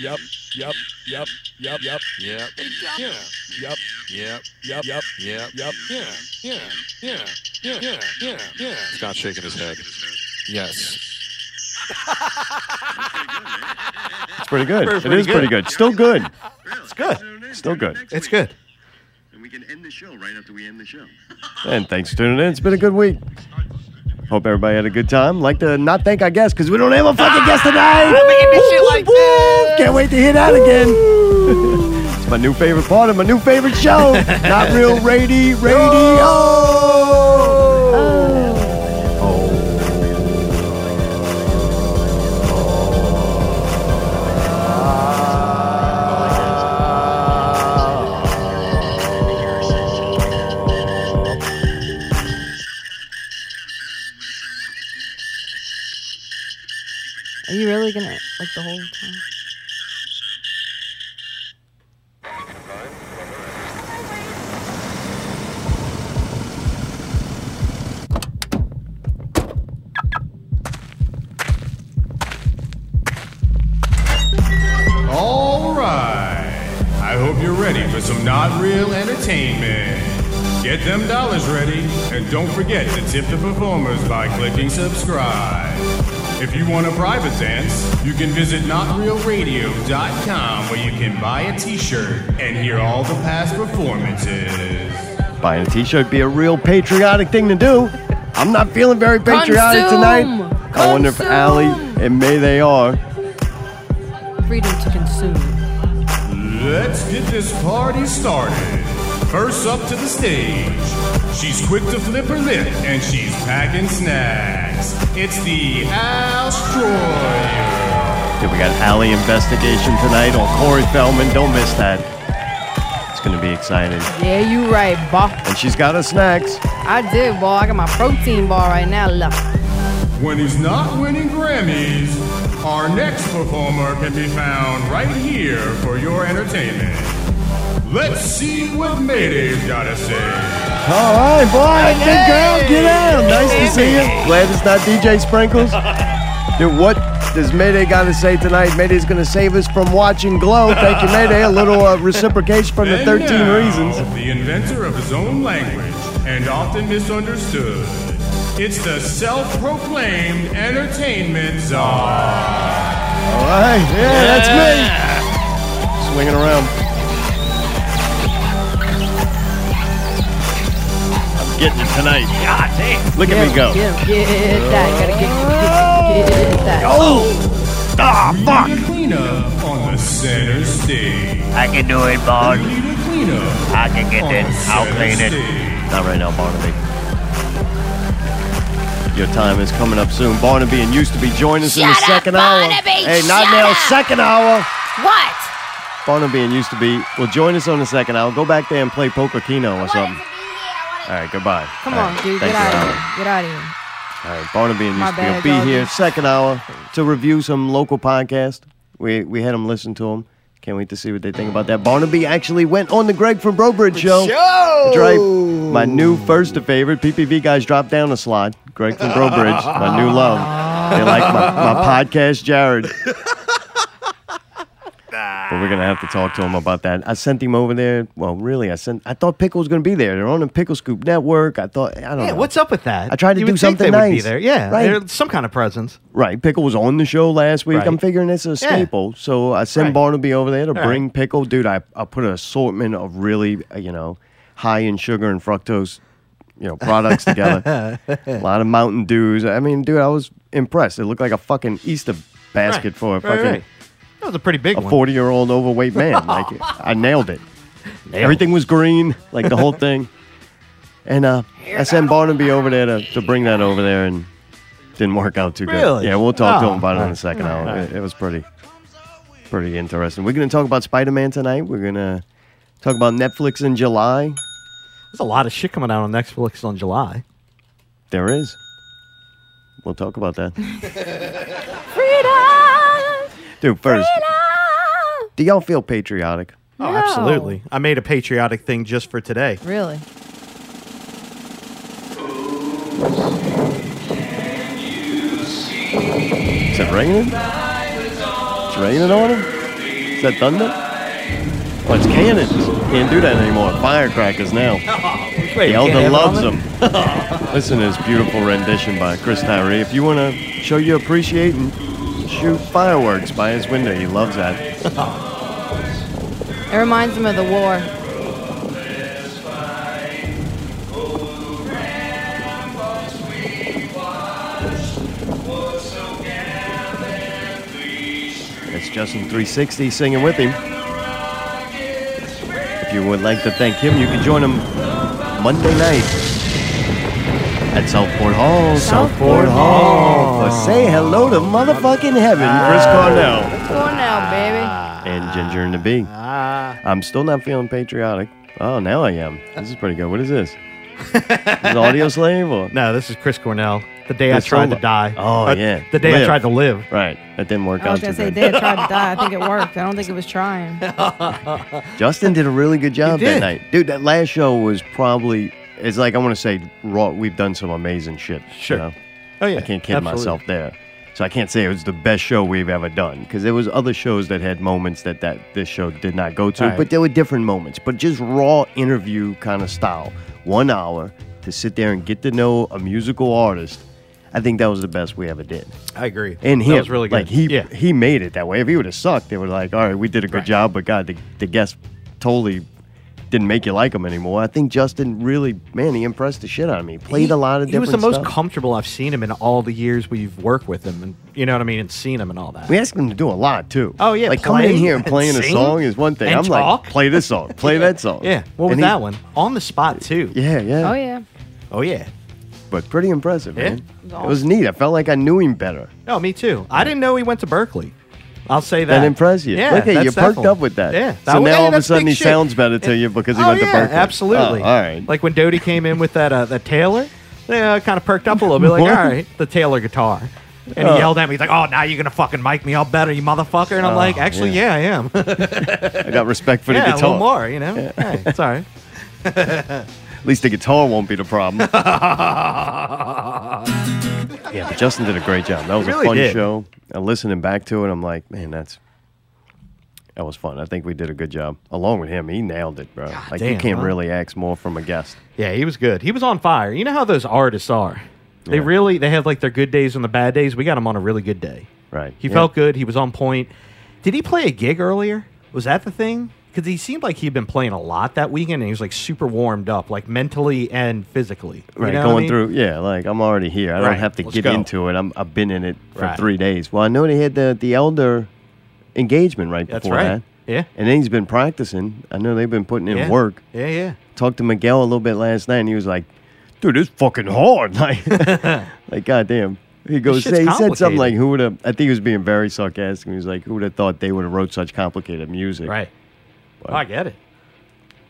Yep. Yep. Yep. Yep. Yep. Yep. Yeah. Yep. Yep. Yep. Yep. Yep. Yep. Yeah. Yeah. Yeah. Yeah. Yeah. Yeah. Yeah. Scott's shaking his head. Yes. It's pretty good. It pretty is pretty good. Still good. It's good. Still good. It's good. And we can end the show right after we end the show. And thanks for tuning in. It's been a good week. Hope everybody had a good time. Like to not thank our guest because we don't have a fucking guest tonight. Woo, woo, woo. Can't wait to hear that again. it's my new favorite part of my new favorite show. not real radio. Radio. Oh. Are you really gonna like the whole time? All right. I hope you're ready for some not real entertainment. Get them dollars ready, and don't forget to tip the performers by clicking subscribe. If you want a private dance, you can visit notrealradio.com where you can buy a t shirt and hear all the past performances. Buying a t-shirt would be a real patriotic thing to do. I'm not feeling very patriotic Consume! tonight. I wonder if Consume! Allie and May they are. Freedom to consume. Let's get this party started. First up to the stage. She's quick to flip her lip and she's packing snacks. It's the Alstroyer. Yeah, we got Alley investigation tonight on Corey Feldman. Don't miss that. It's gonna be exciting. Yeah, you right, boy. And she's got her snacks. I did, boy. I got my protein bar right now. Look. When he's not winning Grammys, our next performer can be found right here for your entertainment. Let's see what Mayday's gotta say. All right, boy. Good girl. Get out. Nice to see you. Glad it's not DJ Sprinkles. Dude, what does Mayday got to say tonight? Mayday's gonna save us from watching Glow. Thank you, Mayday. A little uh, reciprocation from the And 13 now, Reasons. The inventor of his own language and often misunderstood. It's the self proclaimed entertainment czar. All right. Yeah, that's me. Swinging around. I'm getting it tonight. God damn. Look at me go. Yeah, get that. Gotta get, get, get that. Oh! Ah, fuck! Need a cleanup Uh, on the center stage. I can do it, boss. Need a cleanup. I can get on this. the I'll center clean it. stage. Not right now, Barnaby. Your time is coming up soon. Barnaby and used to be join us in the Shut up, second Barnaby! hour. Hey, not Shut now, up! second hour. What? Barnaby and used to be will join us on the second hour. Go back there and play poker keno or something. All right, goodbye. Come All on, right, dude. thank Get you, out of Alan. here. Get out of here. All right, Barnaby and My used to be will bad, be doggy. here second hour to review some local podcast. We we had them listen to them. Can't wait to see what they think about that. Barnaby actually went on the Greg from Brobridge show. That's right. My new first to favorite PPV guys dropped down a slot. Greg from Brobridge, my new love. They like my, my podcast, Jared. but we're gonna have to talk to him about that. I sent him over there. Well, really, I sent. I thought Pickle was gonna be there. They're on the Pickle Scoop Network. I thought. I don't Yeah, know. what's up with that? I tried to you do would something think they Would be nice. there. Yeah, Right. there's some kind of presence. Right. Pickle was on the show last week. Right. I'm figuring it's a staple. So I sent Right. Barnaby over there to All bring right. Pickle. Dude, I, I put an assortment of really, uh, you know, high in sugar and fructose, you know, products together. a lot of Mountain Dews. I mean, dude, I was impressed. It looked like a fucking Easter basket Right. for a Right, fucking right. That was a pretty big a one. 40 year old overweight man. like I nailed it. Everything was green, like the whole thing. And uh, I sent Barnaby over there to, to bring that over there and didn't work out too good. Really? Yeah, we'll talk to Oh, him about it in alright, the second hour. It, it was pretty pretty interesting. We're going to talk about Spider Man tonight. We're going to talk about Netflix in July. There's a lot of shit coming out on Netflix on July. There is. We'll talk about that. Freedom. Dude, first, Freedom. do y'all feel patriotic? Oh, absolutely. I made a patriotic thing just for today. Really? Is it raining? It's raining on him? Is that thunder? Oh, it's cannons. Can't do that anymore. Firecrackers now. the Elder loves them. Listen to this beautiful rendition by Chris Tyree. If you want to show you appreciate and shoot fireworks by his window, he loves that. It reminds him of the war. It's Justin 360 singing with him. If you would like to thank him, you can join him Monday night at Southport Hall. Southport Hall. Ah. For Say hello to motherfucking heaven, Chris Cornell. What's going now, baby? And Ginger and the Bee. I'm still not feeling patriotic. Oh, now I am. This is pretty good. What is this? Is it Audio Slave or? No, this is Chris Cornell. The day I The tried solo- to die. Oh, Uh, yeah. The day Live. I tried to live. Right. That didn't work I out was too gonna say, good. did it try to die? I think it worked. I don't think it was trying. Justin did a really good job that did. night. Dude, that last show was probably, it's like, I want to say, raw. We've done some amazing shit. you Sure. know? Oh yeah. I can't kid absolutely. myself there. So I can't say it was the best show we've ever done because there was other shows that had moments that, that this show did not go to, Right. but there were different moments. But just raw interview kind of style, one hour to sit there and get to know a musical artist. I think that was the best we ever did. I agree. And That him, was really good. like he yeah. he made it that way. If he would have sucked, they would like, all right, we did a good job, but God, the, the guest totally didn't make you like him anymore. I think Justin really, man, he impressed the shit out of me. Played He- a lot of He different was the most stuff. comfortable I've seen him in all the years we've worked with him, and you know what I mean, and seen him and all that. We ask them to do a lot too. Oh, yeah, like coming in play here and and playing a sing song is one thing. and I'm talk. like, play this song, play that song. Yeah. What was And he- that one? On the spot too. Yeah, yeah. Oh yeah. Oh yeah. But pretty impressive, Yeah. man. was It was neat. I felt like I knew him better. No, me too. I didn't know he went to Berkeley. I'll say that. That impressed you. Yeah, Look at you, you that's perked definitely- up with that. Yeah. So now hey, all of a that's sudden he big shit. sounds better to you because he oh, went yeah, to Berkeley. Absolutely. Oh, all right. Like when Doty came in with that uh, that Taylor, yeah, kind of perked up a little bit. Like, What? all right, the Taylor guitar. And he yelled at me, he's like, oh, now you're going to fucking mic me up better, you motherfucker. And I'm Oh, like, actually, yeah, I am. I got respect for the yeah, a guitar. little more, you know? Hey, it's all right. At least the guitar won't be the problem. yeah, but Justin did a great job. That was He a really fun did. show. And listening back to it, I'm like, man, that's that was fun. I think we did a good job. Along with him, he nailed it, bro. like you damn, can't huh? really ask more from a guest. Yeah, he was good. He was on fire. You know how those artists are. They Yeah. really they have like their good days and the bad days. We got him on a really good day. Right. He Yeah. felt good. He was on point. Did he play a gig earlier? Was that the thing? Because he seemed like he'd been playing a lot that weekend, and he was like super warmed up, like mentally and physically. You Right, know what I going mean? through, yeah, like I'm already here. I don't Right, have to let's get go. into it. I'm, I've been in it for Right. three days. Well, I know they had the the elder engagement right That's before right. that, Yeah. and then he's been practicing. I know they've been putting in yeah. work. Yeah, yeah. talked to Miguel a little bit last night, and he was like, "Dude, it's fucking hard." Like, like goddamn. He goes, shit's he said something complicated. like, "Who would have?" I think he was being very sarcastic. He was like, "Who would have thought they would have wrote such complicated music?" Right. Wow. I get it.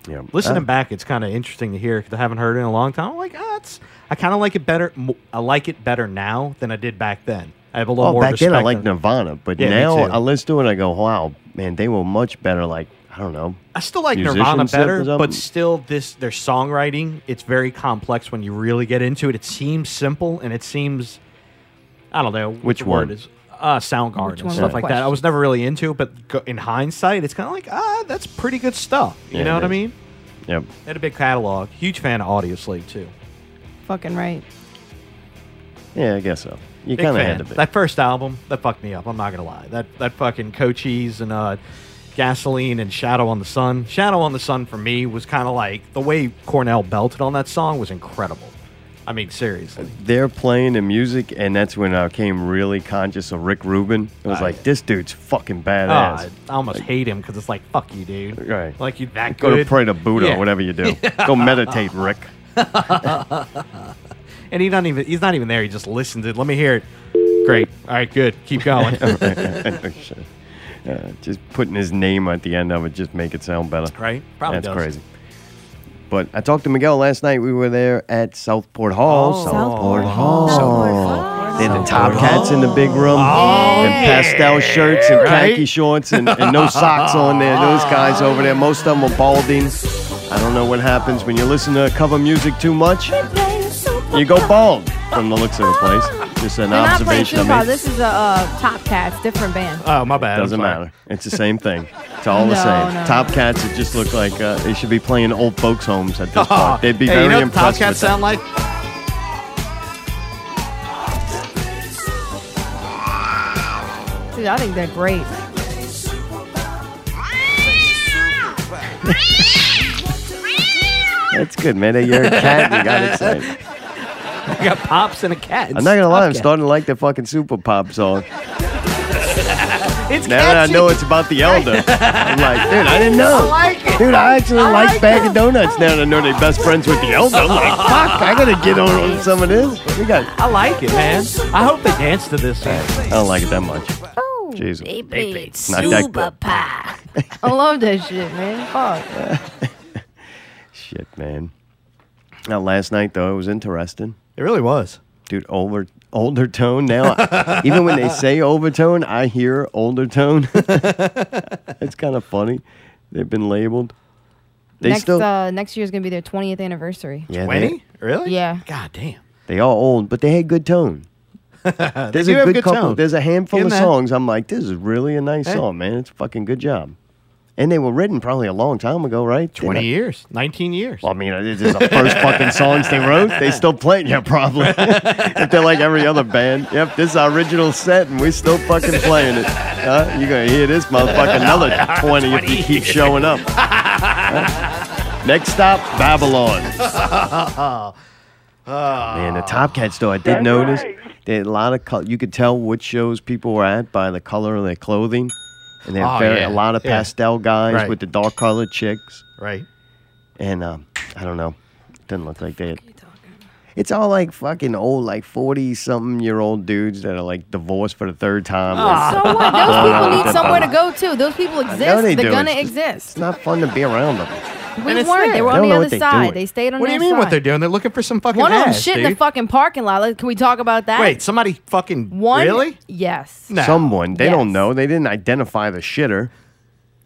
Yeah. Listening Uh, back, it's kind of interesting to hear because I haven't heard it in a long time. I'm like, ah, it's. I kind of like it better. mo- I like it better now than I did back then. I have a little Oh, more back respect then I on- liked Nirvana, but Yeah, me now too. I listen to it. and I go, "Wow, man, they were much better." Like, I don't know. I still like musician Nirvana set or better, something? but still, this their songwriting it's very complex when you really get into it. It seems simple, and it seems I don't know Which the word one? is uh, Soundgarden Which and one stuff was like the that. I question? was never really into, it, but go- in hindsight, it's kind of like ah, that's pretty good stuff. You Yeah, know it what I is. mean? Yep. They had a big catalog. Huge fan of Audio Slave too. Fucking right. Yeah, I guess so. You Big kind of fan. had to be. That first album that fucked me up. I'm not gonna lie. That that fucking Cochise and uh, Gasoline and Shadow on the Sun. Shadow on the Sun for me was kind of like the way Cornell belted on that song was incredible. I mean, seriously. they're playing the music, and that's when I came really conscious of Rick Rubin. It was Oh, like, yeah. this dude's fucking Oh, badass. I I almost hate him because it's like fuck you, dude. Right. Like you that Go good. to pray to Buddha, Yeah. whatever you do. Go meditate, Rick. And he not even he's not even there. He just listened to. it. Let me hear it. Great. All right. Good. Keep going. Uh, just putting his name at the end of it just make it sound better. right. Probably That's does. crazy. But I talked to Miguel last night. We were there at Southport Hall. Oh. Southport Southport Hall. They had the top hats in the big room, and pastel shirts and Oh, Right? khaki shorts, and, and no socks on there. Those guys over there, most of them were balding. I don't know what happens when you listen to cover music too much. You go bald from the looks of the place. just an They're not playing observation. I Tupac. made. This is a uh, Top Cats, different band. Oh, my bad. I'm Doesn't sorry. matter. It's the same thing. It's all the No, same. no. Top cats. It just look like uh, they should be playing old folks' homes at this Oh, point. They'd be hey, very you know what the Top impressed. Cats with that. sound like? Dude, I think they're great. That's good, man. You're a cat. and You got excited. I got pops and a cat. I'm not gonna lie. I'm It's Top starting to like the fucking super pop song. Cat. It's Now that I catchy. know it's about the elder, I'm like, dude, I didn't know. Dude, I actually like, Bag of Donuts now that I know they're best friends with the elder. I'm like, fuck, I gotta get on, on some of this. We got. I like it, man. I hope they dance to this. I don't like it that much. Oh, Jesus. they They played Not that good. Super Pop. I love that shit, man. Fuck. Shit, man. Now, last night though, it was interesting. It really was. dude over older tone now even when they say overtone i hear older tone it's kind of funny they've been labeled they next still uh, next year's gonna be their 20th anniversary. yeah, they, Winnie? Really? Yeah. God damn. they all old but they had good tone there's do a have good, good couple tone. there's a handful Give of 'em that. songs i'm like this is really a nice Hey. song man it's a fucking good job and they were written probably a long time ago right They're 20 not- years. 19 years. Well, I mean, this is the first fucking songs they wrote. They still playing yeah, probably. if they're like every other band, yep, this is our original set, and we still fucking playing it. Huh? You're gonna hear this motherfucker another 20, if you keep showing up. Huh? Next stop, Babylon. Man, the Top Cats though, I did notice they had a lot of color. You could tell which shows people were at by the color of their clothing, and they had Oh, very, yeah, a lot of yeah. pastel guys Right. with the dark colored chicks right. and um, I don't know. Doesn't look like they. It's all like fucking old, like forty something year old dudes that are like divorced for the third time. Ah. Like, So what? Those people need they're somewhere to fine. go to. Those people exist. know they They're do. gonna It's just- It's exist. not fun to be around them. We it's weren't. They there. were I on don't the know other what they're side. doing. They stayed on What do their you mean side. what they're doing? They're looking for some fucking One of them ass, shit in the dude. fucking parking lot. Like, Can we talk about that? Wait, somebody fucking One. really? Yes. No. Someone they don't Yes. know. They didn't identify the shitter.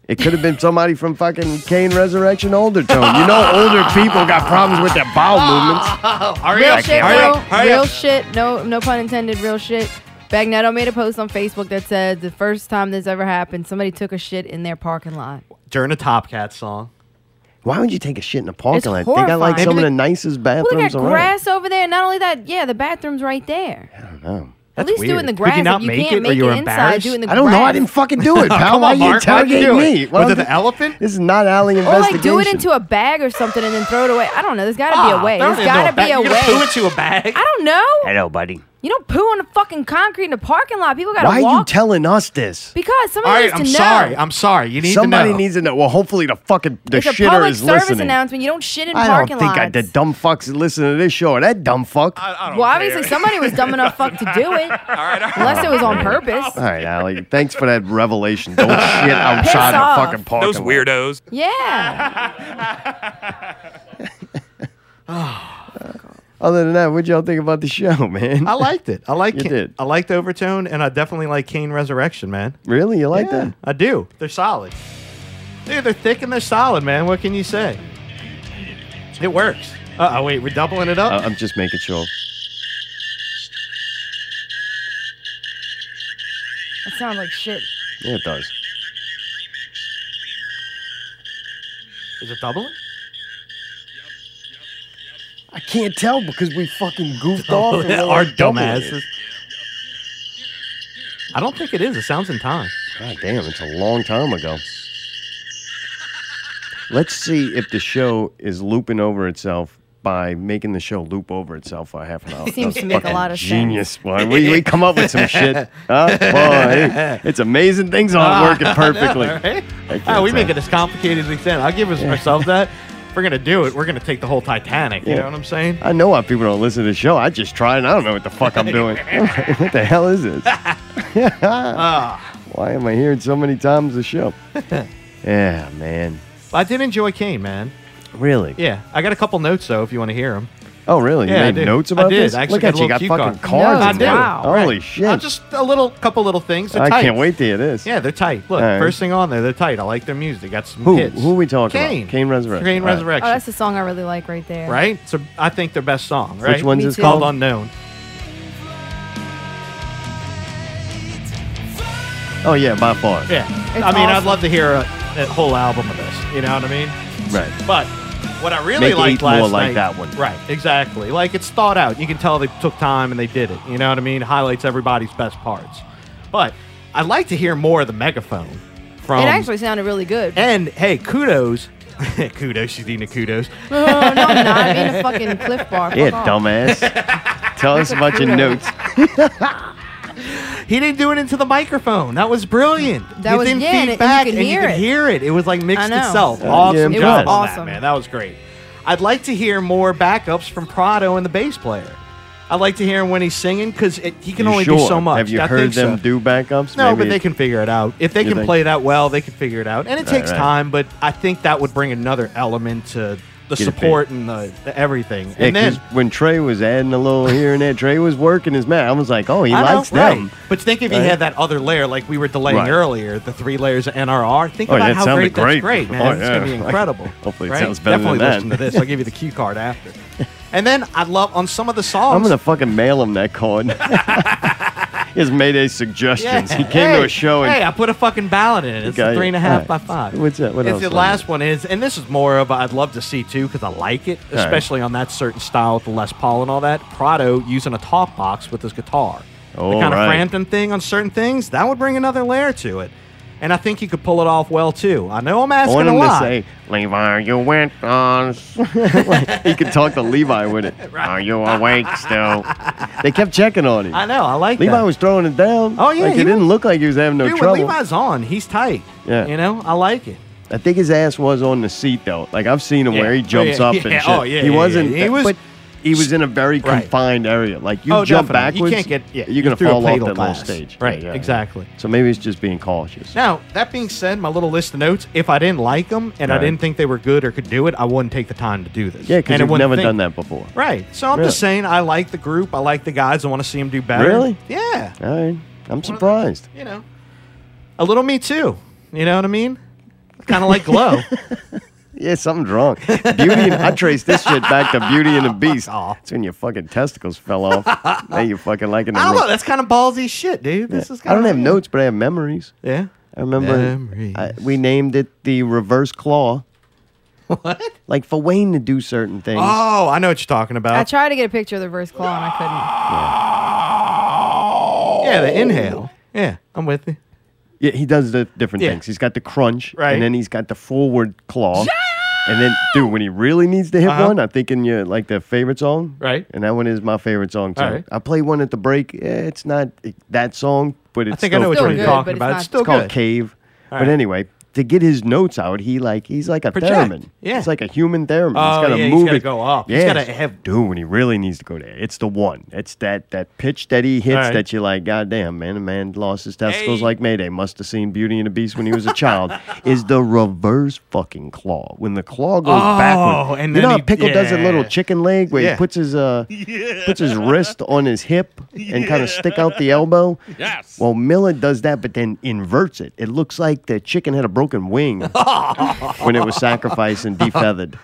It could have been somebody from fucking Kane Resurrection Older Tone. You know, older people got problems with their bowel movements. Ah! Hurry Real up, shit, hurry real, up, hurry real up. shit. No, no pun intended. Real shit. Bagnetto made a post on Facebook that said the first time this ever happened, somebody took a shit in their parking lot. During a Top Cat song. Why would you take a shit in a parking lot? It's They got like horrifying. some of Maybe the they- nicest Well, they bathrooms got around. grass over there. Not only that, yeah, the bathroom's right there. I don't know. At That's least do it weird. in the Could you grass. not if you make can't it or make you were it inside, embarrassed? do it in the I don't know. I grass. didn't fucking do it, pal. Come Why on, you Mark. Why'd you interrogate do it? me? Why Was it don't the you- elephant? This is not alley Or Oh, investigation. Oh, Ah, like do it into a bag or something and then throw it away. I don't know. There's got to be a way. There There's got ain't to no be a bag. You're gonna way. poo into a bag. I don't know. Hello, buddy. You don't poo on the fucking concrete in the parking lot. People got Why to are you walk. telling us this? because All somebody right, needs I'm to know. sorry. I'm sorry. You need Somebody to know. needs to know. Well, hopefully the fucking the it's a shitter public is service listening. announcement. You don't shit in I don't parking think I, lots. the dumb fucks listening to this show. Or that dumb fuck. Well, obviously somebody was dumb enough fuck to do it. Unless it was on purpose. Oh, All right, Allie. Thanks for that revelation. Don't shit Piss outside off. the fucking parking Those lot. weirdos. Yeah. Other than that, what y'all think about the show, man? I liked it. I like You did. I liked Overtone, and I definitely like Kane Resurrection, man. really? You like Yeah, that? I do. They're solid. Dude, they're thick and they're solid, man. What can you say? It works. Uh oh, wait, we're doubling it I- up. Uh, I'm just making sure. It sounds like shit. Yeah, it does. Is it doubling? I can't tell because we fucking goofed off. and we're Our like doubling it. dumbasses. I don't think it is. It sounds in time. God damn, it's a long time ago. Let's see if the show is looping over itself by making the show loop over itself for half an hour. Seems That's to make a fucking lot of sense. genius. Boy, we, we come up with some shit. Huh? Boy, it's amazing things Ah. Ah. aren't working perfectly. Hey, can't oh, we tell. make it as complicated as we can. I'll give us, ourselves that. If we're gonna do it, we're gonna take the whole Titanic. You Yeah. know what I'm saying? I know why people don't listen to the show. I just try and I don't know what the fuck I'm doing. what the hell is this? Ah, why am I hearing so many times the show? yeah, man. I did enjoy Kane, man. Really? Yeah, I got a couple notes though, if you want to hear them. Oh, really? Yeah, I you made did. notes I about did. this? I actually Look got at a you, you got little cue fucking card. cards. No, I in do. there. Wow. Holy Right. shit. Uh, just a little couple little things. They're I tight. can't wait to hear this. Yeah, they're tight. Look, All right. first thing on there, they're tight. I like their music. Got some Who- hits. who we talking about? Kane. Kane Resurrection. Kane All right. Oh, Resurrection. that's the song I really like right there. right. So I think their best song. Right. Which one's Me this too. Called called? on- Unknown. Oh yeah, by far. Yeah. It's I mean, I'd awesome. love to hear a, a whole album of this. You know what I mean? Right. But what I really Make liked eight more last like night, that one. right? Exactly. Like it's thought out. You can tell they took time and they did it. You know what I mean? Highlights everybody's best parts. But I'd like to hear more of the megaphone from. it actually sounded really good. Eh. and hey, kudos, kudos. She's eating the kudos. no, no, I'm not. I'm in a fucking cliff bar. Fuck Yeah, off. dumbass. Tell us about your notes. He didn't do it into the microphone. That was brilliant. That you was- didn't yeah, and it- and feed you back could and hear you could it. hear it. It was like I mixed know. itself. Uh, awesome yeah, job it was on that, awesome. man. That was great. I'd like to hear more backups from Prado and the bass player. I'd like to hear him when he's singing because he can You only do sure? so much. Have you I heard think so. them do backups? No, Maybe but they can figure it out. If they You can think? play that well, they can figure it out. And it Right, takes right. time, but I think that would bring another element to the Get it support and the, the everything. Yeah, and then 'cause when Trey was adding a little here and there, Trey was working his man. I was like, oh, he I know, likes right. them. But think if you Right. had that other layer, like we were delaying Right. earlier, the three layers of NRR. Think Oh, about that how sounded great, that's great. great, man. Oh, It's gonna be yeah. incredible. Hopefully it right? sounds better than Definitely that. listen to this. I'll give you the cue card after. And then I'd love on some of the songs. I'm gonna fucking mail him that card. His Mayday suggestions. Yeah. He came to Hey, a show and hey, I put a fucking ballot in it. It's Got a you. three and a half by All right. five. What's that? What It's else the on last one is, and this is more of a, I'd love to see too because I like it, right. especially on that certain style with the Les Paul and all that. Prado using a talk box with his guitar, the Oh, kind right. of Frampton thing on certain things that would bring another layer to it, and I think he could pull it off well too. I know I'm I asking want a him to lot. say, Levi, you went on. Like, he could talk to Levi with it. Are you awake still? They kept checking on him. I know I like Levi that. was throwing it down. Oh, yeah, like, it he was- didn't look like he was having no Dude, when trouble. Levi's on, he's tight. Yeah. you know I like it. I think his ass was on the seat though. Like I've seen him Yeah. where he Oh, jumps yeah. up Yeah. and shit. Oh, yeah, he yeah, wasn't. yeah. He was- but he was in a very Right. confined area. Like you Oh, jump definitely. backwards, You can't get. Yeah, you're gonna through a fall off plate that little glass. stage. Right. Yeah, yeah, yeah. exactly. So maybe it's just being cautious. Now, that being said, my little list of notes, if I didn't like them and I Right. didn't think they were good or could do it, I wouldn't take the time to do this. yeah, because And I you've wouldn't never think- done that before. Right. So I'm just saying I like the group. I like the guys. I want to see them do better. Really? Yeah. All right, I'm surprised. You know, a little me too. You know what I mean? Kind of like Glow. Yeah, something's wrong. Beauty and I trace this shit back to Beauty and the Beast. Aw. It's when your fucking testicles fell off. now you're fucking liking the. I don't know. real- That's kind of ballsy shit, dude. This is I kind don't have notes, but I have memories. Yeah. I remember Memories. I, we named it the Reverse Claw. What? like for Wayne to do certain things. Oh, I know what you're talking I about. Ah. tried to get a picture of the reverse claw and I couldn't. yeah, the inhale. Yeah, I'm with you. Oh. Yeah, he does the different Yeah. things. He's got the crunch, Right. and then he's got the forward claw. And then, dude, when he really needs to hit Uh-huh. one, I'm thinking you like their favorite song, Right. And that one is my favorite song too. All right. I play one at the break. Eh, it's not that song, but it's I think I still know what Still you're good, talking but it's about. not- It's still It's called good. Cave. All But right. anyway, to get his notes out, he like he's like a Project. theremin. Yeah. It's like a human theremin. Oh, he's gotta yeah, he's move gotta it. go up. He's Yeah. gotta have- dude when he really needs to go there. It's the one. It's that that pitch that he hits right. that you're like, God damn, man, a man lost his testicles Hey. like Mayday. Must have seen Beauty and the Beast when he was a child. is the reverse fucking claw. When the claw goes Oh, backward. and you then know how he- Pickle does a little yeah. chicken leg where Yeah. he puts his uh puts his wrist on his hip and kind of stick out the elbow. Yes. Well, Miller does that, but then inverts it. It looks like the chicken had a broken wing when it was sacrificed and defeathered.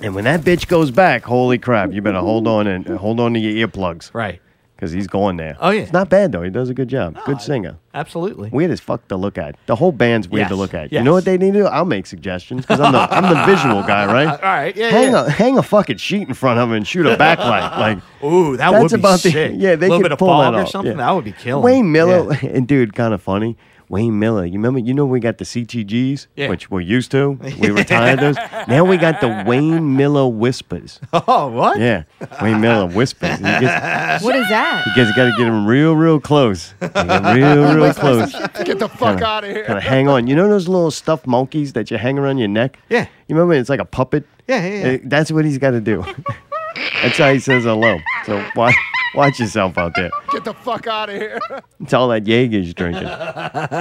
and when that bitch goes back, holy crap! You better hold on and and hold on to your earplugs Right. because he's going there. Oh, yeah. Ah, it's not bad though. He does a good job. good singer. Absolutely. Weird as fuck to look at. The whole band's weird Yes, to look at. yes. You know what they need to do? I'll make suggestions because I'm the I'm the visual guy, right? All right, yeah, hang yeah. a hang a fucking sheet in front of him and shoot a backlight. Like Ooh, that that's would be about the sick. yeah. They a little could bit of pull fog that or off. something. Yeah. That would be killing. Wayne Miller Yeah. and dude, kind of funny. Wayne Miller, you remember? You know we got the CTGs, Yeah. which we're used to. We retired those. Now we got the Wayne Miller whispers. Oh, what? Yeah, Wayne Miller whispers. He gets, What is that? you guys got to get him real, real close. You Get real, real close. Get the fuck out of Kind here. of hang on. You know those little stuffed monkeys that you hang around your neck? Yeah. You remember? It's like a puppet. Yeah, yeah, yeah. Uh, That's what he's got to do. That's how he says hello. So watch, watch yourself out there. Get the fuck out of here. It's all that Jaeger's drinking.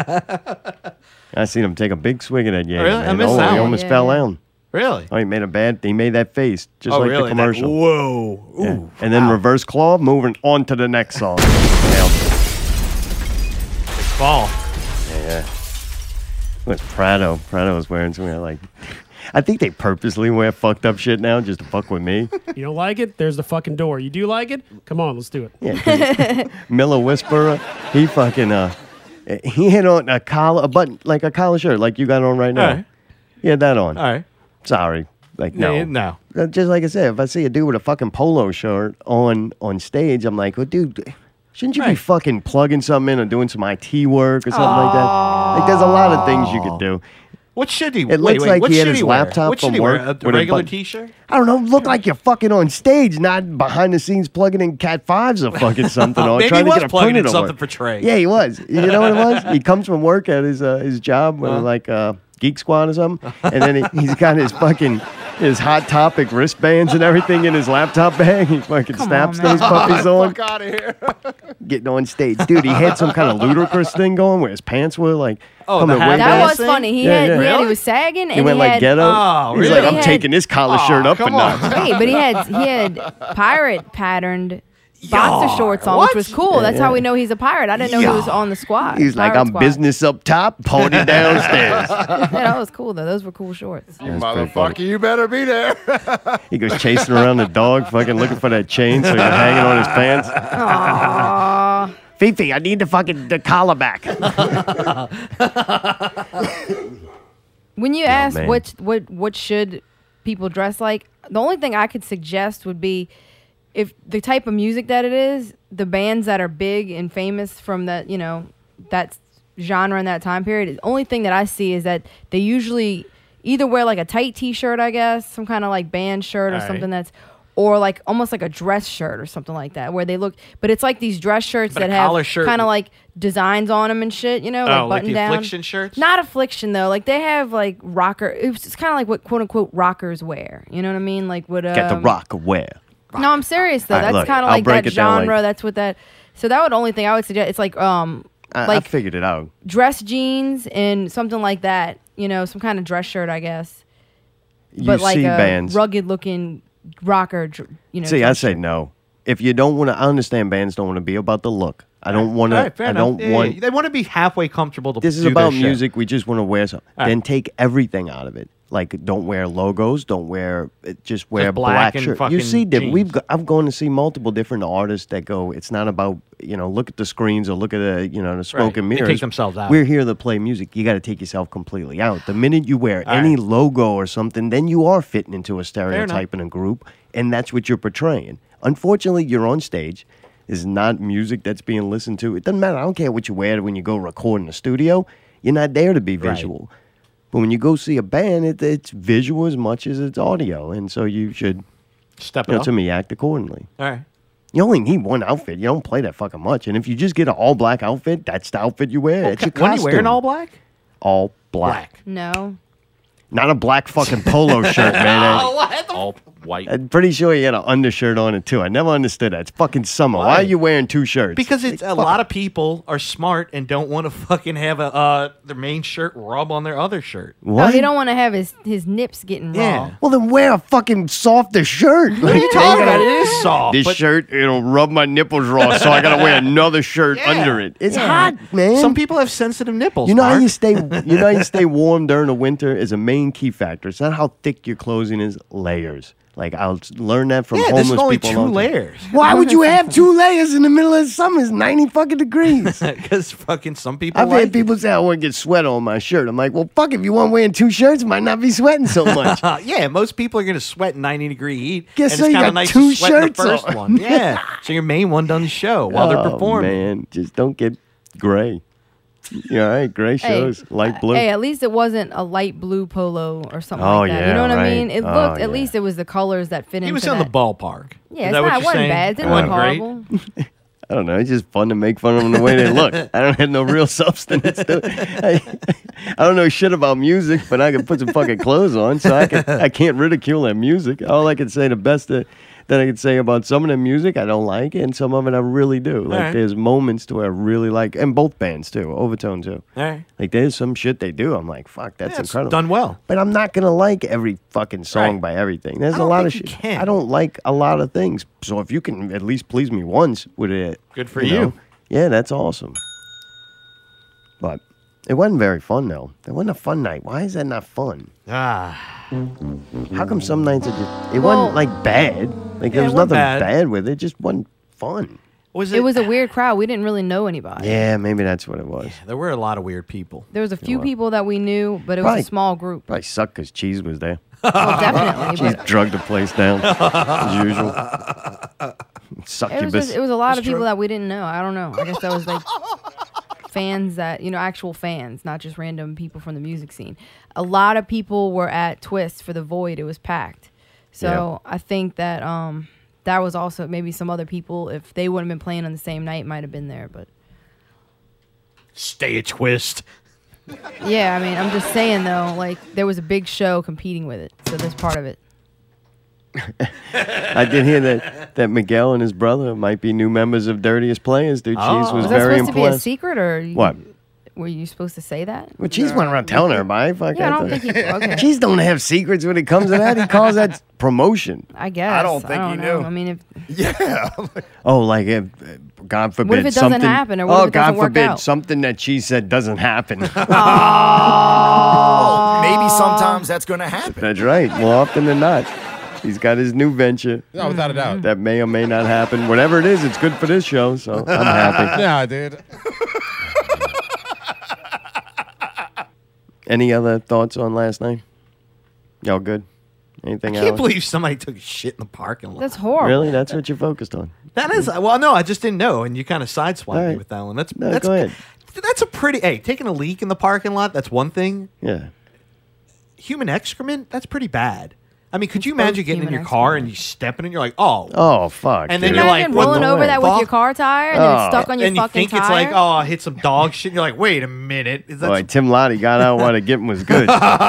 I seen him take a big swig of that Jaeger. Really? I man. missed oh, that He one. almost Yeah, fell yeah. down. Really? Oh, he made a bad. He made that face just oh, like really? the That- commercial. whoa. Ooh. Yeah. And then reverse claw, moving on to the next song. Nailed it. Ball. It was Prado. Prado was wearing something like. I think they purposely wear fucked up shit now just to fuck with me. You don't like it? There's the fucking door. You do like it? Come on, let's do it. Yeah, 'cause Miller Whisperer, he fucking uh Uh, He had on a collar, a button, like a collar shirt, like you got on right now. All right. He had that on. All right. Sorry. Like, no. Yeah, no. Uh, Just like I said, if I see a dude with a fucking polo shirt on on stage, I'm like, well, dude, shouldn't you be Right. fucking plugging something in or doing some IT work or something like that? Like, there's a lot of things you could do. What should he? It wait, looks wait, like what he had should his wear? laptop What should from he wear? work A, with a a regular button- T-shirt. I don't know. Look like you're fucking on stage, not behind the scenes plugging in Cat Fives or fucking something. or Maybe he trying was to get a plugging in printer to something work. for Trey. Yeah, he was. You know what it was? He comes from work at his uh, his job Uh-huh. with like uh, Geek Squad or something, and then he, he's got his fucking his hot topic wristbands and everything in his laptop bag. He fucking Come snaps on, man. those puppies on, out of here. getting on stage. Dude, he had some kind of ludicrous thing going where his pants were like Oh, coming the hat way Yeah, That back. was see? funny. He Yeah, had, yeah. he had Really? he was sagging, He and went he like had, ghetto. Oh, He's really? like, I'm He had- taking this collar shirt up come a notch. on. Hey, but he had he had pirate patterned boxer Yeah. shorts on, What? which was cool. That's how we know he's a pirate. I didn't know he was on the squad. He's like, pirate I'm squad." business up top, party downstairs. Yeah, that was cool though. Those were cool shorts. pretty funny. Motherfucker, you better be there. He goes chasing around the dog, fucking looking for that chain so he's hanging on his pants. Fifi, I need the fucking the collar back. When you ask man. what what what should people dress like, the only thing I could suggest would be if the type of music that it is, the bands that are big and famous from that you know that genre in that time period. The only thing that I see is that they usually either wear like a tight T-shirt, I guess, some kind of like band shirt or All right. something that's. Or like almost like a dress shirt or something like that, where they look. But it's like these dress shirts But a that have collar shirt kind of and- like designs on them and shit, you know, Oh, like like button the down. affliction shirts? Not affliction though. Like they have like rocker. It's, it's kind of like what quote unquote rockers wear. You know what I mean? Like what? Um, Get the rock aware. No, I'm serious though. All right, That's look, kind of I'll like break that it down genre. later. That's what that. So that would only thing I would suggest. It's like um I, like I figured it out. dress jeans and something like that. You know, some kind of dress shirt, I guess. You but like see a bands. rugged looking rocker. dr- You know. see, I dress say shirt. no. If you don't want to, I understand bands don't want to be about the look. I don't want All to. right, fair I enough. don't Yeah, yeah, want. yeah. They want to be halfway comfortable to This is do their about shit. music. We just want to wear something. All right. Then take everything out of it. Like, don't wear logos. Don't wear. it- Just wear black, black and shirt. You fucking see, different. jeans. We've. Go, I've gone to see multiple different artists that go. It's not about you know. Look at the screens or look at the you know the smoke Right. and They take mirrors. themselves out. We're here to play music. You got to take yourself completely out. The minute you wear All any right. logo or something, then you are fitting into a enough. stereotype in a group, and that's what you're portraying. Unfortunately, you're on stage. This Is not music that's being listened to. It doesn't matter. I don't care what you wear when you go record in the studio. You're not there to be visual. But when you go see a band, it, it's visual as much as it's audio, and so you should, Step it you know, up. to me, act accordingly. All right. You only need one outfit. You don't play that fucking much. And if you just get an all black outfit, that's the outfit you wear. It's your When you costume. wearing all black? All black. No. Not a black fucking polo shirt, man. Oh, I- All white. I'm pretty sure he had an undershirt on it too. I never understood that. It's fucking summer. Why, Why? are you wearing two shirts? Because it's a lot of people are smart and don't want to fucking have a uh, their main shirt rub on their other shirt. No, what? he don't want to have his his nips getting Yeah. raw. well, then wear a fucking softer shirt. Like, you talking about? It is soft. This but shirt, it'll rub my nipples raw, so I gotta wear another shirt under it. It's hot, man. Some people have sensitive nipples. You know how Mark. you stay. You know how you stay warm during the winter is a main key factor. It's not how thick your clothing is. Layers. Like I'll s- learn that from Yeah, homeless there's only people. two all the time. layers. Why would you have two layers in the middle of summer? It's ninety fucking degrees. Because fucking some people. I've like had people say I want to get sweat on my shirt. I'm like, well, fuck. If you want wearing two shirts, might not be sweating so much. Uh, yeah, most people are going to sweat in 90 degree heat. Guess and so, it's you kind got of nice two to sweat in the shirts first on. one. Yeah. so your main one doesn't show while they're performing. Oh, man, just don't get gray. Yeah, all right, gray Hey, uh, shows light blue. Hey, at least it wasn't a light blue polo or something Oh, like that. yeah, you know what right. I mean? It Oh, looked. yeah. At least it was the colors that fit He into was in the that. ballpark. Is Yeah, that it's not, what it you're wasn't saying? bad. It It didn't look wasn't great. horrible. I don't know. It's just fun to make fun of them the way they look. I don't have no real substance. To it. I, I don't know shit about music, but I can put some fucking clothes on, so I can I can't ridicule that music. All I can say, the best that, that I can say about some of the music I don't like, and some of it I really do. Like right. there's moments to where I really like, and both bands too, Overtone too. All right. Like there's some shit they do. I'm like, fuck, that's Yeah, it's incredible. done well. But I'm not gonna like every fucking song Right. by everything. There's I a don't lot think of you shit. can. I don't like a lot of things. So if you can at least please me once with it, Good for know? you. Yeah, that's awesome. But it wasn't very fun though. It wasn't a fun night. Why is that not fun? Ah, How come some nights are just? It Well- wasn't like bad. Like there Yeah, it was wasn't nothing bad. bad with it. It just wasn't fun. Was it? It was a weird crowd. We didn't really know anybody. Yeah, maybe that's what it was. There were a lot of weird people. There was a few people that we knew, but it was Right. a small group. Probably sucked because cheese was there. Well, definitely. Cheese but- drugged the place down as usual. It was Succubus. just, it was a lot of people that we didn't know. I don't know. I guess that was like fans that you know actual fans, not just random people from the music scene. A lot of people were at Twist for the Void. It was packed. So I think that um that was also maybe some other people if they wouldn't have been playing on the same night might have been there. But Stay a twist. yeah, I mean I'm just saying though, like there was a big show competing with it. So that's part of it. I did hear that that Miguel and his brother might be new members of Dirtiest Players. Dude, cheese Oh. was, Was that very supposed to be a impressed. secret or you- what? were you supposed to say that? Well, cheese went around telling everybody. Fuck Yeah, that I don't thing. think he okay. Cheese don't have secrets when it comes to that. He calls that promotion. I guess. don't think I he don't know. knew. I mean, if, Yeah. Oh, like if, uh, God forbid it doesn't something happen, or what oh, if it God doesn't work forbid out? something that cheese said doesn't happen. Oh, maybe sometimes that's going to happen. That's right. More often than not, he's got his new venture No, without a doubt. that may or may not happen. Whatever it is, it's good for this show. So I'm happy. Yeah, dude. Any other thoughts on last night? Y'all good? Anything I can't else? believe somebody took a shit in the parking lot. that's horrible. Really? That's what you focused on. That is well, no, I just didn't know, and you kind of sideswiped me Alright. with that one. That's No, that's go ahead. that's a pretty. Hey, taking a leak in the parking lot—that's one thing. Yeah. Human excrement—that's pretty bad. I mean, could you imagine both getting in human your car and you stepping and you're like, oh, Oh fuck. And then dude. you're like, Imagine what rolling the over that with fuck? your car tire and then Oh. it's stuck on your and you fucking think tire. it's like, oh, I hit some dog shit. And you're like, wait a minute, is that? Boy, Tim Lottie got out while the getting was good. yeah,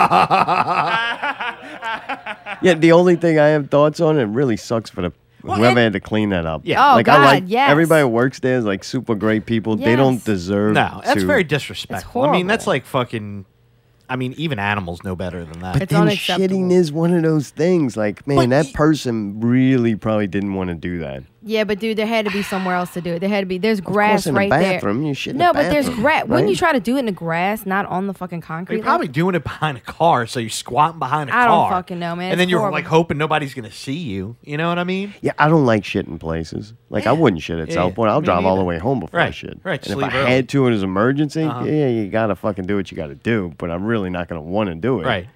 the only thing I have thoughts on, it really sucks for the whoever it- had to clean that up. Yeah. Oh, like I God, like yes. everybody who works there is like super great people. They Yes. don't deserve. no, that's to- very disrespectful. I mean, horrible. that's like fucking. I mean, even animals know better than that. It's then unacceptable. shitting is one of those things. Like, man, But that y- person really probably didn't want to do that. Yeah, but dude, there had to be somewhere else to do it. There had to be. There's grass in the right bathroom, there. you shit in no, the but there's bathroom, grass. Wouldn't you right? try to do it in the grass, not on the fucking concrete? You're probably doing it behind a car, so you're squatting behind a I don't car. fucking know, Oh, man. And then It's you're horrible. like hoping nobody's gonna see you. You know what I mean? Yeah, I don't like shit in places. Like, I wouldn't shit at Yeah, Southport. I'll me drive all the neither. way home before I Right, shit. right, And if sleep I early. Uh-huh. had to and it was an emergency, yeah, you gotta fucking do what you gotta do. But I'm really not gonna want to do it. Right.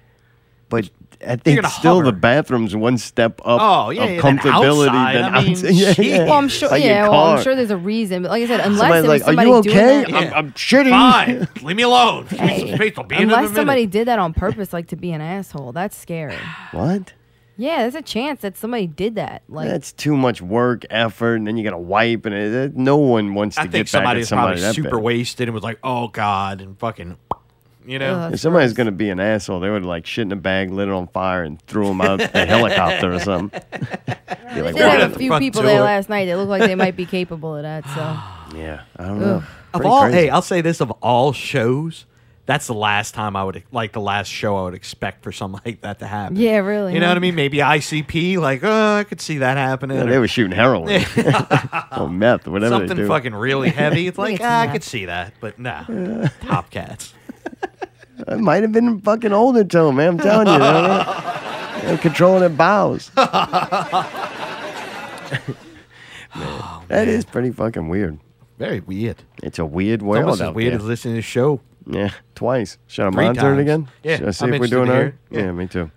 But I think gonna still hover. the bathroom's one step up Oh, yeah, of yeah, than comfortability outside. than I mean, outside. Yeah, shit. yeah. Well, I'm sure. Like your yeah, well, I'm car. sure there's a reason. But like I said, unless Somebody's it was like, "Are somebody you doing okay? that, I'm, I'm shitting. Fine, leave me alone. Just make Hey, some space. I'll be in in a unless minute. somebody did that on purpose, like to be an asshole, that's scary. What? Yeah, there's a chance that somebody did that. Like, That's too much work, effort, and then you gotta wipe, and it, it- no one wants I to get think back at somebody was somebody probably that super bad. wasted and was like, "Oh God," and fucking, you know. If ugh, Oh, that's somebody's gross. gonna be an asshole, they would like shit in a bag, lit it on fire, and threw him out the helicopter or something. Be like, They Right had at a the few front people there door. last night that looked like they might be capable of that. So. Yeah, I don't know. of Pretty all, crazy. hey, I'll say this: of all shows, that's the last time I would like the last show I would expect for something like that to happen. Yeah, really, You know huh? what I mean? Maybe ICP, like, oh, I could see that happening. Yeah, or they were shooting heroin or meth, whatever they something do. fucking really heavy. It's like it's ah, I not. could see that, but nah, Top Cats. It might have been fucking older tone, man. I'm telling you, they're, they're controlling their bowels. man, Oh, that is pretty fucking weird. Very weird. It's a weird It's world almost as out weird there. as listening to the show. yeah, twice. Should I Three monitor times. it again? Yeah, Should I see I'm if we're interested doing to all hear right? it. Yeah. Yeah. me too.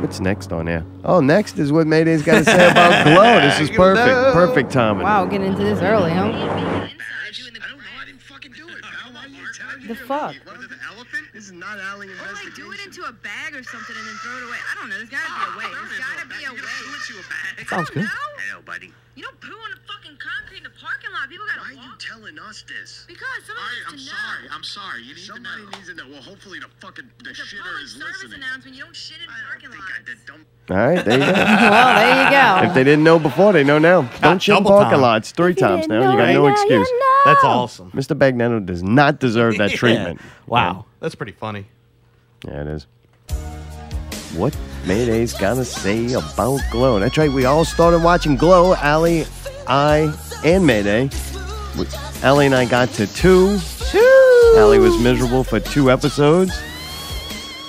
What's next on air? Oh, next is what Mayday's got to say about Glow. This is perfect. Perfect timing. Wow, getting into this early, huh? I don't know. I didn't fucking do it. How are you telling The fuck? Was it the elephant? This is not alley Oh, investigation. a bag or something and then throw it away. I don't know. There's gotta Oh, you a bag. Sounds good. Hell, buddy. You don't poo on the fucking concrete in the parking lot. People Why are you telling us this? Because All right, I'm sorry. I'm sorry. You need Somebody needs to know. Well, hopefully the fucking the shitter is listening. announcement. You don't shit in I don't think I did. Don't All right, there you go. Well, there you go. If they didn't know before, they know now. Don't shit in double parking time. lots three times didn't now. You know got it, no now you excuse. That's awesome. Mr. Bagnano does not deserve that Yeah. treatment. Wow, that's pretty funny. Yeah, it is. What Mayday's gotta say about Glow? That's right. We all started watching Glow. Allie, I, and Mayday. We, Allie and I got to two. Two. Allie was miserable for two episodes.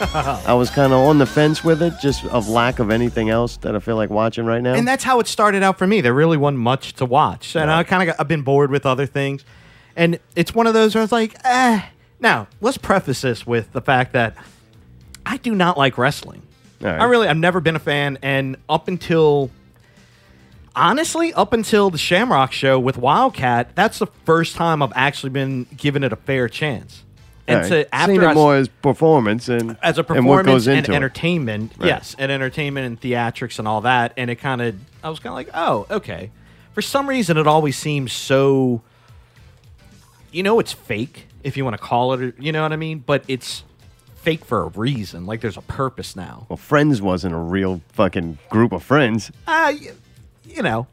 I was kind of on the fence with it, just of lack of anything else that I feel like watching right now. And that's how it started out for me. There really wasn't much to watch, and I kind of I've been bored with other things. And it's one of those where I was like, eh. Now let's preface this with the fact that I do not like wrestling. I really I've never been a fan, and up until honestly, up until the Shamrock Show with Wildcat, that's the first time I've actually been given it a fair chance. And All right. to after Seen I it s- more as performance and as a and what performance goes and, into it. entertainment. Right. Yes, and entertainment and theatrics and all that. And it kind of, I was kind of like, oh, okay. For some reason, it always seems so. You know, it's fake if you want to call it. or- You know what I mean? But it's fake for a reason. Like there's a purpose now. Well, Friends wasn't a real fucking group of friends. Uh, y- you know,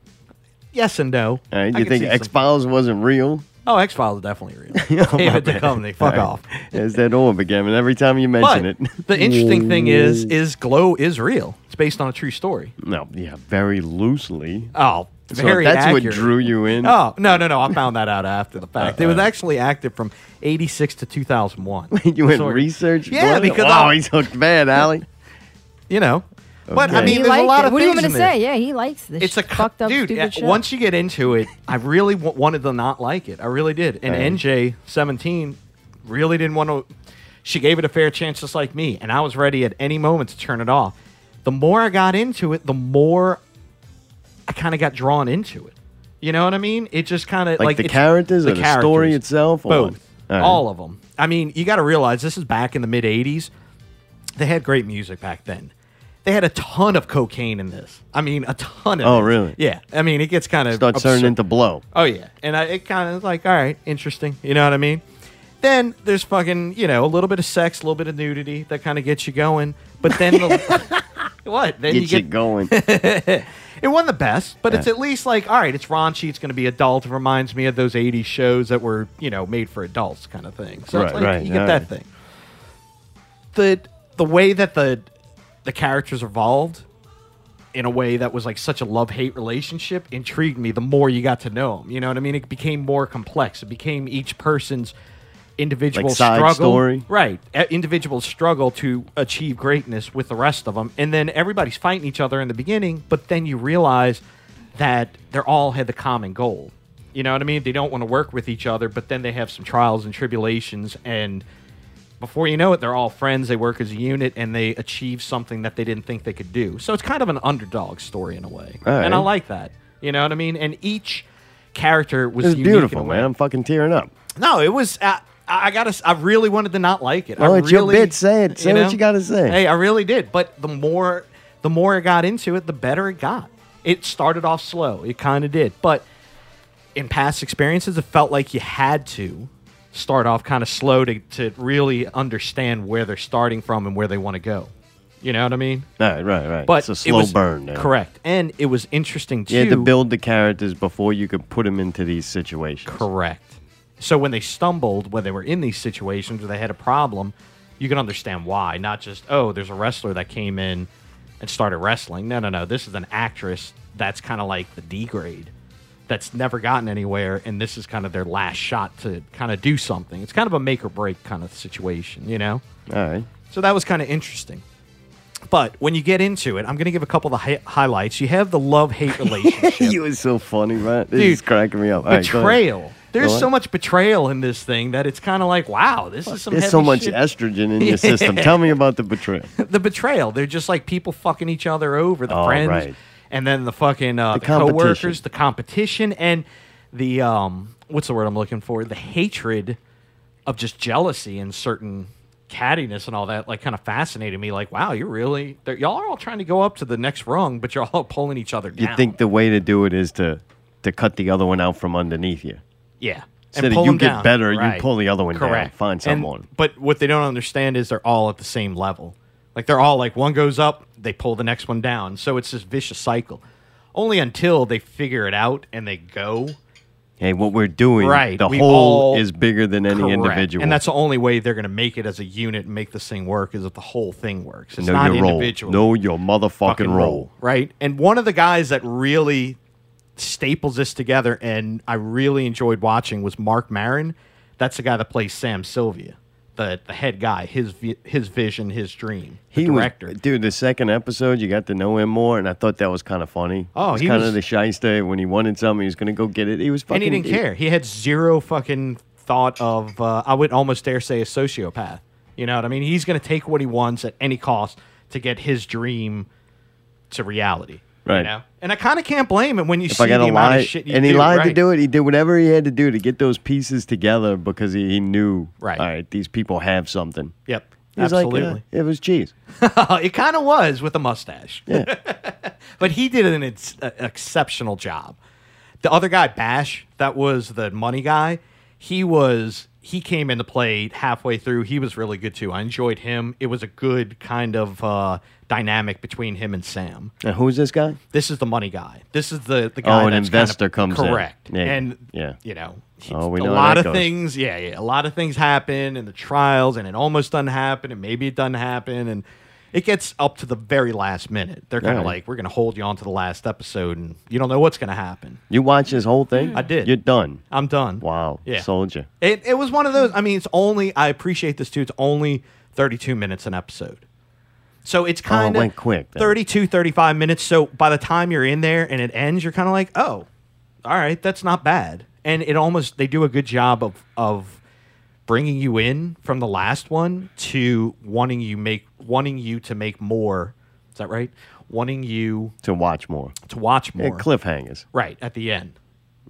yes and no. All right? I You can think see some- X Oh, Files wasn't real? Oh, X Files is definitely real. David Duchovny, fuck off. It's that orb again, and every time you mention But it. the interesting thing is, is Glow is real. It's based on a true story. No, yeah, very loosely. Oh, So very that's what accurate. drew you in. Oh no no no! I found that out after the fact. It was Uh-uh. actually active from '86 to 2001. you went Sort of. research. Yeah, What? because wow, I- he's hooked bad, Allie. You know, but I Okay. mean, He there's liked a lot it. of What do you things want me in to this. say? Yeah, he likes this. It's a cu- fucked up, dude. stupid uh, shit. once you get into it, I really w- wanted to not like it. I really did. And Right. NJ seventeen really didn't want to. She gave it a fair chance, just like me, and I was ready at any moment to turn it off. The more I got into it, the more I kind of got drawn into it. You know what I mean? It just kind of Like, the it's- characters or the story characters. itself? or Both. what? All right. All of them. I mean, you got to realize this is back in the mid 80s. They had great music back then. They had a ton of cocaine in this. I mean, a ton of Oh, it. really? Yeah. I mean, it gets kind of Starts turning into blow. Oh yeah, and I, it kind of like all right, interesting. You know what I mean? Then there's fucking you know a little bit of sex, a little bit of nudity that kind of gets you going. But then the, what? Then Get you you get going. it wasn't the best, but it's Yeah. at least like all right, it's raunchy. It's going to be adult. It reminds me of those '80s shows that were you know made for adults kind of thing. So Right, it's like right, you get all that right. thing. The the way that the the characters evolved in a way that was like such a love hate relationship intrigued me the more you got to know them. You know what I mean? It became more complex. It became each person's individual side struggle. story. Right. a- Individual struggle to achieve greatness with the rest of them. And then everybody's fighting each other in the beginning, but then you realize that they're all had the common goal. You know what I mean? They don't want to work with each other, but then they have some trials and tribulations and before you know it, they're all friends. They work as a unit, and they achieve something that they didn't think they could do. So it's kind of an underdog story in a way, All right. and I like that. You know what I mean? And each character was, It was unique in a beautiful, way. man. I'm fucking tearing up. No, it was. Uh, I I gotta. s- I really wanted to not like it. Well, I it's your really- bit. Say it. Say what you gotta say. Hey, I really did. But the more, the more I got into it, the better it got. It started off slow. It kind of did, but in past experiences, it felt like you had to start off kind of slow to to really understand where they're starting from and where they want to go. You know what I mean? All right, right, right. it's But a it slow was- burn. There. Correct, and it was interesting too. You had to build the characters before you could put them into these situations. Correct. So when they stumbled, when they were in these situations, or they had a problem, you can understand why. Not just oh, there's a wrestler that came in and started wrestling. No, no, no. This is an actress that's kind of like the D grade, that's never gotten anywhere, and this is kind of their last shot to kind of do something. It's kind of a make or break kind of situation, you know. All right. So that was kind of interesting. But when you get into it, I'm going to give a couple of the hi- highlights. You have the love hate relationship you was so funny, man. This Dude, is cracking me up. All right, go ahead. betrayal. There's Go on. so much betrayal in this thing that it's kind of like, wow, this is some. There's heavy so much shit. estrogen in your system. Yeah. Tell me about the betrayal. the betrayal. They're just like people fucking each other over. The Oh, friends, right. and then the fucking uh, The the, competition. coworkers, the competition, and the um, what's the word I'm looking for? The hatred of just jealousy and certain cattiness and all that. Like, kind of fascinated me. Like, wow, you're really they're- y'all are all trying to go up to the next rung, but you're all pulling each other You down. think the way to do it is to to cut the other one out from underneath you. Yeah. So that you them get better, you Right. pull the other one down, Correct. find And- someone. but what they don't understand is they're all at the same level. Like they're all like one goes up, they pull the next one down. So it's this vicious cycle. Only until they figure it out and they go. Hey, what we're doing, Right, the we whole all- is bigger than any Correct. individual. And that's the only way they're going to make it as a unit and make this thing work is if the whole thing works. It's know not your role. individual. Know your motherfucking fucking role. right? And one of the guys that really staples this together, and I really enjoyed watching, was Mark Marin. That's the guy that plays Sam Sylvia, the, the head guy, his vi- his vision, his dream. He director. Was, dude, the second episode, you got to know him more, and I thought that was kind of funny. Oh, he's he kind of was- the shyster. When he wanted something, he was going to go get it. He was fucking. and he didn't care. He had zero fucking thought of. Uh, I would almost dare say a sociopath. You know what I mean? He's going to take what he wants at any cost to get his dream to reality. Right. You know? And I kind of can't blame him when you If see I gotta the amount lie, of shit you and he do, lied to right? do it, he did whatever he had to do to get those pieces together because he, he knew, right? All right, these people have something. Yep. He was like, Absolutely. "Yeah, it was cheese. it kind of was with a mustache. but he did an ex- uh, exceptional job. The other guy, Bash, that was the money guy. He was he came into play halfway through. He was really good too. I enjoyed him. It was a good kind of uh, dynamic between him and Sam. And who's this guy? This is the money guy. This is the the guy. oh, an that's investor kind comes of, in. correct. Yeah, and yeah, you know, oh, we a know how lot that of goes. things yeah yeah a lot of things happen in the trials and it almost doesn't happen and maybe it doesn't happen and it gets up to the very last minute they're kind of Right. like we're going to hold you on to the last episode and you don't know what's going to happen You watch this whole thing? I did. You're done. i'm done Wow. Yeah. Soldier. it, it was one of those i mean it's only i appreciate this too it's only 32 minutes an episode so it's Oh, it kind of went quick. then. 32 35 minutes so by the time you're in there and it ends you're kind of like oh all right that's not bad and it almost they do a good job of of bringing you in from the last one to wanting you make wanting you to make more is that right wanting you To watch more. to watch Yeah, more cliffhangers. right at the end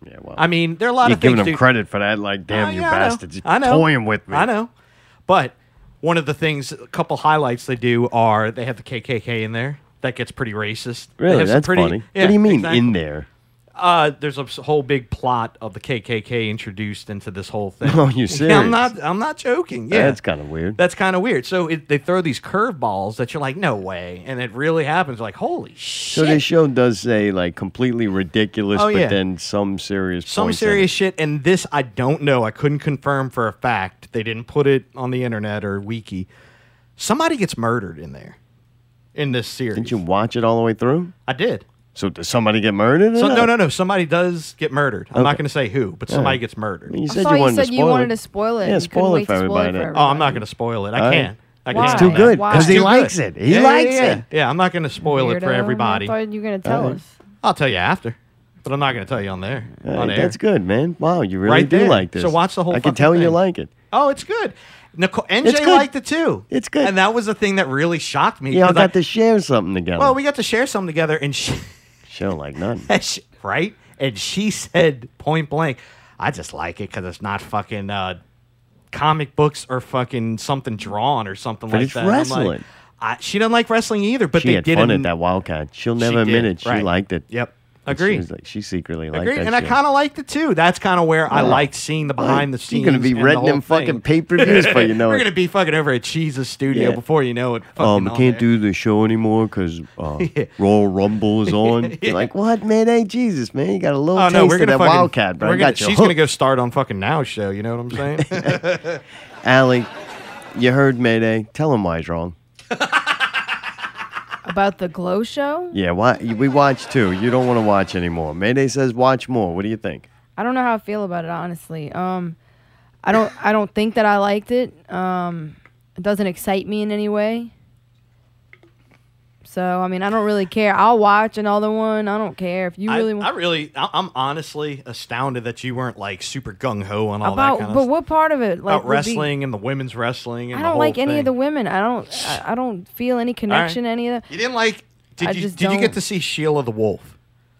yeah well i mean there are a lot You're of giving things them to- credit for that. Like, damn, Oh, you yeah, I know. bastards. I You're know. toying with me. I know. But one of the things, a couple highlights they do are they have the KKK in there. That gets pretty racist. They Really? have some That's pretty- funny. yeah, what do you mean exactly. in there? Uh, there's a s- whole big plot of the KKK introduced into this whole thing. Oh, you Yeah, serious? I'm not. I'm not joking. Yeah, That's kind of weird. that's kind of weird. So it, they throw these curveballs that you're like, no way, and it really happens. Like, holy shit! So this show does say like completely ridiculous, Oh, but yeah. then some serious. some points in it. serious shit and this i don't know i couldn't confirm for a fact they didn't put it on the internet or wiki somebody gets murdered in there in this series Didn't you watch it all the way through? i did So does somebody get murdered? or so, no not? no no somebody does get murdered i'm Okay. not going to say who but All somebody right. gets murdered You I said saw you you wanted said to you spoil wanted it. to spoil Yeah, it. You couldn't spoil it wait for to spoil it everybody. for oh i'm not going to spoil it i All right. can i can Why? It's tell too that. good Why? because he Too likes good. it. He Yeah, yeah, likes yeah. it. yeah i'm not going to spoil it for Weirdo. everybody I thought you were going to tell All right. us. i'll tell you after but i'm not going to tell you on there All on right, air. Uh, that's good, man. Wow, you really Right do there. like this. So watch the whole I can fucking tell you thing. like it. Oh, it's good. Nicole NJ It's good. liked it too. It's good. And that was the thing that really shocked me. Yeah, I 'cause I- got to share something together. well, we got to share something together, and she, show like nothing. she- right, and she said point blank, "I just like it because it's not fucking uh, comic books or fucking something drawn or something But like it's that." I'm like, wrestling. I, she didn't like wrestling either, but she they had did fun it at in- that Wildcat. She'll never did, admit it. She right. liked it. Yep, And She, agreed. was like, she secretly liked Agreed, that. and I kind of liked it too. That's kind of where I liked seeing the behind the scenes. You're gonna be and the renting whole them thing. fucking pay per views for you know We're it. gonna be fucking over at Cheese's studio Yeah. before you know it. Fucking um, on can't there. do the show anymore because uh, Royal Rumble is on. You're like, what, man? Hey, Jesus, man, you got a little Oh taste no, we're of gonna that fucking, Wildcat, bro. We're I gonna, got you she's hooked. gonna go start on fucking now show. You know what I'm saying? Allie, you heard Mayday. Tell him why he's wrong. About the glow show? Yeah, why? We watched two. You don't want to watch anymore. Mayday says watch more. What do you think? I don't know how I feel about it honestly. Um I don't I don't think that I liked it. Um it doesn't excite me in any way. So, I mean, I don't really care. I'll watch another one. I don't care if you really I, want I really, I, I'm honestly astounded that you weren't like super gung ho on all that about kind of but stuff. what part of it like about would be- wrestling and the women's wrestling. And I the don't whole like any thing. of the women. I don't I, I don't feel any connection to any of You didn't like? Did I you? just Did you get don't. to see Sheila the Wolf? the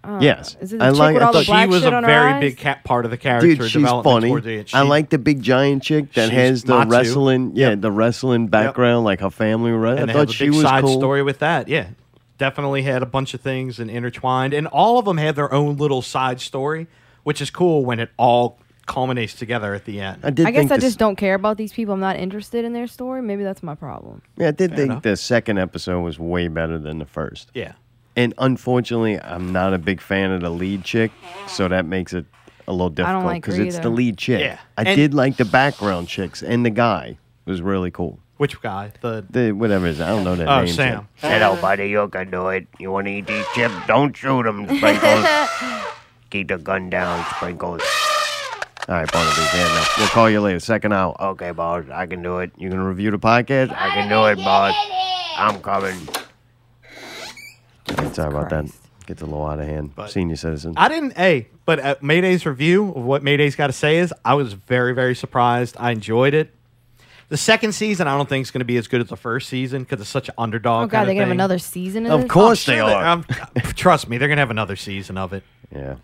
uh, Yes. Is it the I chick like- with I all the thought- black she was shit a on her very eyes? big cat part of the character Dude, she's development funny. towards the end. She, I like the big giant chick that she's has the Matsu. wrestling. Yeah, the wrestling background, like her family. Right? and I they thought have a she big was side cool. story with that. Yeah, definitely had a bunch of things and intertwined, and all of them had their own little side story, which is cool when it all culminates together at the end. I did I guess think I the just don't care about these people. I'm not interested in their story. Maybe that's my problem. Yeah, I did think enough. the second episode was way better than the first. Yeah. And unfortunately, I'm not a big fan of the lead chick, so that makes it a little difficult like her it's either. the lead chick. Yeah. I And- did like the background chicks and the guy was really cool. Which guy? The The whatever it is, I don't know that Oh, name. Sam. Hello, buddy. You can do it. You want to eat these chips? Don't shoot them, Sprinkles. Keep the gun down, Sprinkles. All right, Barnaby, fair enough. We'll call you later. Second hour. Okay, boss, I can do it. You gonna review the podcast? I can do it, boss. I'm coming. Sorry about that. Gets a little out of hand. Senior citizen. I didn't. Hey, but uh, Mayday's review of what Mayday's got to say is, I was very, very surprised. I enjoyed it. The second season, I don't think is going to be as good as the first season because it's such an underdog. Oh god, kind they of gonna have thing. Oh, another season of, this? Oh, I'm sure that- I'm- trust me, they're gonna have another season of it. Yeah.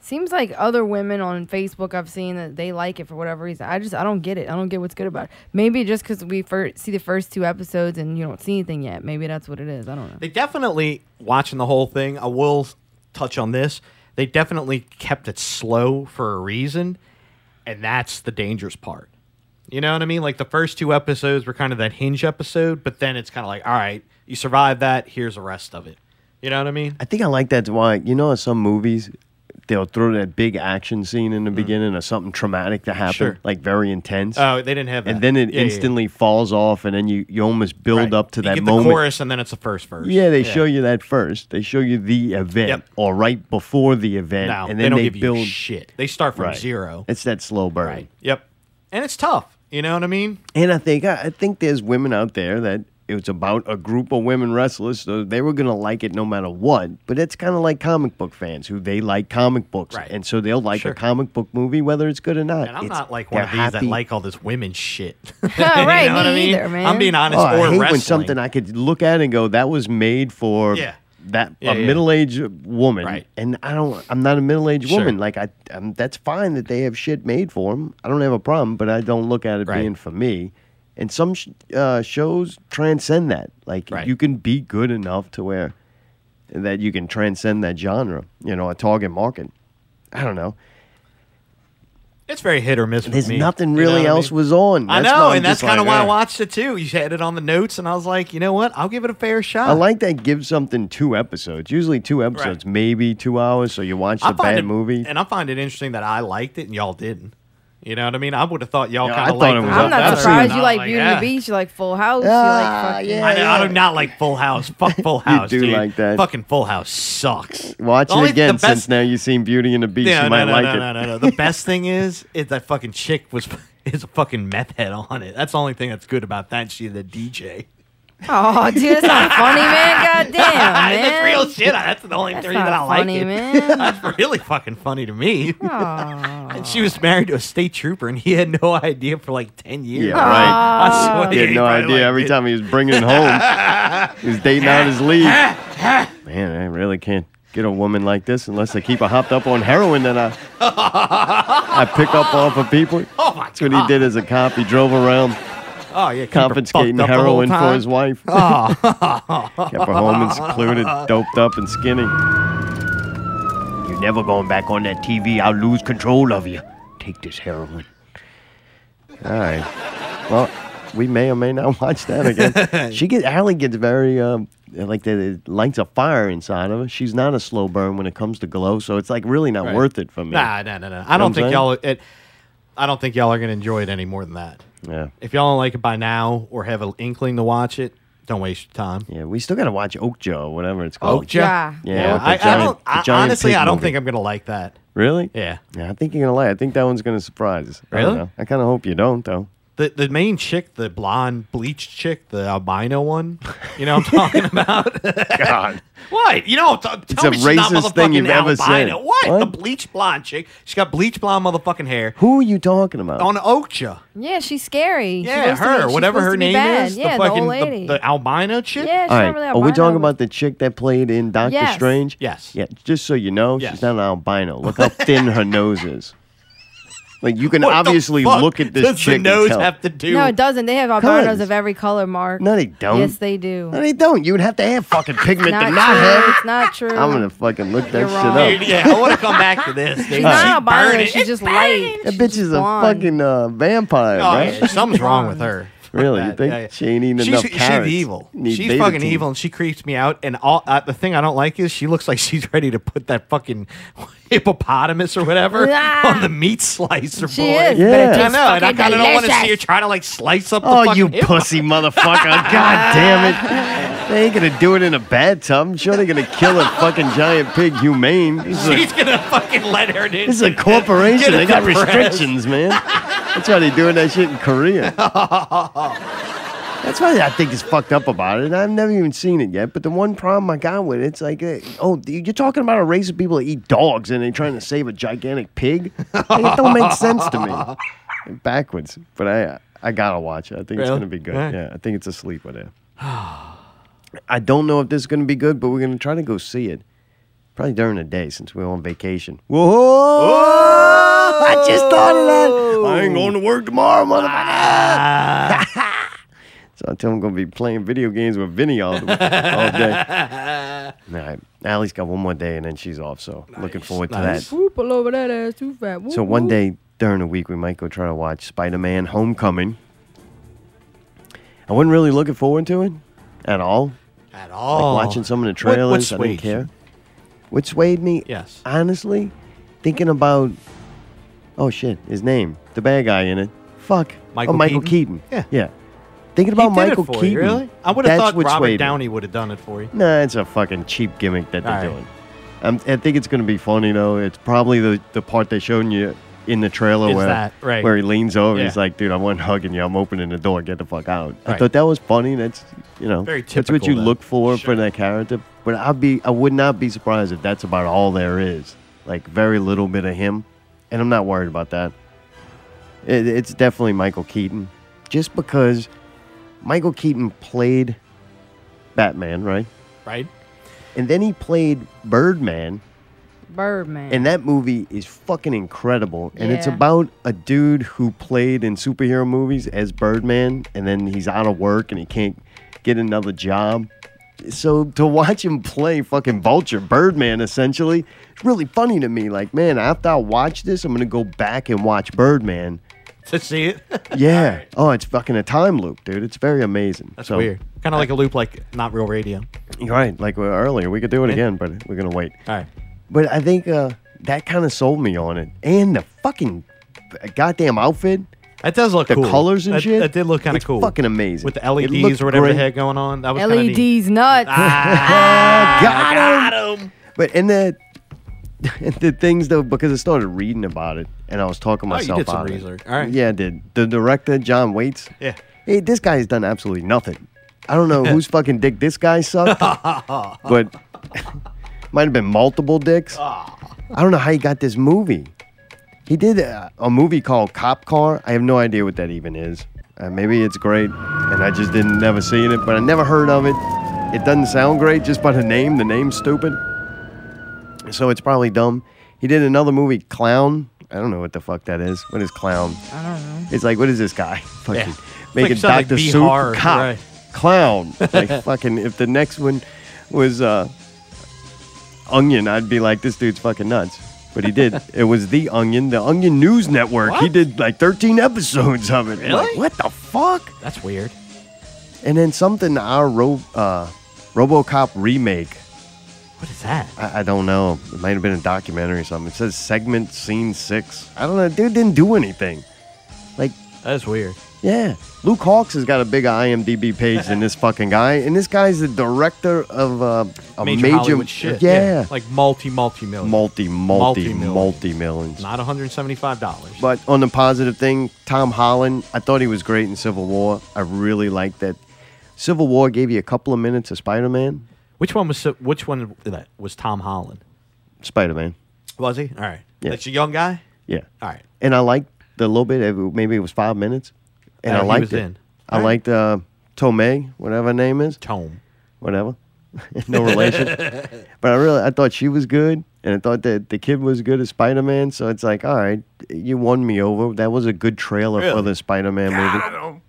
Seems like other women on Facebook I've seen that they like it for whatever reason. I just I don't get it. I don't get what's good about it. Maybe just because we first see the first two episodes and you don't see anything yet. Maybe that's what it is. I don't know. They definitely watching the whole thing. I will s- touch on this. They definitely kept it slow for a reason, and that's the dangerous part. You know what I mean? Like the first two episodes were kind of that hinge episode, but then it's kind of like, all right, you survived that. Here's the rest of it. You know what I mean? I think I like that. Why you know, in some movies they'll throw that big action scene in the beginning or something traumatic to happen, Mm. Sure. like very intense. Oh, they didn't have that. and then it Yeah, yeah, yeah. instantly falls off, and then you, you almost build up to You that get moment. the chorus, and then it's the first verse. Yeah, they show you that first. They show you the event or right before the event, No, and they then don't they give you build shit. They start from Right. zero. It's that slow burn. Yep, and it's tough. You know what I mean? And I think I, I think there's women out there that it was about a group of women wrestlers, so they were gonna like it no matter what. But it's kind of like comic book fans who they like comic books, Right. and so they'll like a comic book movie whether it's good or not. And I'm It's- not like one they're of these that happy. like all this women shit. Oh, right, you know what me I mean? either, man. I'm being honest. Oh, or I hate wrestling. when something I could look at and go, "That was made for Yeah. that Yeah, a yeah. middle-aged woman," and I don't. I'm not a middle-aged woman. Like I, i that's fine that they have shit made for them. I don't have a problem, but I don't look at it being for me. And some sh- uh, shows transcend that. Like you can be good enough to where that you can transcend that genre. You know, a target market. I don't know. It's very hit or miss. with There's me, nothing you know really what I else mean? was on. I That's know, why I'm and that's just kind of like, "Eh, why I "Ugh." watched it too. You had it on the notes, and I was like, you know what? I'll give it a fair shot. I like that gives something two episodes. Usually two episodes, maybe two hours. So you watch I the find bad it- movie. and I find it interesting that I liked it and y'all didn't. You know what I mean? I would have thought y'all Yeah, I kind of thought liked it was I'm up there. not I've surprised seen- you like Ah, Beauty Yeah. and the Beast. You like Full House. you like fucking. I, know, I do not like Full House. Fuck Full House. do dude. like that. Fucking Full House sucks. Watch The only- it again the best- since now you've seen Beauty and the Beast. Yeah, you no, might no, like no, it. no, no, no. The best thing is, is that fucking chick was is a fucking meth head on it. That's the only thing that's good about that. She's the DJ. Oh, dude, that's not funny, man. God damn, man. that's real shit. That's the only That's thing not that I funny, like. man. that's really fucking funny to me. Aw. And she was married to a state trooper, and he had no idea for like ten years. Yeah, right. I swear He had he no probably idea. liked Every it. time he was bringing it home, he was dating out his lead. Man, I really can't get a woman like this unless I keep her hopped up on heroin that I I pick up off of people. Oh my That's what he did as a cop. He drove around Oh yeah, keep her confiscating fucked up the whole heroin for time. his wife. Oh. Kept her home and secluded, doped up and skinny. You're never going back on that TV. I'll lose control of you. Take this heroin. All right. Well, we may or may not watch that again. she get Allie gets very um, like the, it lights a fire inside of her. She's not a slow burn when it comes to glow, so it's like really not Right. worth it for me. Nah, nah, nah, nah. You know I what I'm don't think saying? y'all. It, I don't think y'all are gonna enjoy it any more than that. Yeah. If y'all don't like it by now or have an inkling to watch it, don't waste your time. Yeah, we still gotta watch Oakja, whatever it's called. Oakja. Yeah. Yeah. with the I, I giant- don't. the I, giant honestly, pig I don't movie. think I'm gonna like that. Really? Yeah. Yeah, I think you're gonna like. it. I think that one's gonna surprise us. I, don't Really? know. I kind of hope you don't though. The the main chick, the blonde bleached chick, the albino one. You know what I'm talking about? God. What? You know, t- tell It's a me she's not racist thing motherfucking you've ever said. albino. What? What? The bleached blonde chick. She's got bleached blonde motherfucking hair. Who are you talking about? On Okja. Yeah, she's scary. She's Yeah, supposed to be- her. she's whatever supposed her to be name bad. is. Yeah, the fucking old lady. The, the albino chick. Yeah, she's All not right. really Are we albino, talking but- about the chick that played in Doctor Yes. Strange? Yes. Yeah. Just so you know, she's not an albino. Look how thin her nose is. Like you can What the obviously fuck look at this does the chick. nose and tell. have to do? No, it doesn't. They have Colours. albinos of every color, Mark. No, they don't. Yes, they do. No, they don't. You would have to have fucking pigment not to not true. have. It's not true. I'm gonna fucking look that You're shit wrong. up. Dude, yeah, I want to come back to this. dude. She's She not albino. burning. She's just light. That bitch is a blonde. fucking uh, vampire, Oh, right? yeah, something's wrong with her. Really? You that. think Yeah, yeah. she ain't eating She's, enough she's carrots? evil. Need she's beta fucking team. evil, and she creeps me out. And all uh, the thing I don't like is she looks like she's ready to put that fucking hippopotamus or whatever Ah. on the meat slicer. She boy. is, but it Yeah. I tastes know, and I fucking kind of don't want to delicious. see her try to like slice up. Oh, the fucking you hippo- pussy motherfucker! God damn it! They ain't gonna do it in a bathtub. I'm sure they're gonna kill a fucking giant pig humane. This is She's a, gonna fucking let her do this is a corporation. They got restrictions, man. That's why they doing that shit in Korea. That's why I think it's fucked up about it. I've never even seen it yet. But the one problem I got with it, it's like, eh, oh, you're talking about a race of people that eat dogs and they're trying to save a gigantic pig. Like, it don't make sense to me. Backwards. But I, uh, I gotta watch it. I think it's Really? gonna be good. All right. Yeah, I think it's a sleeper there. I don't know if this is gonna be good, but we're gonna try to go see it. Probably during the day since we're on vacation. Whoa! I just Oh, thought of that. I ain't going to work tomorrow, motherfucker. so I tell him I'm gonna be playing video games with Vinny all, the, all day. All right, Allie's got one more day and then she's off. So looking forward to that. Whoop all over that ass too fat. Whoop, So one whoop. day during the week, we might go try to watch Spider-Man: Homecoming. I wasn't really looking forward to it at all. At all. Like watching some of the Oh. What- what trailers, I swayed you? didn't care. What swayed me? Yes. Honestly, thinking about oh shit, his name, the bad guy in it. Fuck, Michael oh, Michael Keaton. Keaton? Yeah. yeah. Thinking He about did it Michael for you, Keaton. really? I would have that's thought what Robert swayed me. Downey would have done it for you. Nah, it's a fucking cheap gimmick that they're All right. doing. Um, I think it's going to be funny though. It's probably the, the part they showed you in the trailer Is where that, right. where he leans over. and He's Yeah. like, "Dude, I wasn't hugging you. I'm opening the door. Get the fuck out." I Right. thought that was funny. That's you know, Very that's what typical, you though. look for for that character. But I'd be I would not be surprised if that's about all there is. Like very little bit of him, and I'm not worried about that. It, it's definitely Michael Keaton, just because Michael Keaton played Batman, right? Right? And then he played Birdman, Birdman. Mm. and that movie is fucking incredible. And it's Yeah. about a dude who played in superhero movies as Birdman, and then he's out of work and he can't get another job. So to watch him play fucking Vulture, Birdman, essentially, it's really funny to me. Like, man, after I watch this, I'm gonna go back and watch Birdman. To see it. Yeah. Oh, it's fucking a time loop, dude. It's very amazing. That's So- weird. Kind of like a loop, like not real radio. You're right. Like we- earlier, we could do it Yeah. again, but we're gonna wait. All right. But I think uh, that kind of sold me on it, and the fucking uh, goddamn outfit. That does look the cool. colors and That- shit. that did look kinda It's cool. Fucking amazing With the It LEDs looked or whatever great. the heck going on. That was kinda neat. Ah! LED's E nuts. E Ah. got, him. But and the and the things though, because I started reading about it, and I was talking Oh, you myself did some out of it. research. All right. Yeah, I did. The director John Waits. Yeah. Hey, this guy has done absolutely nothing. I don't know whose fucking dick this guy sucked, but might have been multiple dicks. Ah. I don't know how he got this movie. He did a, a movie called Cop Car. I have no idea what that even is. Uh, maybe it's great, and I just didn't never seen it, but I never heard of it. It doesn't sound great just by the name. The name's stupid, so it's probably dumb. He did another movie, Clown. I don't know what the fuck that is. What is Clown? I don't know. It's like, what is this guy? Fucking Yeah. making It's like Dr. something Seuss Bihar, cop right. clown. Like fucking if the next one was uh Onion, I'd be like, this dude's fucking nuts. But he did. it was the Onion, the Onion News Network. He did like 13 episodes of it. You're Like, what the fuck? That's weird. And then something our ro- uh, RoboCop remake. What is that? I, I don't know. It might have been a documentary or something. It says segment scene six. I don't know. Dude didn't do anything. Like That's weird. yeah. Luke Hawks has got a bigger IMDb page than this fucking guy. And this guy's the director of uh, a major, major, Hollywood shit. Yeah. Like multi, multi million. Multi, multi, Multi-million. multi millions. Not $175. But on the positive thing, Tom Holland, I thought he was great in Civil War. I really liked that. Civil War gave you a couple of minutes of Spider Man. Which one was so- which one that was Tom Holland? Spider Man. Was he? All right. Yeah. That's a young guy? Yeah. All right. And I liked the little bit, of, maybe it was five minutes. And Uh, I he liked was it. in. I liked uh, Tomei, whatever her name is. Tome. Whatever. no relation. but I really, I thought she was good. And I thought that the kid was good as Spider Man. So it's like, all right, you won me over. That was a good trailer for Really? the Spider Man movie.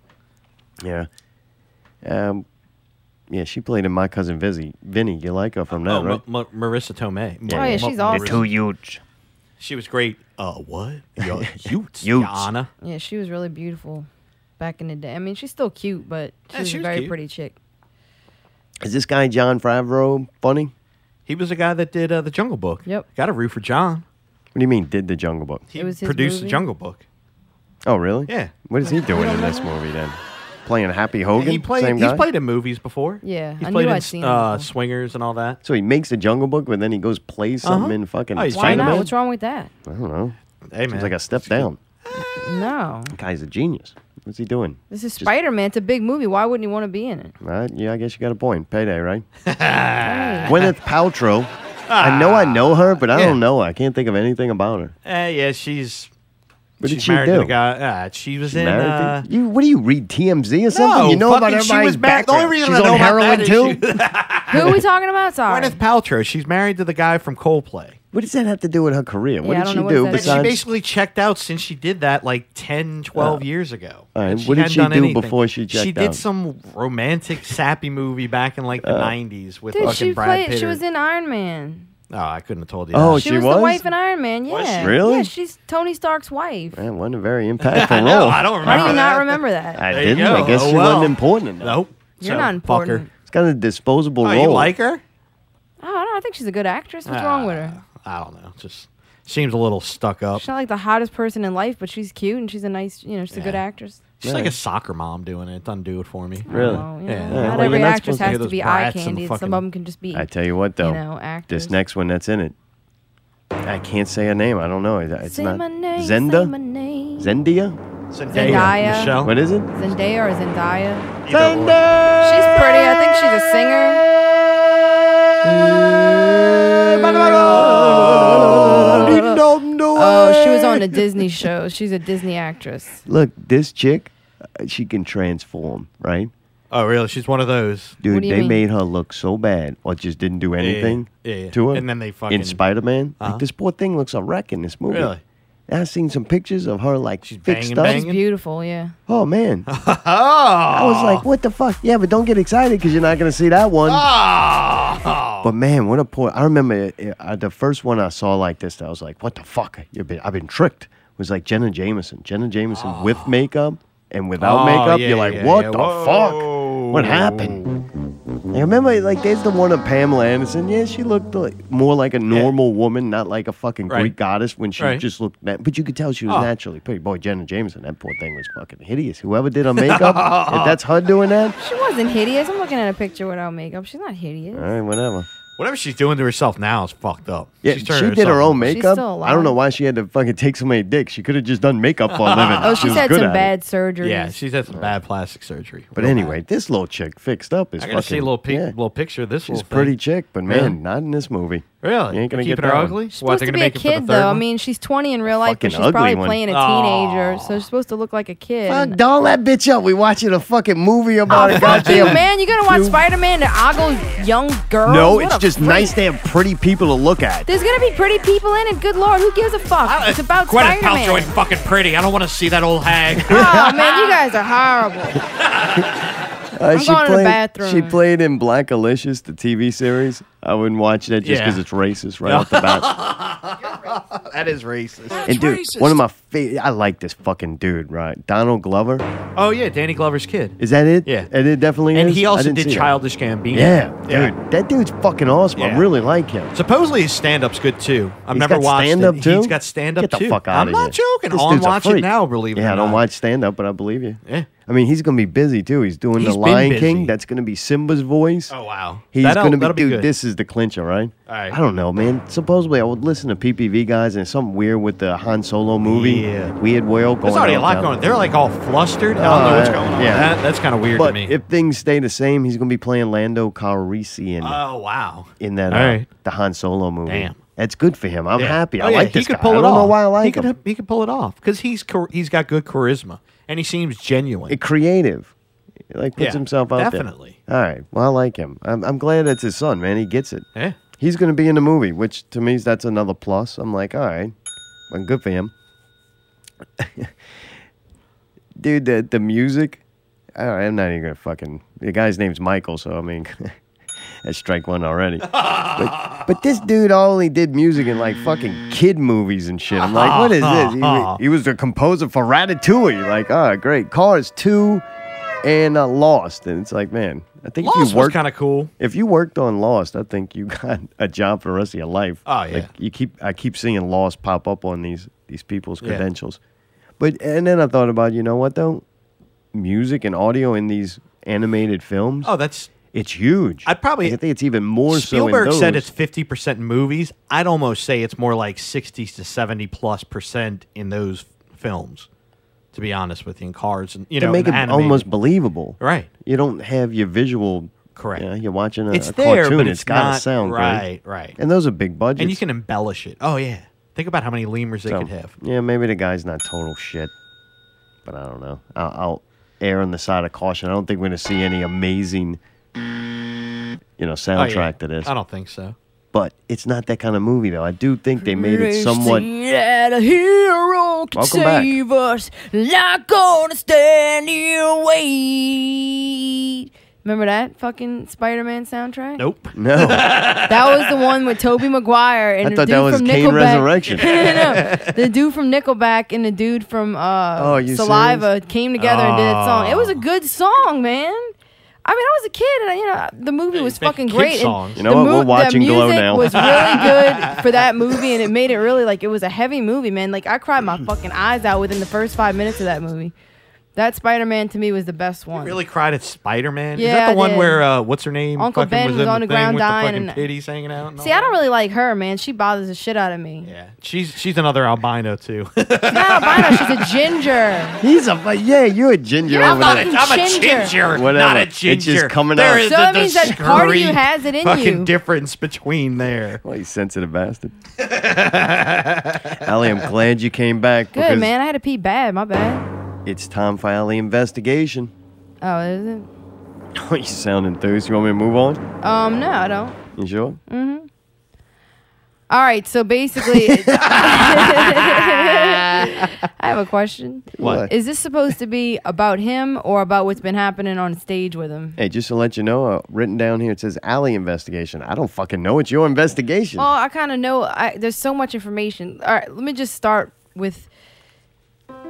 Yeah. Um, yeah, she played in My Cousin Vizzy. Vinny, you like her from that, Oh, right? Ma- Ma- Marissa Tomei. Yeah. Oh, yeah, she's Marissa. awesome. They're too huge. She was great. Uh, what? Yo, Utes. Utes. Yana. Yeah, she was really beautiful back in the day. I mean, she's still cute, but she Yeah, was she a was very cute. pretty chick. Is this guy John Favreau funny? He was the guy that did uh, the Jungle Book. Yep. Got a roof for John. What do you mean, did the Jungle Book? He It was his produced the movie. Jungle Book. Oh, really? Yeah. What is he doing in this movie then? playing Happy Hogan. he played. Same he's guy? played in movies before. Yeah, he's I knew played in I'd seen him uh, Swingers and all that. So he makes the Jungle Book, but then he goes play something Uh-huh. in fucking. Oh, he's Why Spider-Man? not? What's wrong with that? I don't know. Hey, man. Seems like a step down. No. Guy's a genius. What's he doing? This is Spider Man. It's a big movie. Why wouldn't he want to be in it? All right, yeah, I guess you got a point. Payday, right? Gwyneth Paltrow. I know I know her, but I Yeah. don't know. her. I can't think of anything about her. Uh, yeah, she's. What did she's she married To do? the guy. Uh, she was She in. married to- Uh, you, what do you read TMZ or something? no, you know about fucking she everybody's was married. The background. only reason She's I know on about heroin that too. is she- Who are we talking about? Sorry. Gwyneth Paltrow. She's married to the guy from Coldplay. What does that have to do with her career? What Yeah, I did don't she know what do that is. She besides? basically checked out since she did that like 10, 12 years ago. Uh, All right, And what did hadn't she done do anything. before she She checked did out? some romantic sappy movie back in like the Uh, nineties with Dude, fucking she Brad played. Pitt. She or- was in Iron Man. oh, I couldn't have told you. Oh, that. she She was, was? the wife in Iron Man. Yeah. Really? Yeah, she's Tony Stark's wife. That wasn't a very impactful know, role. I don't How do Remember you that? not remember that? I There you didn't. I go. guess Oh, she well. wasn't important enough. Nope. You're So, not important. fucker. It's kind of a disposable Oh, role. you like her? Ah. Oh, I don't know. I think she's a good actress. What's wrong with her? I don't know. Just seems a little stuck up. She's not like the hottest person in life, but she's cute and she's a nice, you know, she's a good Yeah. actress. She's like a soccer mom doing it. Doesn't do it for me. Really? Oh, Well, you Yeah. Yeah, know, Not well, you're every not supposed actress to has get to those be eye brats and candy. fucking- Some of them can just be. I tell you what, though, know, actors. this next one that's in it, I can't say her name. I don't know. It- It's Say not my name, say Zenda. my name. Zendia. Zendaya. Zendaya. Michelle. What is it? Zendaya or Zendaya? Zenda. She's pretty. I think she's a singer. Oh, she was on a Disney show. She's a Disney actress. Look, this chick, uh, she can transform, right? Oh, really? She's one of those. Dude, What do you they mean? made her look so bad, or just didn't do anything yeah, yeah. to her. And then they in fucking- Spider Man. Uh-huh. Like, this poor thing looks a wreck in this movie. Really? And I seen some pictures of her like She's fixed banging, up. banging. She's beautiful, yeah. Oh man, Oh. I was like, what the fuck? Yeah, but don't get excited because you're not gonna see that one. Oh. But man, what a poor! I remember it, it- uh, the first one I saw like this. I was like, what the fuck? You've been, I've been tricked. Was like Jenna Jameson. Jenna Jameson with makeup and without Oh, makeup. yeah, you're like, yeah, what yeah. the Whoa. fuck? What happened? I remember like there's the one of Pamela Anderson. Yeah, she looked like, more like a normal woman, not like a fucking Right. Greek goddess when she Right. just looked. Nat- but you could tell she was Oh. naturally pretty. Boy, Jenna Jameson, that poor thing was fucking hideous. Whoever did her makeup, if that's her doing that, She wasn't hideous. I'm looking at a picture without makeup. She's not hideous. all right, whatever. Whatever she's doing to herself now is fucked up. Yeah, She's she turning did her herself- own She's makeup. still I don't know alive. why she had to fucking take so many dicks. She could have just done makeup for a living. Oh, she's was had good at some it. bad surgeries. Yeah, she's had some bad plastic surgery. But Real anyway, this little chick fixed up is bad. I fucking. gotta see a little, pic- yeah, little picture of this she's a little pretty thing. chick, but man, Yeah. not in this movie. Really? You ain't gonna Keeping get her that one. ugly? She's What, supposed they're to gonna be a make it for the kid, third though. I one? mean, she's 20 in real life, Fucking but she's ugly probably one. playing a Aw. teenager, so she's supposed to look like a kid. Fuck, doll that bitch up. We watching a fucking movie about a Fuck you, goddamn man. You gotta watch Spider Man to ogle young girls. No, What it's a just freak. nice to have pretty people to look at. There's gonna be pretty people in it. Good lord, who gives a fuck? it's about Gwyneth Spider Paltrow ain't Man. fucking pretty. I don't want to see that old hag. Oh man, you guys are horrible. Uh, I'm going to the played, bathroom. She played in Black Alicious, the TV series. I wouldn't watch that just Yeah. because it's racist right off the bat. that is racist. And dude, one of my favorite. I like this fucking dude, right? Donald Glover. Oh yeah, Danny Glover's kid. Is that it? Yeah. And it definitely And is. he I also didn't did see that. Childish Gambino. Yeah, dude. Yeah. That dude's fucking awesome. I Yeah. really like him. Supposedly his stand-up's good too. I've He's never got watched stand-up it. too? He's got stand-up Get the too. fuck out I'm of not here. joking. This On dude's a watch it freak. now, believe it Yeah, or I don't not. watch stand up, but I believe you. Yeah. I mean, he's going to be busy too. He's doing He's The been Lion busy. King. That's going to be Simba's voice. Oh wow. He's That'll- going to be, that'll dude, good. this is the clincher, right? All right. I don't know, man. Supposedly, I would listen to PPV guys and something weird with the Han Solo movie. Yeah. Weird world going There's already a on lot down going on. They're like all flustered. I don't know what's yeah. going on. Yeah. That- that's kind of weird to But me. if things stay the same, he's going to be playing Lando Calrissian oh wow. in that uh, All right. the Han Solo movie. Damn. That's good for him. I'm Yeah. happy. Oh, I yeah, like this he could guy. Pull it I don't off. know why I he like could, him. He could pull it off because he's char- he's got good charisma and he seems genuine. It creative. It, Like puts Yeah, himself out definitely. there. All right. Well, I like him. I'm, I'm glad that's his son, man. He gets it. yeah. He's going to be in the movie, which to me that's another plus. I'm like, all right, well, good for him. Dude, the the music. I don't- I'm not even gonna fucking. The guy's name's Michael, so I mean, that's strike one already. but, but this dude only did music in like fucking kid movies and shit. I'm like, what is this? He, wa- he was the composer for Ratatouille. Like, ah, great. Cars two, and uh, Lost, and it's like, man, I think if Lost you work was kind of cool. if you worked on Lost, I think you got a job for the rest of your life. Oh, yeah. Like you keep I keep seeing Lost pop up on these these people's Yeah. credentials. But and then I thought about, you know what though? music and audio in these animated films. Oh, that's it's huge. I probably I think it's even more so. in Spielberg those. said it's 50% in movies. I'd almost say it's more like 60 to 70 plus percent in those films, to be honest with you, in cars and, you to know, make it and animated. almost believable. Right. You don't have your visual. Correct. You are watching a, It's a there, cartoon. but it's it's got to not- sound good. right, right. And those are big budgets. And you can embellish it. Oh, yeah. Think about how many lemurs they So, could have. Yeah, maybe the guy's not total shit, but I don't know. I'll, I'll err on the side of caution. I don't think we're gonna see any amazing, you know, soundtrack to this. Oh, I don't think so. But it's not that kind of movie, though. I do think they made it somewhat. That a hero can Welcome back. save us. Not gonna stand here and wait. Remember that fucking Spider-Man soundtrack? Nope. No. That was the one with Toby Maguire and I the thought dude that was from Kane Nickelback. Resurrection. No, no. The dude from Nickelback and the dude from uh, Oh, are you Saliva came together and did that song. Oh. It was a good song, man. I mean, I was a kid, and I, you know, the movie was fucking kid great. and songs. You know the what? We're watching the Glow music now. was really good for that movie, and it made it really like it was a heavy movie, man. Like I cried my fucking eyes out within the first five minutes of that movie. That Spider Man to me was the best one. Really cried at Spider Man. Is Yeah, that I the one did. where, uh, what's her name? Uncle fucking Ben was, was in on the ground thing dying With the and- fucking titties hanging out. and all See, I don't really like her, man. She bothers the shit out of me. Yeah. She's, she's another albino, too. She's a ginger. He's a fu- yeah. You're a ginger. You're a over there. fucking I'm a ginger. ginger, Whatever. not a It's just ginger. coming There out. is So that means that part of you has it in fucking you. difference between there. Well, you sensitive bastard. Allie, I'm glad you came back. Good because man, I had to pee bad. My bad. It's time for Allie investigation. Oh, is it? Oh, you sound enthused. You want me to move on? Um, no, I don't. You sure? Mhm. All right, so basically, I have a question. What? is this supposed to be about him or about what's been happening on stage with him? Hey, just to let you know, uh, written down here it says Alley investigation. I don't fucking know. It's your investigation. Well, I kind of know. I, there's so much information. All right, let me just start with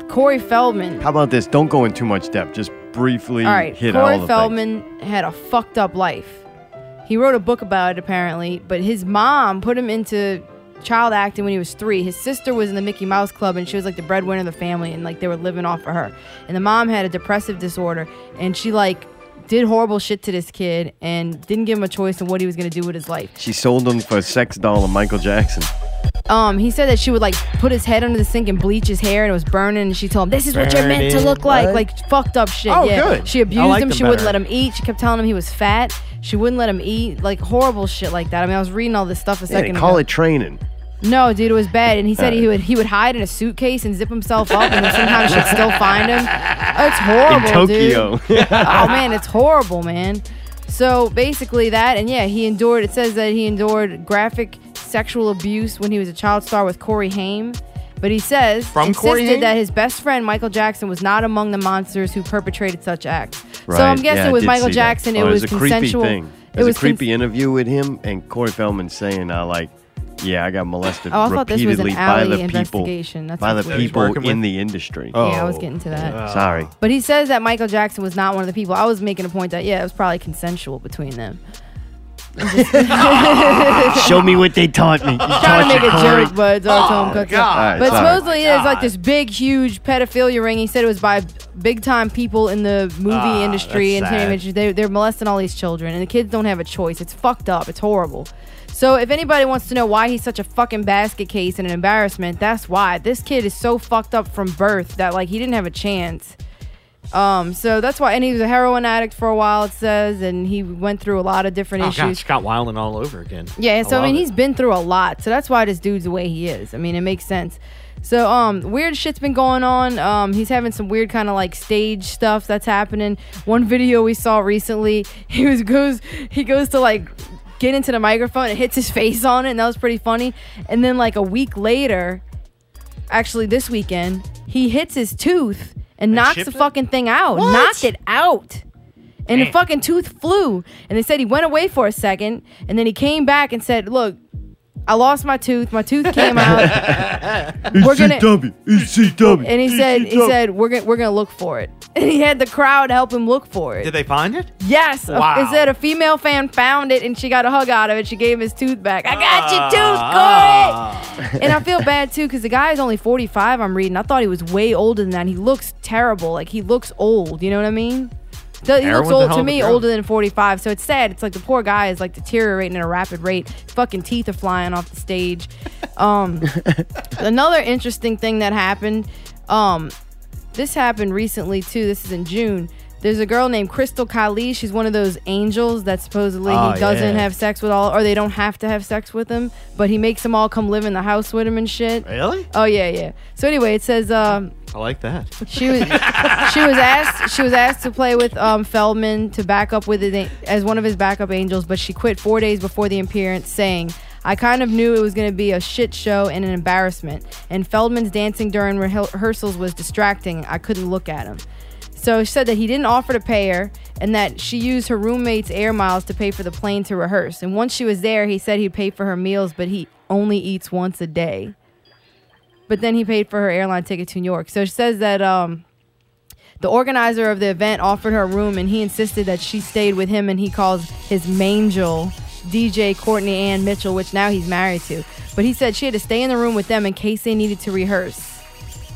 Corey Feldman. How about this? Don't go in too much depth. Just briefly All right, hit Corey all the things. Feldman had a fucked up life. He wrote a book about it apparently, but his mom put him into child acting when he was three. His sister was in the Mickey Mouse Club, and she was like the breadwinner of the family, and like they were living off of her. And the mom had a depressive disorder, and she like did horrible shit to this kid and didn't give him a choice in what he was gonna do with his life. She sold him for a sex doll of Michael Jackson. Um, he said that she would like put his head under the sink and bleach his hair, and it was burning. And she told him, "This is what you're meant to Burning. look like." What? Like fucked up shit. Oh, yeah. good. She I abused like him. them She wouldn't better. let him eat. She kept telling him he was fat. She wouldn't let him eat. Like horrible shit like that. I mean, I was reading all this stuff a Yeah, they second call ago. it training. No, dude, it was bad. And he All said he right. would he would hide in a suitcase and zip himself up, and then sometimes she'd still find him. Oh, it's horrible, in dude Tokyo. oh man, it's horrible, man. So basically that, and yeah, he endured. It says that he endured graphic sexual abuse when he was a child star with Corey Haim. But he says From insisted Corey Haim? that his best friend Michael Jackson was not among the monsters who perpetrated such acts. Right, So I'm yeah, guessing I with did Michael see that. Jackson, Oh, it was a consensual. creepy thing. It There's was a creepy interview with him and Corey Feldman saying, "I like, yeah, I got molested Oh, I thought this was an repeatedly by alley the people, investigation. That's by the what's weird. people Working in with- the industry." Yeah, I was getting to that. Sorry. But he says that Michael Jackson was not one of the people. I was making a point that yeah, it was probably consensual between them. Show me what they taught me. You trying to make torture a Corey. joke, but it's uh, all Oh, Tom Cooks. God. But All right, supposedly there's like this big, huge pedophilia ring. He said it was by big time people in the movie Ah, industry that's and sad. entertainment industry. They, they're molesting all these children, and the kids don't have a choice. It's fucked up. It's horrible. So if anybody wants to know why he's such a fucking basket case and an embarrassment, that's why this kid is so fucked up from birth that like he didn't have a chance. Um, so that's why, and he was a heroin addict for a while. It says, and he went through a lot of different Oh, God, issues. Scott Weiland all over again. Yeah, so I, love mean, it. he's been through a lot, so that's why this dude's the way he is. I mean, it makes sense. So, um, weird shit's been going on. Um, he's having some weird kind of like stage stuff that's happening. One video we saw recently, he was goes he goes to like get into the microphone and hits his face on it, and that was pretty funny. And then like a week later, actually this weekend, he hits his tooth and, knocks chipped the it? fucking thing out. What? Knocked it out. And the Damn. fucking tooth flew. And they said he went away for a second. And then he came back and said, Look, I lost my tooth. My tooth came out. We're gonna- ECW, ECW. And he said, he said, we're gonna we're gonna look for it. And he had the crowd help him look for it. Did they find it? Yes, a- Wow. it said a female fan found it and she got a hug out of it. She gave his tooth back. I got your Ah. tooth, Corey. and I feel bad too because the guy is only 45. I'm reading. I thought he was way older than that. and He looks terrible. Like he looks old. You know what I mean? So he Heroin's looks a old hell to of a me, drug. older than 45. So it's sad. It's like the poor guy is like deteriorating at a rapid rate. His fucking teeth are flying off the stage. Um, another interesting thing that happened. Um, this happened recently too. This is in June. There's a girl named Crystal Kylie. She's one of those angels that supposedly Oh, he doesn't yeah. have sex with all, or they don't have to have sex with him, but he makes them all come live in the house with him and shit. Really? Oh yeah, yeah. So anyway, it says um, I like that. she was she was asked she was asked to play with um, Feldman to back up with it as one of his backup angels, but she quit four days before the appearance, saying, "I kind of knew it was going to be a shit show and an embarrassment, and Feldman's dancing during rehe- rehearsals was distracting. I couldn't look at him." So she said that he didn't offer to pay her and that she used her roommate's air miles to pay for the plane to rehearse. And once she was there, he said he'd pay for her meals, but he only eats once a day. But then he paid for her airline ticket to New York. So she says that um, the organizer of the event offered her a room and he insisted that she stayed with him and he calls his mangel DJ Courtney Ann Mitchell, which now he's married to. But he said she had to stay in the room with them in case they needed to rehearse.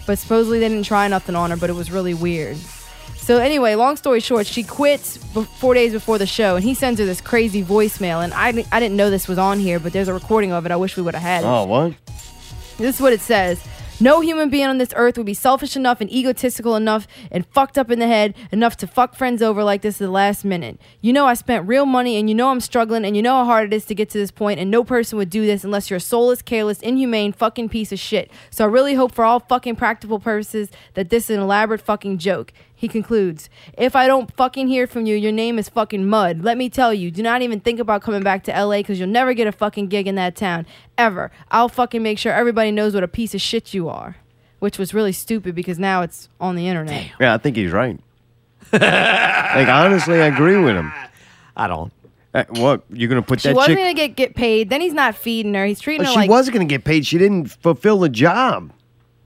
But supposedly they didn't try nothing on her, but it was really weird. So anyway, long story short, she quits b- four days before the show, and he sends her this crazy voicemail. And I, di- I didn't know this was on here, but there's a recording of it. I wish we would have had it. Oh, what? This is what it says. No human being on this earth would be selfish enough and egotistical enough and fucked up in the head enough to fuck friends over like this at the last minute. You know, I spent real money and you know I'm struggling and you know how hard it is to get to this point, and no person would do this unless you're a soulless, careless, inhumane fucking piece of shit. So I really hope for all fucking practical purposes that this is an elaborate fucking joke. He concludes, If I don't fucking hear from you, your name is fucking Mud. Let me tell you, do not even think about coming back to LA because you'll never get a fucking gig in that town. Ever. I'll fucking make sure everybody knows what a piece of shit you are. Which was really stupid because now it's on the internet. Yeah, I think he's right. like honestly, I agree with him. Uh, I don't. what you're gonna put She that wasn't chick? going to get, get paid. Then he's not feeding her. He's treating Oh, her she like. was gonna get paid. She didn't fulfill the job.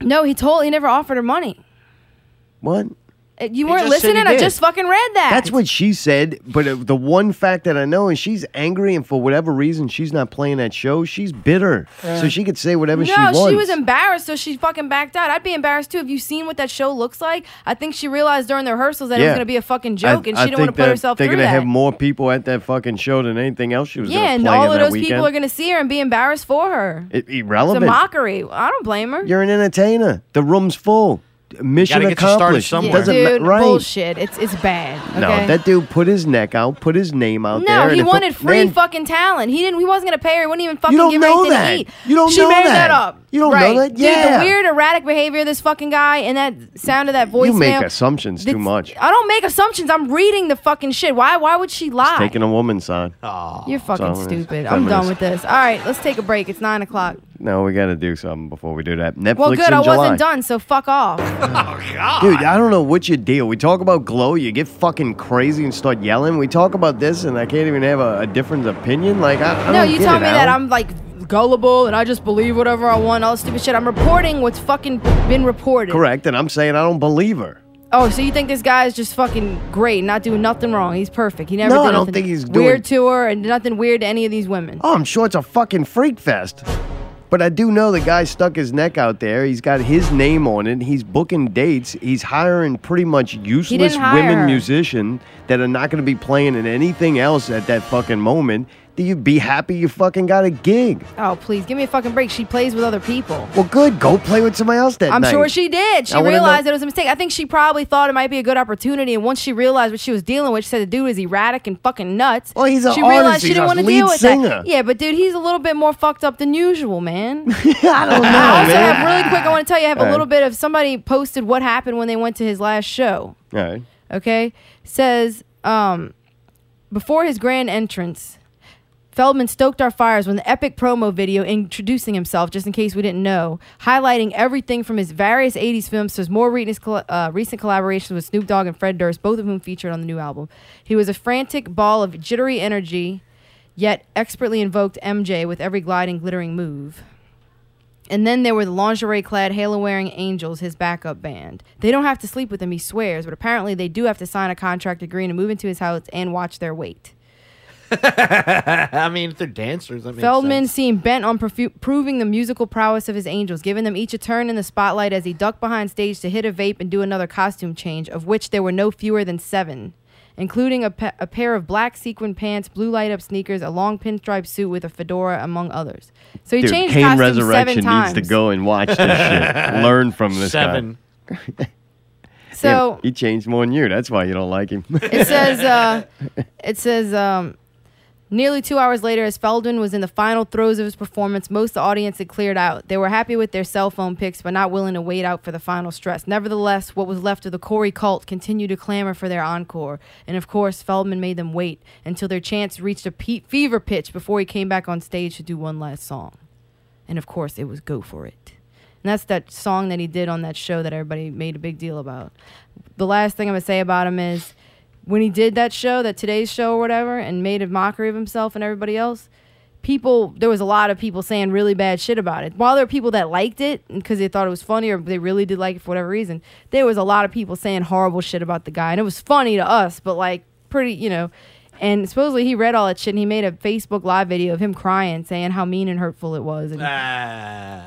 No, he told. He never offered her money. What? Uh, He You weren't just said he listening. I did. just fucking read that. That's what she said. But uh, the one fact that I know is she's angry, and for whatever reason, she's not playing that show. She's bitter, Yeah. so she could say whatever no, she wants. was embarrassed, so she fucking backed out. I'd be embarrassed too. Have you seen what that show looks like? I think she realized during the rehearsals that it was Yeah. going to be a fucking joke, I- and I she didn't think want to put that herself They're through gonna that. have more people at that fucking show than anything else she was yeah, gonna and play all in of that those weekend. people are going to see her and be embarrassed for her. It- It's a irrelevant. mockery. I don't blame her. You're an entertainer. The room's full. Mission get you started accomplished. somewhere. Doesn't ma- Dude, right. bullshit. It's it's bad. No, okay? that dude put his neck out, put his name out No, there. and he if a- wanted free man, fucking talent. He didn't. He wasn't gonna pay her. He wouldn't even fucking don't give know her anything that. to eat. You don't she know made that. that. up. You don't know right. that? Dude, Yeah. the weird erratic behavior of this fucking guy and that sound of that voicemail. you make assumptions too That's- much. I don't make assumptions. I'm reading the fucking shit. Why? Why would she lie? Taking a woman's side. ah. You're fucking So, it's stupid. I'm done feminist. with this. All right, let's take a break. It's nine o'clock. No, we got to do something before we do that. Netflix well, good. in I July. wasn't done, so fuck off. oh God. Dude, I don't know what your deal. We talk about glow, you get fucking crazy and start yelling. We talk about this, and I can't even have a, a different opinion. Like, I, I no, don't you get tell it, me that Alan. I'm like gullible and I just believe whatever I want, all this stupid shit. I'm reporting what's fucking been reported. correct, and I'm saying I don't believe her. Oh, so you think this guy is just fucking great, not doing nothing wrong? He's perfect. He never. No, did I don't nothing think he's doing- weird to her, and nothing weird to any of these women. Oh, I'm sure it's a fucking freak fest. But I do know the guy stuck his neck out there. He's got his name on it. He's booking dates. He's hiring pretty much useless hire her. women musicians that are not going to be playing in anything else at that fucking moment. That you'd be happy you fucking got a gig. Oh, please give me a fucking break. She plays with other people. Well, good. Go play with somebody else that I'm night. sure she did. She I wanna realized know- it was a mistake. I think she probably thought it might be a good opportunity, and once she realized what she was dealing with, she said the dude is erratic and fucking nuts. Oh, he's she a realized artist. she He's didn't a want to lead deal with singer. that. Yeah, but dude, he's a little bit more fucked up than usual, man. I don't know, I also man. have really quick. I want to tell you, I have All a right. little bit of somebody posted what happened when they went to his last show. All right. okay, says um, before his grand entrance, Feldman stoked our fires with an epic promo video introducing himself, just in case we didn't know, highlighting everything from his various 80s films to his more recent, coll- uh, recent collaborations with Snoop Dogg and Fred Durst, both of whom featured on the new album. He was a frantic ball of jittery energy yet expertly invoked MJ with every gliding, glittering move. And then there were the lingerie clad, halo wearing angels, his backup band. They don't have to sleep with him, he swears, but apparently they do have to sign a contract agreeing to move into his house and watch their weight. I mean, if they're dancers, that makes Feldman sense. seemed bent on profu- proving the musical prowess of his angels, giving them each a turn in the spotlight as he ducked behind stage to hit a vape and do another costume change, of which there were no fewer than seven, including a, pa- a pair of black sequin pants, blue light up sneakers, a long pinstripe suit with a fedora, among others. So he Dude, changed Kane costumes Resurrection seven times. needs to go and watch this shit. Learn from this Seven. guy. So- Yeah, he changed more than you. That's why you don't like him. It says, uh, it says, um, nearly two hours later, as Feldman was in the final throes of his performance, most of the audience had cleared out. They were happy with their cell phone pics, but not willing to wait out for the final stress. Nevertheless, what was left of the Corey cult continued to clamor for their encore. And of course, Feldman made them wait until their chants reached a pe- fever pitch before he came back on stage to do one last song. And of course, it was Go For It. And that's that song that he did on that show that everybody made a big deal about. The last thing I'm going to say about him is when he did that show, that today's show or whatever, and made a mockery of himself and everybody else, people, there was a lot of people saying really bad shit about it. While there were people that liked it because they thought it was funny or they really did like it for whatever reason, there was a lot of people saying horrible shit about the guy. And it was funny to us, but like pretty, you know. And supposedly he read all that shit and he made a Facebook live video of him crying, saying how mean and hurtful it was. And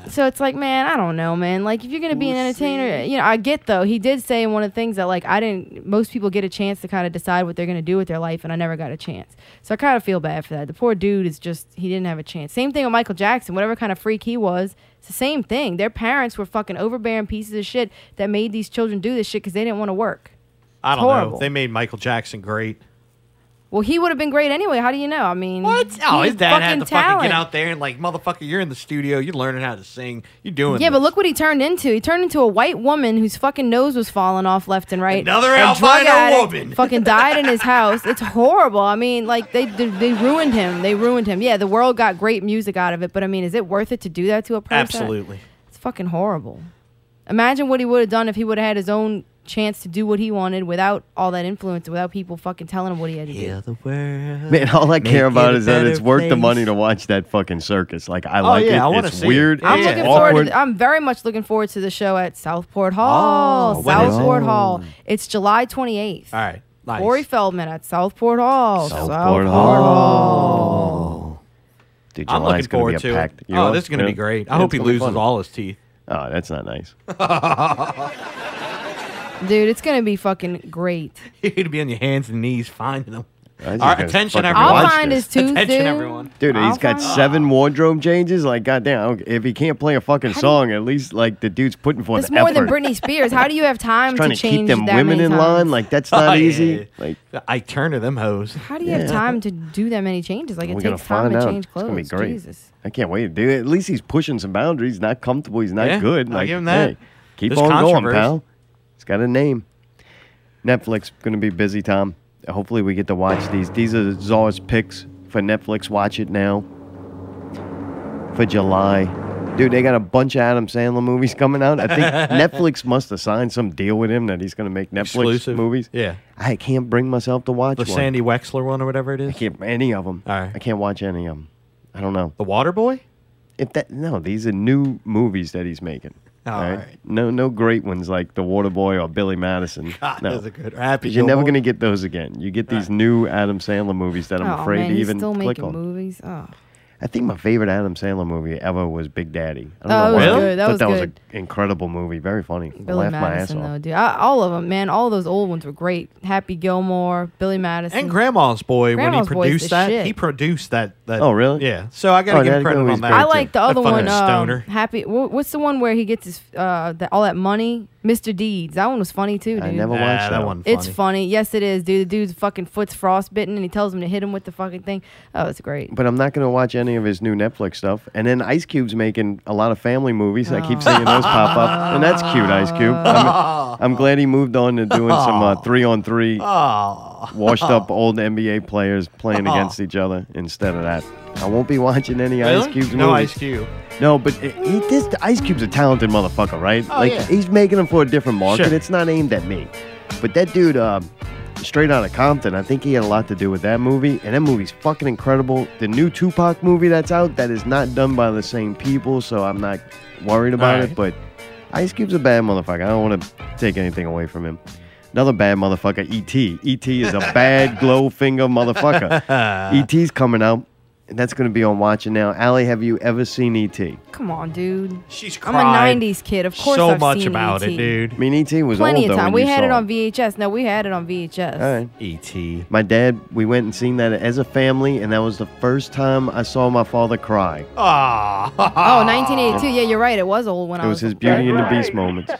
so it's like, man, I don't know, man. Like, if you're gonna be an entertainer, you know, I get though. He did say one of the things that like I didn't. Most people get a chance to kind of decide what they're gonna do with their life, and I never got a chance. So I kind of feel bad for that. The poor dude is just he didn't have a chance. Same thing with Michael Jackson. Whatever kind of freak he was, it's the same thing. Their parents were fucking overbearing pieces of shit that made these children do this shit because they didn't want to work. I don't horrible. know. They made Michael Jackson great. Well, he would have been great anyway. How do you know? I mean, what? Oh, his dad had to fucking get out there and like, motherfucker, you're in the studio. You're learning how to sing. You're doing. Yeah, but look what he turned into. He turned into a white woman whose fucking nose was falling off left and right. Another A drug albino addict woman. fucking died in his house. It's horrible. I mean, like they, they they ruined him. They ruined him. Yeah, the world got great music out of it, but I mean, is it worth it to do that to a person? Absolutely. It's fucking horrible. Imagine what he would have done if he would have had his own chance to do what he wanted without all that influence, without people fucking telling him what he had to do. Man, all I care Make about it a is that it's better worth the place. money to watch that fucking circus. Like I Oh, like yeah, I it. wanna it's see it. weird. I'm it's looking awkward. forward to the, I'm very much looking forward to the show at Southport Hall. Oh, when is it? Southport Oh. Hall. It's July 28th. All right. Nice. Corey Feldman at Southport Hall. Southport, Hall. Dude, I'm July's looking gonna forward be a to it. packed- you oh, know? this is gonna Yeah. be great. I Yeah, hope it's he gonna be loses fun. all his teeth. Oh, that's not nice. Dude, it's gonna be fucking great. You'd be on your hands and knees finding them. I All just right, gotta attention fucking everyone. I'll find his tooth, attention dude. everyone. Dude, he's got seven wardrobe changes. Like, goddamn, I don't- if he can't play a fucking song, at least like the dude's putting forth That's more effort. than Britney Spears. How do you have time trying to to, keep change them that women many in times? line. Like, that's Oh, not yeah, easy. yeah, Like, I turn to them hoes. How do you have Yeah. time to do that many changes? Like it we're gonna takes time find to out. change clothes. It's gonna be great. Jesus. I can't wait, dude. At least he's pushing some boundaries. He's Not comfortable. He's not Yeah, good. I'll Like, give him that. hey, keep There's on going, controversy. pal. It's got a name. Netflix gonna be busy, Tom. Hopefully, we get to watch these. These are Zaw's picks for Netflix. Watch it now for July. Dude, they got a bunch of Adam Sandler movies coming out. I think Netflix must have signed some deal with him that he's going to make Netflix Exclusive. movies. Yeah. I can't bring myself to watch The one. Sandy Wexler one or whatever it is. I can't any of them. I can't watch any of them. I don't know. The Water Boy? If that no, these are new movies that he's making. All right? right. No, no great ones like The Water Boy or Billy Madison. God, no. those are good. Happy 'Cause You're never Gilmore. going to get those again. You get these new Adam Sandler movies that I'm oh afraid man, to he's even still click making on. movies. Oh. I think my favorite Adam Sandler movie ever was Big Daddy. I Oh, don't know that was why. good. That I thought was that was good. an incredible movie. Very funny. I Billy laughed Madison my ass though, off. dude. I, all of them, man. All of those old ones were great. Happy Gilmore, Billy Madison, And Grandma's Boy Grandma's when Boy's he the produced that, shit. he produced that, that. Oh, really? Yeah. So I gotta Oh, give that him credit movie's on that. I like the That other fucking one. um, Stoner. happy. wh- What's the one where he gets his uh, the, all that money? Mr. Deeds. That one was funny too, dude. I never watched that, one. It's funny. Yes, it is, dude. The dude's fucking foot's frostbitten, and he tells him to hit him with the fucking thing. Oh, it's great. But I'm not going to watch any of his new Netflix stuff. And then Ice Cube's making a lot of family movies. I keep seeing those pop up. And that's cute, Ice Cube. I'm, I'm glad he moved on to doing some uh, three on three washed up old NBA players playing against each other instead of that. I won't be watching any Ice Really? Cube's No movies. Ice Cube. No, but i- he, this Ice Cube's a talented motherfucker, right? Oh, like yeah. he's making them for a different market. Sure. It's not aimed at me. But that dude, um, Straight Outta Compton. I think he had a lot to do with that movie, and that movie's fucking incredible. The new Tupac movie that's out that is not done by the same people, so I'm not worried about it. But Ice Cube's a bad motherfucker. I don't want to take anything away from him. Another bad motherfucker, E E.T. E.T. is a bad glow finger motherfucker. E.T.'s coming out, and that's going to be on watching now. Allie, have you ever seen E E.T.? Come on, dude. She's I'm cried a '90s kid. Of course, so I've much seen about ET. it, dude. I mean, E.T. was Plenty old, of though, time. when We you had saw it on VHS. No, we had it on VHS. All right. E.T. My dad, we went and seen that as a family, and that was the first time I saw my father cry. Ah. Oh, 1982. Yeah, you're right. It was old when It I was his was. Beauty and the Beast moments.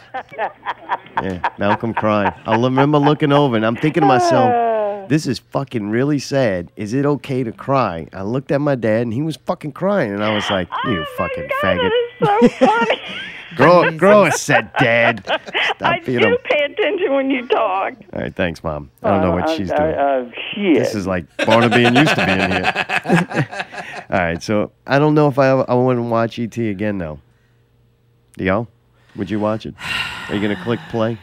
Yeah, Malcolm crying. I remember looking over and I'm thinking to myself, this is fucking really sad. Is it okay to cry? I looked at my dad and he was fucking crying, and I was like, Oh you fucking faggot. grow, grow a set, dad. I Stop being a. do pay attention when you talk. All right, thanks, mom. I don't know what Uh, she's uh, doing. uh, shit. This is like Barnaby and used to be in here. All right, so I don't know if I I wouldn't watch ET again though. Do y'all? Would you watch it? Are you gonna click play?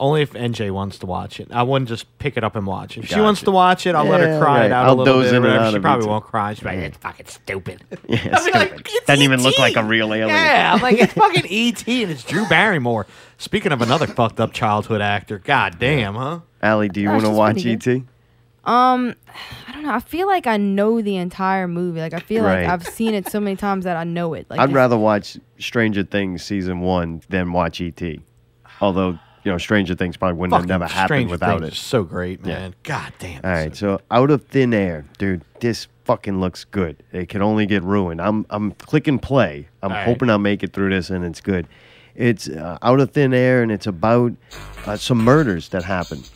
Only if NJ wants to watch it. I wouldn't just pick it up and watch it. If she Gotcha. wants to watch it, I'll let Yeah, her cry right. it out I'll a little doze bit. in or and whatever. out She of probably it. won't cry. She's like, it's fucking stupid. Yeah, stupid. Doesn't even look like a real alien. E Yeah, I'm like, it's fucking E.T. and it's Drew Barrymore. Speaking of another fucked up childhood actor, god damn, huh? Allie, do you want Gosh, to that's watch E pretty ET? Um, I don't know. I feel like I know the entire movie. Like I feel Right. like I've seen it so many times that I know it. Like I'd it's- rather watch Stranger Things season one than watch ET. Although you know, Stranger Things probably wouldn't Fucking have never happened Stranger without Things it. is so great, man. God damn. All right, so out of thin air, dude, this fucking looks good. It can only get ruined. I'm I'm clicking play. I'm All right. hoping I'll make it through this and it's good. It's uh, out of thin air and it's about uh, some murders that happened.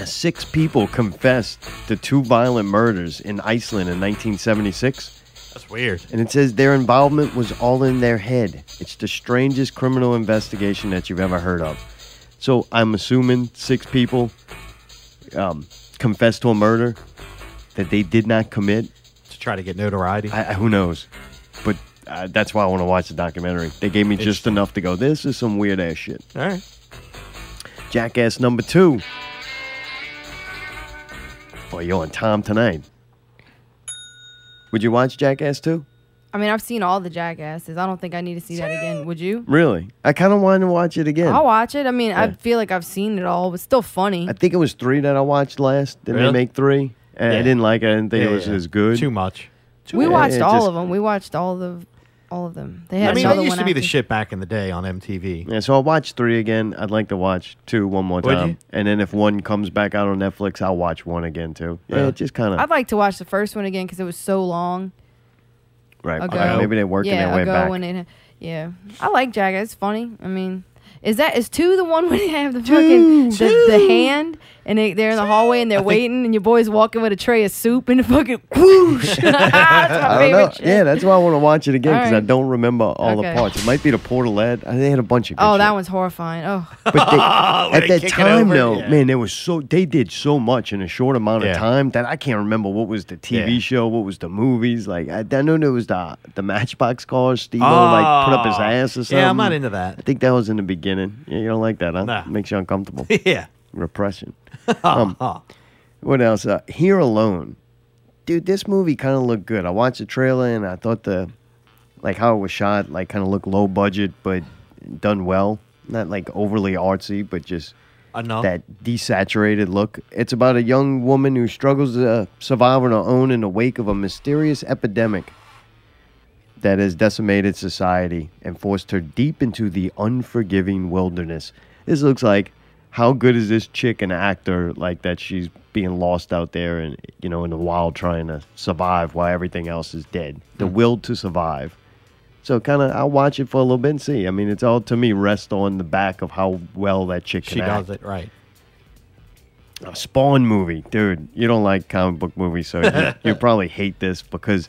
Uh, Six people confessed to two violent murders in Iceland in 1976. That's weird. And it says their involvement was all in their head. It's the strangest criminal investigation that you've ever heard of. So I'm assuming six people um, confessed to a murder that they did not commit. To try to get notoriety? I, I- who knows? But uh, that's why I want to watch the documentary. They gave me just enough to go, this is some weird ass shit. All right. Jackass number two. Boy, you're on time tonight. Would you watch Jackass 2? I mean, I've seen all the jackasses. I don't think I need to see that again. Would you? Really? I kind of wanted to watch it again. I'll watch it. I mean, I Yeah. feel like I've seen it all. It's still funny. I think it was three that I watched last. Did Really? they make three? And I Yeah. didn't like it. I didn't think Yeah, it was yeah. as good. Too much. we Yeah, watched it all just- of them. We watched all of all of them. They had I mean, another that used one to be the after- shit back in the day on MTV. Yeah, so I'll watch three again. I'd like to watch two one more Would you? time. And then if one comes back out on Netflix, I'll watch one again too. Yeah, Yeah. it just kind of. I'd like to watch the first one again because it was so long Right. ago. okay, Maybe they're working yeah, their way ago back. When it, yeah, I like Jackass. It's funny. I mean, is that is two the one where they have the fucking the, the hand and they, they're in the hallway and they're waiting and your boy's walking with a tray of soup and the fucking whoosh. I don't know. Yeah, that's why I want to watch it again All because I right. don't remember all the Okay. parts. It might be the Portalette. I- They had a bunch of. good oh, that one's horrifying. Oh, But they, at they that kick it time, over? though, Yeah. man, there was so they did so much in a short amount of Yeah. time that I can't remember what was the TV Yeah. show, what was the movies. Like I, I know there was the the Matchbox cars. Steve like put up his Oh. ass or something. Yeah, I'm not into that. I think that was in the beginning. Yeah, you don't like that, huh? Makes you uncomfortable. yeah. Repression. Um, what else? Uh, Here Alone. Dude, this movie kind of looked good. I watched the trailer and I thought the, like how it was shot, like kind of looked low budget but done well. Not like overly artsy, but just Enough. that desaturated look. It's about a young woman who struggles to survive on her own in the wake of a mysterious epidemic that has decimated society and forced her deep into the unforgiving wilderness. This looks like how good is this chick an actor like that she's being lost out there and you know in the wild trying to survive while everything else is dead. The Hmm. will to survive. So kind of I'll watch it for a little bit and see. I mean it's all to me rests on the back of how well that chick can She act. does it right. A Spawn movie, dude. You don't like comic book movies, so you, you probably hate this because,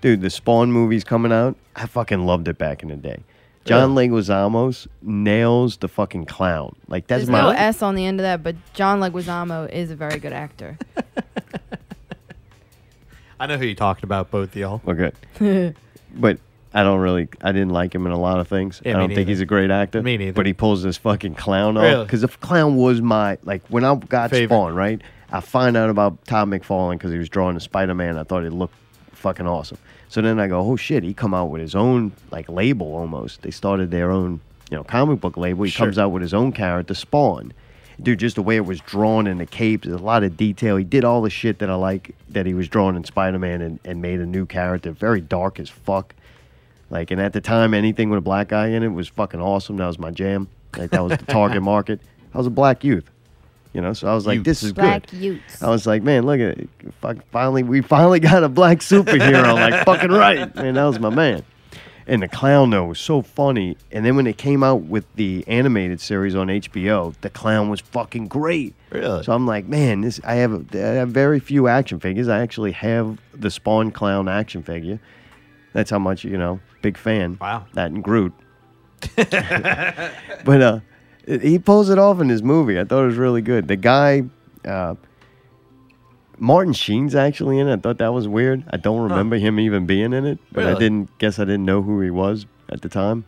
dude, the Spawn movie's coming out. I fucking loved it back in the day. John Leguizamo nails the fucking clown. Like that's there's my no S on the end of that. But John Leguizamo is a very good actor. I know who you're talking about, both y'all. Okay. but I don't really. I didn't like him in a lot of things. I Yeah, me don't think neither. he's a great actor. Me neither. But he pulls this fucking clown Really? off because the clown was my like when I got Favorite. Spawn right. I find out about Tom McFarlane because he was drawing the Spider Man. I thought it looked fucking awesome. So then I go, oh shit, he come out with his own like label almost. They started their own you know comic book label. He Sure. comes out with his own character, Spawn. Dude, just the way it was drawn in the capes, there's a lot of detail. He did all the shit that I like that he was drawing in Spider Man and, and made a new character, very dark as fuck. Like, and at the time, anything with a black guy in it was fucking awesome. That was my jam. Like, that was the target market. I was a black youth, you know. So I was like, this is Black good. youths. I was like, man, look at it. Fuck, finally, we finally got a black superhero. like, fucking right, man. That was my man. And the clown though was so funny. And then when it came out with the animated series on HBO, the clown was fucking great. Really? So I'm like, man, this I have, I have very few action figures. I actually have the Spawn clown action figure. That's how much you know, big fan. Wow. That and Groot. but uh, he pulls it off in his movie. I thought it was really good. The guy, uh, Martin Sheen's actually in it. I thought that was weird. I don't remember him even being in it, but I Really? didn't guess I didn't know who he was at the time.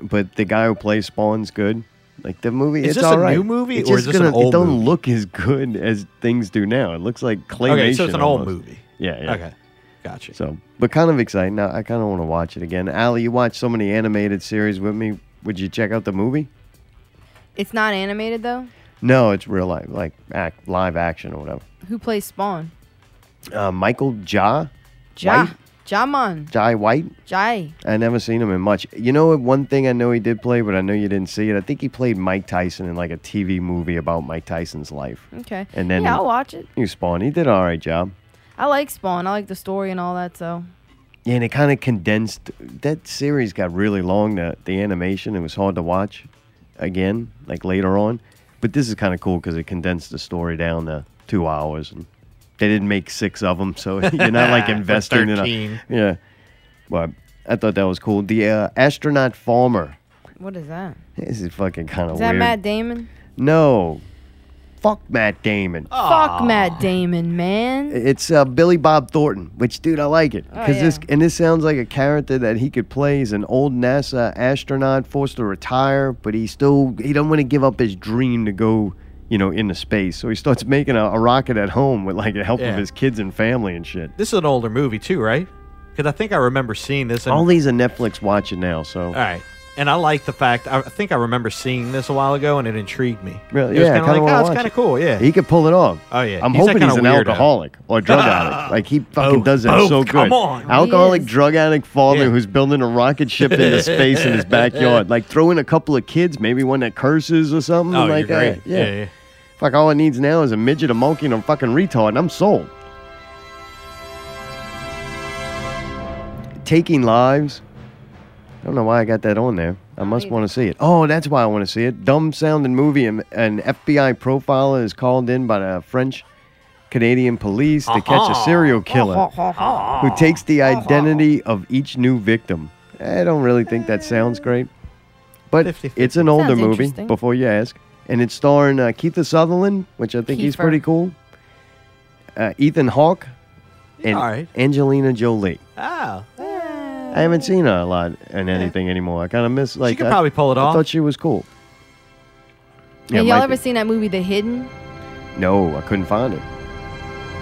But the guy who plays Spawn's good. Like the movie, Is it's this a all right. new movie It's or is just this an gonna- It old don't movie? look as good as things do now. It looks like claymation. Okay, so it's an old almost. movie. Yeah, yeah. Okay. Gotcha. So, but kind of exciting. Now, I kind of want to watch it again. Allie, you watch so many animated series with me. Would you check out the movie? It's not animated though. No, it's real life, like act, live action or whatever. Who plays Spawn? Uh, Michael Ja, Ja. White, Jaman. Jai White. Jai. I never seen him in much. You know, what, one thing I know he did play, but I know you didn't see it. I think he played Mike Tyson in like a TV movie about Mike Tyson's life. Okay. And then yeah, he- I'll watch it. You Spawn, he did an all right job. I like Spawn. I like the story and all that. So Yeah, and it kind of condensed. That series got really long. The the animation it was hard to watch again, like later on. But this is kind of cool because it condensed the story down to two hours, and they didn't make six of them, so you're not like For investing in. 13. A, yeah, but I thought that was cool. The uh, astronaut farmer. what is that? This is fucking kind of Is weird. that Matt Damon? No, fuck Matt Damon. Fuck Matt Damon, man. It's uh, Billy Bob Thornton, which dude I like it Oh, because this and this sounds like a character that he could play. He's an old NASA astronaut forced to retire, but he still he don't want to give up his dream to go, you know, into space. So he starts making a, a rocket at home with like the help Yeah. of his kids and family and shit. This is an older movie too, right? Because I think I remember seeing this. And, All these are Netflix watching now, so all right. And I like the fact. I I think I remember seeing this a while ago, and it intrigued me. Really? It was yeah, kind of like, wanna oh, it's watch kind it. of cool. Yeah. He could pull it off. Oh, yeah. I'm He's that hoping he's an kinda weirdo. Ah. alcoholic or a drug addict. Like he fucking does that both, so good. come on. He Alcoholic, drug addict father who's building a rocket ship into space in his backyard. Like throw in a couple of kids, maybe one that curses or something Oh, like uh, you're that. great. Yeah, yeah. Fuck, all it needs now is a midget, a monkey, and a fucking retard, and I'm sold. Taking Lives. I don't know why I got that on there. I must want to see it. Oh, that's why I want to see it. Dumb sounding movie. An an FBI profiler is called in by the French Canadian police to catch Uh-huh. a serial killer who takes the identity of each new victim. I don't really think that sounds great, but it's an older Sounds movie. interesting. Before you ask, and it's starring uh, Keith Sutherland, which I think he's Kiefer. pretty cool. Uh, Ethan Hawke and All right. Angelina Jolie. Oh. I haven't seen her a lot in anything anymore. I kind of miss like could I- probably pull it I off. thought she was cool. Yeah, Have y'all might ever be. seen that movie, The Hidden? No, I couldn't find it.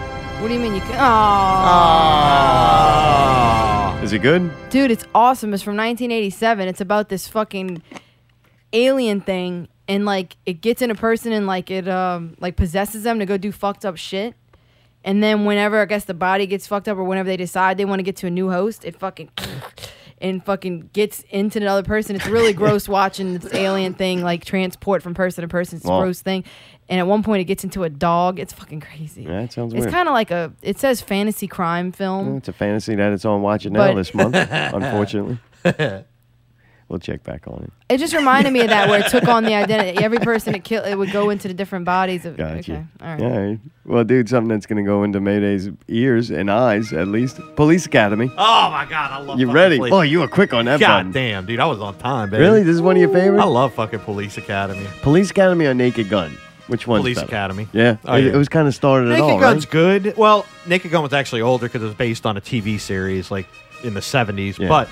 What do you mean you? Can- oh. Is it good? Dude, it's awesome. It's from 1987. It's about this fucking alien thing, and like it gets in a person and like it um like possesses them to go do fucked up shit. And then whenever I guess the body gets fucked up or whenever they decide they want to get to a new host, it fucking and fucking gets into another person. It's really gross watching this alien thing like transport from person to person. It's a Wow. gross thing. And at one point it gets into a dog. It's fucking crazy. Yeah, that sounds It's weird. kind of like a it says fantasy crime film. Well, it's a fantasy that it's on Watch It Now But- this month, unfortunately. we'll check back on it. It just reminded me of that where it took on the identity. Every person it killed, it would go into the different bodies of. Gotcha. Okay, all right. All right. Well, dude, something that's going to go into Mayday's ears and eyes, at least. Police Academy. Oh my god, I love. You fucking ready? Police. Oh, you were quick on that God button. damn, dude, I was on time, baby. Really? This is one of your favorites? I love fucking Police Academy. Police Academy or Naked Gun? Which one's Police better? Academy. Yeah. Oh, it, yeah. it was kind of started Naked at all, Gun's right? good. Well, Naked Gun was actually older because it was based on a TV series like in the seventies. But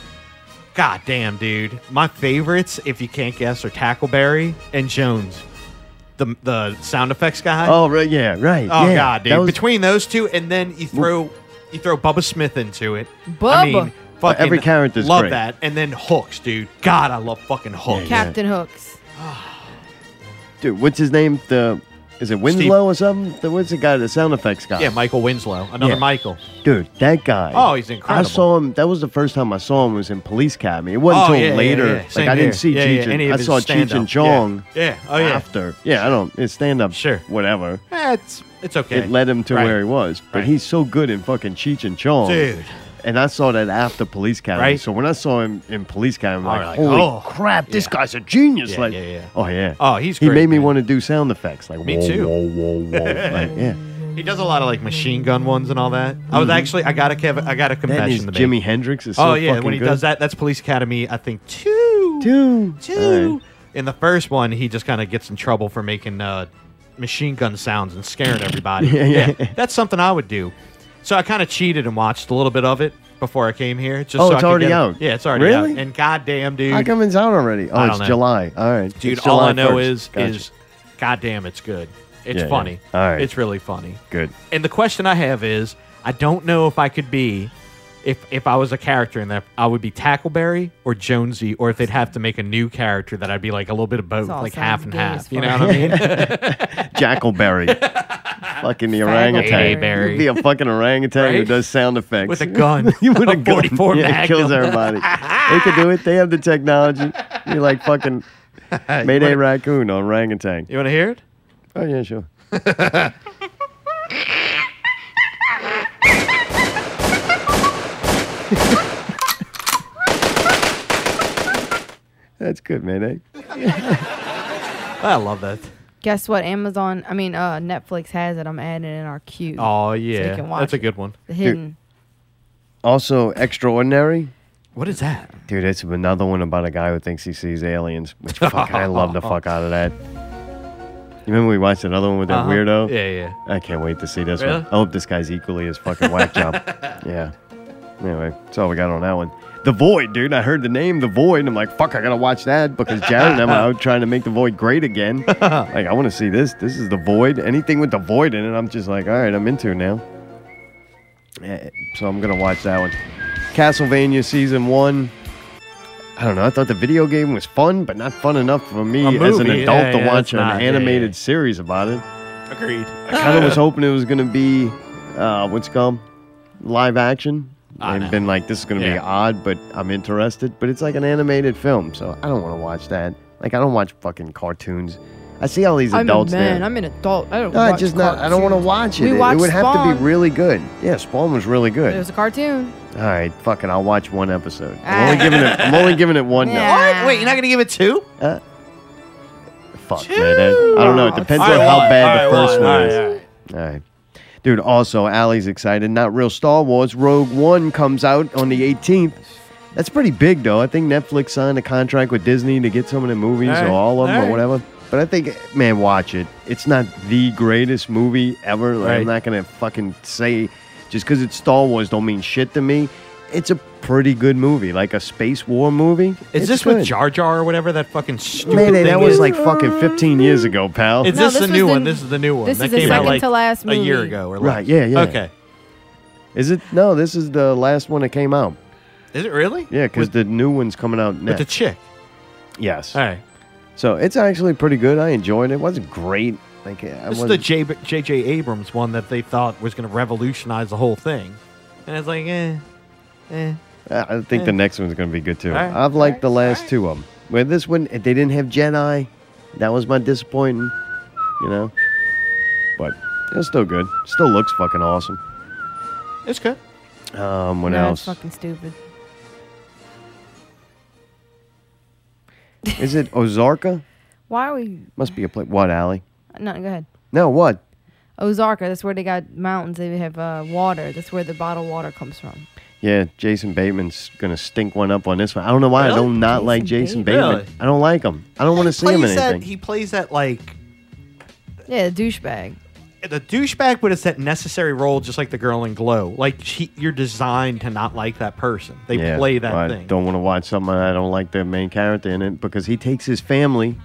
God damn, dude. My favorites, if you can't guess, are Tackleberry and Jones. The, the sound effects guy. Oh, right, yeah, right. Oh yeah. god, dude! That was- Between those two, and then you throw you throw Bubba Smith into it. Bubba. I mean, Well, fucking every character's love great. that, and then Hooks, dude. God, I love fucking Hooks. Captain Hooks. Dude, what's his name? The is it Winslow or something? The, what's the guy? The sound effects guy. Yeah, Michael Winslow, another Yeah. Michael. Dude, that guy. Oh, he's I incredible. saw him. That was the first time I saw him was in Police Academy. It wasn't Oh, until yeah, yeah, later. yeah. Like Same I here. didn't see Yeah, yeah, Cheech. and- any of I his saw Cheech stand-up. and Chong. Yeah. Yeah. Oh, yeah. After. Yeah, I don't. It's stand up. Sure. Whatever. Eh, it's it's okay. It led him to Right. where he was. But he's so good in fucking Cheech and Chong. Dude. And I saw that after Police Academy. Right. So when I saw him in Police Academy, I'm All like, right. holy Oh. crap, this guy's a genius. Yeah, like, yeah, yeah. oh yeah. Oh, he's he great, made me want to do sound effects. Like, Me whoa, too. Whoa, whoa, whoa. like, yeah. He does a lot of like machine gun ones and all that. I was Mhm. actually I got a Kev- I got a confession. is to make. Jimi Hendrix is so oh yeah, fucking when he good. does that, that's Police Academy. I think two, two, two. In the first one, he just kind of gets in trouble for making uh, machine gun sounds and scaring everybody. Yeah, yeah. that's something I would do. So I kind of cheated and watched a little bit of it before I came here. Just Oh, so it's I could already get a- out. Yeah, it's already Really? out. And goddamn, dude, How come it's out already? Oh, I don't it's know. July. All right. dude, It's all July I know 1st. is Gotcha. is goddamn, it's good. It's Yeah, yeah. funny. All right. It's really funny. good. And the question I have is, I don't know if I could be, if if I was a character in that, I would be Tackleberry or Jonesy, or if they'd have to make a new character that I'd be like a little bit of both, This all like half and sounds gay as half. You know fuck. what I mean? Jackalberry. fucking the orangutan. Fagleberry. You'd Be a fucking orangutan who Right? does sound effects With a gun. With A a gun. 44 yeah, it kills Magnum. everybody. they can do it. They have the technology. You're like fucking Mayday wanna- raccoon orangutan. You want to hear it? Oh yeah, sure. That's good, Mayday. I love that. Guess what? Amazon, I mean uh, Netflix has it. I'm adding it in our queue. Oh So you yeah, can watch that's a it. good one. The hidden. Also, extraordinary. What is that? Dude, it's another one about a guy who thinks he sees aliens, which fuck, I love the fuck out of that. You remember we watched another one with that Uh-huh. weirdo? Yeah, yeah. I can't wait to see this Really? one. I hope this guy's equally as fucking whack job. Yeah. Anyway, that's all we got on that one. The Void, dude. I heard the name The Void, and I'm like, fuck, I gotta watch that because Jared and I are out trying to make The Void great again. like, I want to see this. This is The Void. Anything with The Void in it, I'm just like, all right, I'm into now. Eh, So I'm gonna watch that one. Castlevania season one. I don't know. I thought the video game was fun, but not fun enough for me A as an movie, adult yeah, to yeah, watch it's an not, yeah, yeah, animated series about it. Agreed. I kind of was hoping it was going to be, uh, what's it called? Live action. I've been like, this is going to be Yeah. odd, but I'm interested. But it's like an animated film, so I don't want to watch that. Like, I don't watch fucking cartoons. I see all these I'm a adults man. now. I'm an adult. I don't No, I watch just not. I don't want cartoons. to watch it. We it, watched it would have to be Spawn. really good. Yeah, Spawn was really good. It was a cartoon. All right, fuck it. I'll watch one episode. I'm Ah. only giving it. I'm only giving it one. now. What? Wait, you're not gonna give it two? Uh, fuck, man. I, I don't know. It depends All on right, how one. bad All the right, first one. one All is. right, All right. Dude, also, Allie's excited. Not real Star Wars. Rogue One comes out on the 18th. That's pretty big, though. I think Netflix signed a contract with Disney to get some of the movies All right, or all of them all or right. whatever. But I think, man, watch it. It's not the greatest movie ever. Like, I'm Right. not going to fucking say just because it's Star Wars don't mean shit to me. It's a pretty good movie, like a space war movie. Is It's this good. with Jar Jar or whatever that fucking stupid Mayday, thing that was is? like fucking 15 years ago, pal. Is No, this, the this was new the- one? This is the new one. this that is the came out second like to last a year movie. ago or less. Right, yeah, yeah. Okay. Is it? No, this is the last one that came out. Is it really? Yeah, because With- the new one's coming out With next. the chick. yes. All right. So it's actually pretty good. I enjoyed it. It wasn't great. Like, I This is wasn't, the J- J.J. Abrams one that they thought was going to revolutionize the whole thing. And it's like, eh, eh. I I think the eh. next one's going to be good, too. All right, I've liked the last two of them. Where this one, they didn't have Jedi. That was my disappointing, you know? But it was still good. Still looks fucking awesome. It's good. Um, what no, else? It's fucking stupid. Is it Ozarka? Why are we? Must be a place. What, Allie? No, go ahead. No, what? Ozarka. That's where they got mountains. They have uh, water. That's where the bottled water comes from. Yeah, Jason Bateman's gonna stink one up on this one. I don't know why I Really? do not not like Jason Bateman. Really? I don't like him. I don't want to see him in Plays that, anything. he plays that like Yeah, douchebag. the douchebag, but it's that necessary role, just like the girl in Glow. Like she, you're designed to not like that person. They Yeah, play that well, I thing. don't want to watch something I don't like the main character in it because he takes his family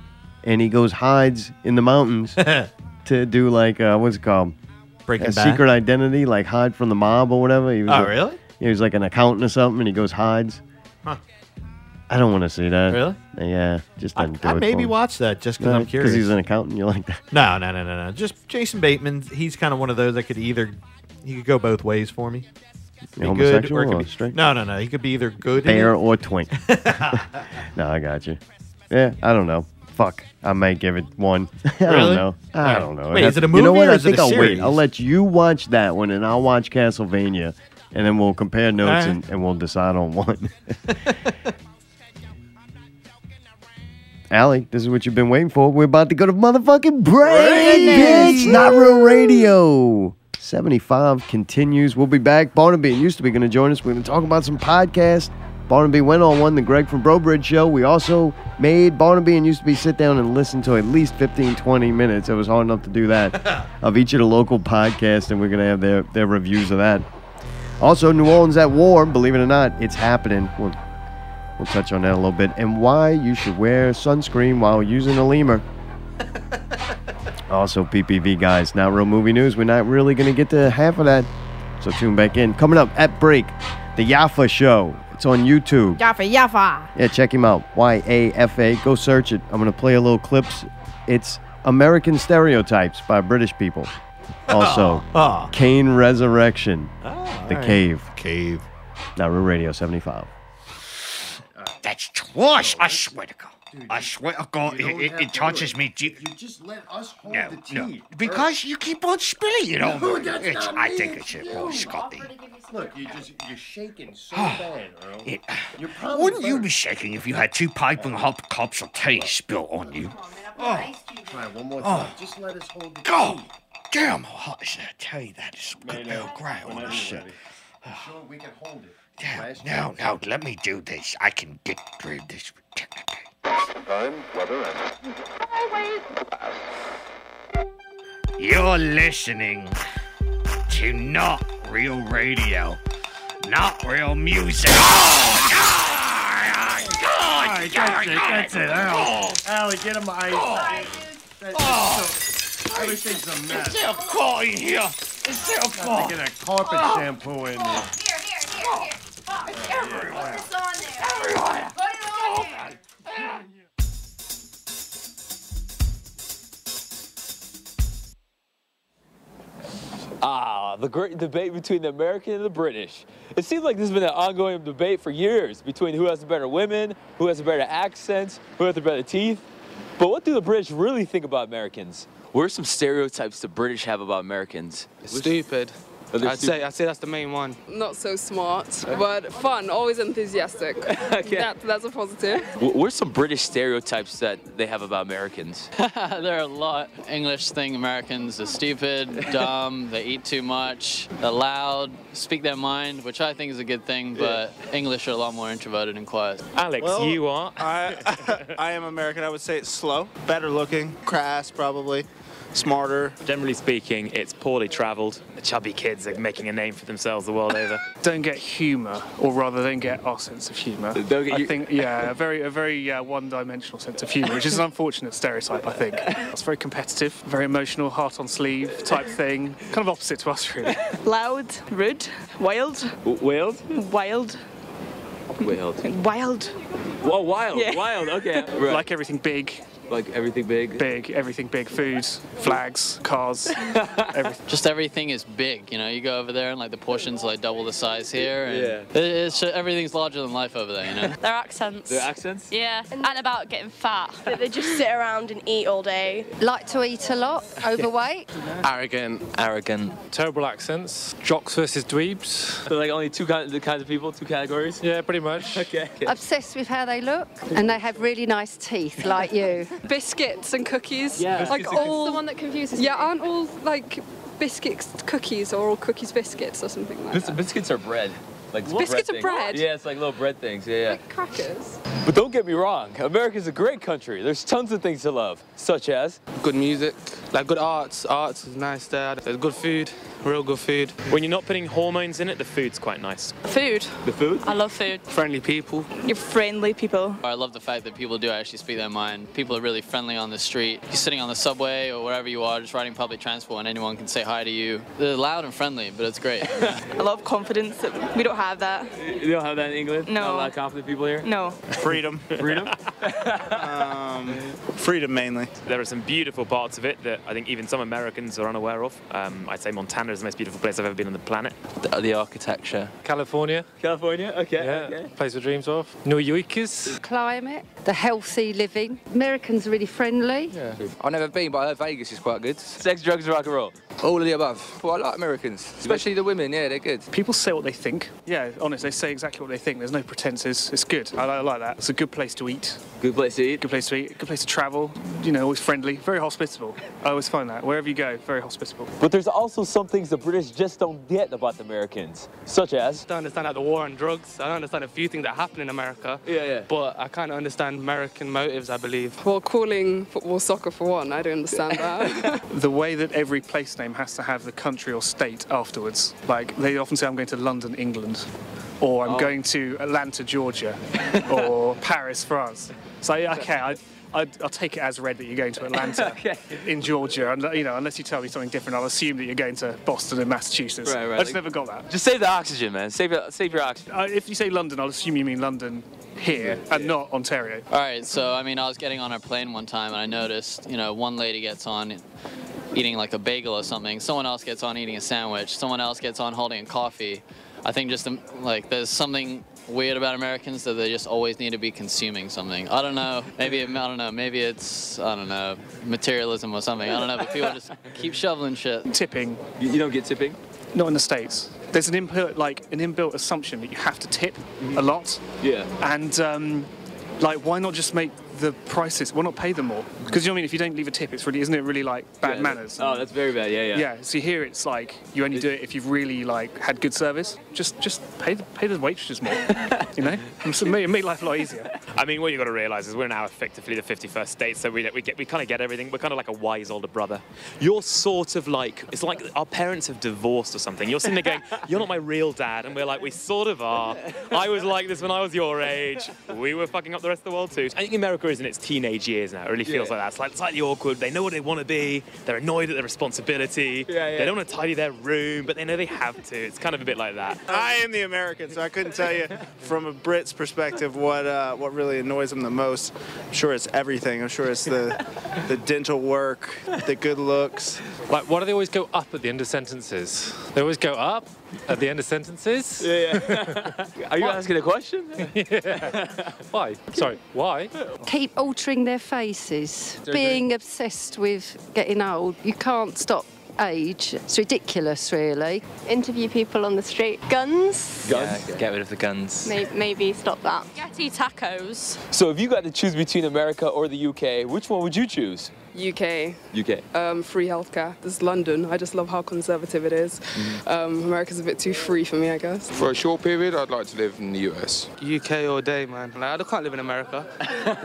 and he goes hides in the mountains to do like uh, what's it called? Breaking a Bad? secret identity, like hide from the mob or whatever. He was Oh, a- really? He was like an accountant or something, and he goes hides. Huh. I don't want to see that. Really? Yeah, just doesn't do I it maybe for me. watch that just 'cause No, I'm curious. he's an accountant, you like that? No, no, no, no, no. Just Jason Bateman. He's kind of one of those that could either he could go both ways for me. Be good homosexual or, it could or be, straight? No, no, no. He could be either good Bear and- or twink. no, I got you. Yeah, I don't know. Fuck, I might give it one. I Really? don't know. I Alright. don't know. Wait, is it a You know movie what? or I is it think a I'll series? wait. I'll let you watch that one, and I'll watch Castlevania, and then we'll compare notes Alright. and, and we'll decide on one. Allie, this is what you've been waiting for. We're about to go to motherfucking break, Break. bitch. Not real radio. 75 continues. We'll be back. Barnaby and used to be going to join us. We're going to talk about some podcasts. Barnaby went on one, the Greg from Brobridge show. We also made Barnaby and used to be sit down and listen to at least 15, 20 minutes. It was hard enough to do that of each of the local podcasts, and we're going to have their, their reviews of that. Also, New Orleans at war. Believe it or not, it's happening. We'll We'll touch on that a little bit and why you should wear sunscreen while using a lemur. also, PPV guys, not real movie news. We're not really going to get to half of that. So tune back in. Coming up at break, the Yafa Show. It's on YouTube. Yaffa, yaffa. Yeah, check him out. Y A F A. Go search it. I'm going to play a little clips. It's American Stereotypes by British People. Also, Ah. Kane Resurrection. the alright. Cave. Cave. Now, Real Radio 75. That's twice. I swear to God. I swear to God, it, it, it touches me. deep. You just let us hold No, no, because you keep on spilling it on me. It's- I think it's it, well, Scotty. Look, you just you're shaking so Ah. Earl. It, Your problem wouldn't you be shaking if you had two piping hot cups of tea spilled on you? Oh. Try one more Oh. time. Just let us hold the God key. damn, how hot is that tea? That is good Mayday. Earl Grey on Whenever a you're sip. ready. Sure, we can hold it. Damn, Last no, chance. no, let me do this. I can get through this. Time, weather, and You're listening to Not Real Radio, Not Real Music. Alright, that's it, that's it. Allie, Allie, get him ice. Oh, That- that's so- everything's a mess. Is there a car in here? Is there a Got car? to get a carpet Oh. shampoo in there. Ah, the great debate between the American and the British. It seems like this has been an ongoing debate for years between who has the better women, who has the better accents, who has the better teeth. But what do the British really think about Americans? What are some stereotypes the British have about Americans? Stupid. Are they I'd stupid? say I'd say that's the main one. Not so smart, but fun, always enthusiastic. that, that's a positive. Wh- What are some British stereotypes that they have about Americans? there are a lot. English think Americans are stupid, dumb, they eat too much, they're loud, speak their mind, which I think is a good thing, but English are a lot more introverted and quiet. Alex, you are. I, I am American. I would say it's slow, better looking, crass, probably, smarter. Generally speaking, it's poorly travelled. The chubby kids are making a name for themselves the world over. don't get humour, or rather, don't get our sense of humour. Don't get I you- think, yeah, a very, a very uh, one-dimensional sense of humour, which is an unfortunate stereotype. I think it's very competitive, very emotional, heart on sleeve type thing, kind of opposite to us, really. Loud, rude, wild. Wild? Wild. Wild. Wild. Whoa, wild, Yeah. wild, okay. Like everything big. Like everything big. Big, everything big. Food, flags, cars. Just everything is big, you know. You go over there and like the portions are, like double the size here, and Yeah. it- it's ju- everything's larger than life over there, you know. Their accents. Their accents? Yeah, and, about getting fat. That they just sit around and eat all day. Like to eat a lot, overweight. Arrogant. Arrogant. Terrible accents. Jocks versus dweebs. So like only two kinds, the kinds of people, two categories? Yeah, pretty much. Okay. Obsessed with how they look, and they have really nice teeth, like you. biscuits and cookies. Yeah. like Biscuits and all cookies. The one that confuses Yeah, me. aren't all like biscuits cookies or all cookies biscuits or something like Bis- biscuits are bread. Like Biscuits bread are bread? things. Yeah, it's like little bread things. Yeah, yeah. that? Crackers. But don't get me wrong, America's a great country. There's tons of things to love, such as good music, like good arts. Arts is nice there. There's good food, real good food. When you're not putting hormones in it, the food's quite nice. Food. the food. I love food. Friendly people. You're friendly people. I love the fact that people do actually speak their mind. People are really friendly on the street. You're sitting on the subway or wherever you are, just riding public transport, and anyone can say hi to you. They're loud and friendly, but it's great. I love confidence. that- We don't have that. You don't have that in England? No. Not a lot of confident people here? No. Freedom. Freedom? Um, freedom mainly. There are some beautiful parts of it that I think even some Americans are unaware of. Um, I'd say Montana is the most beautiful place I've ever been on the planet. The, architecture. California. California? Okay. Yeah. Place of dreams of. New Yorkers. Climate, the healthy living. Americans are really friendly. I've never been, but I heard Vegas is quite good. Sex, drugs, rock and roll. All of the above. Well, I like Americans, especially the women. Yeah, they're good. People say what they think. Yeah, honest, they say exactly what they think. There's no pretenses. It's good. I, li- I like that. It's a good place to eat. Good place to eat. Good place to eat. Good place to travel. You know, always friendly. Very hospitable. I always find that wherever you go, very hospitable. But there's also some things the British just don't get about the Americans, such as. don't understand like the war on drugs. I don't understand a few things that happen in America. Yeah, yeah. But I kind of understand American motives, I believe. Well, calling football soccer for one, I don't understand that. The way that every place name has to have the country or state afterwards. Like they often say, I'm going to London, England, or I'm Oh. going to Atlanta, Georgia, or Paris, France. So yeah, okay, I. I'd, I'll take it as read that you're going to Atlanta in Georgia, and you know, unless you tell me something different, I'll assume that you're going to Boston in Massachusetts. Right, right, I just like- never got that. Just save the oxygen, man. Save your, save your oxygen. Uh, if you say London, I'll assume you mean London here and not Ontario. All right, so I mean, I was getting on a plane one time and I noticed, you know, one lady gets on eating like a bagel or something. Someone else gets on eating a sandwich. Someone else gets on holding a coffee. I think just um, like there's something weird about Americans that they just always need to be consuming something. I don't know. Maybe it, I don't know. Maybe it's I don't know materialism or something. I don't know. But people just keep shoveling shit. Tipping. You, you don't get tipping. Not in the states. There's an input like an inbuilt assumption that you have to tip Mm-hmm. a lot. Yeah. And um, like, why not just make the prices? Why not pay them more? Because you know what I mean. If you don't leave a tip, it's really isn't it really like bad manners? Oh, that's very bad. Yeah, yeah. Yeah. So here it's like you only do it if you've really like had good service. Just just pay the pay the waitresses more. you know, it make, make life a lot easier. I mean, what you've got to realise is we're now effectively the 51st state, so we, we, get, we kind of get everything. We're kind of like a wise older brother. You're sort of like, it's like our parents have divorced or something. You're sitting there going, you're not my real dad. And we're like, we sort of are. I was like this when I was your age. We were fucking up the rest of the world too. I think America is in its teenage years now. It really feels Yeah. like that. It's like slightly awkward. They know what they want to be. They're annoyed at their responsibility. Yeah, yeah. They don't want to tidy their room, but they know they have to. It's kind of a bit like that. I am the American, so I couldn't tell you from a Brit's perspective what uh, what really annoys them the most. I'm sure it's everything. I'm sure it's the the dental work, the good looks. Like what are they always go up at the end of sentences? They always go up at the end of sentences. Yeah. yeah. are you asking a question? Why? Sorry. Why? Keep altering their faces. They're Being obsessed with getting old. You can't stop age. It's ridiculous, really. Interview people on the street. Guns? Guns? Yeah, get rid of the guns. May- maybe stop that. Getty tacos. So if you got to choose between America or the UK, which one would you choose? UK. UK. Um, free healthcare. This is London. I just love how conservative it is. Mm-hmm. Um, America's a bit too free for me, I guess. For a short period, I'd like to live in the US. UK all day, man. Like, I can't live in America.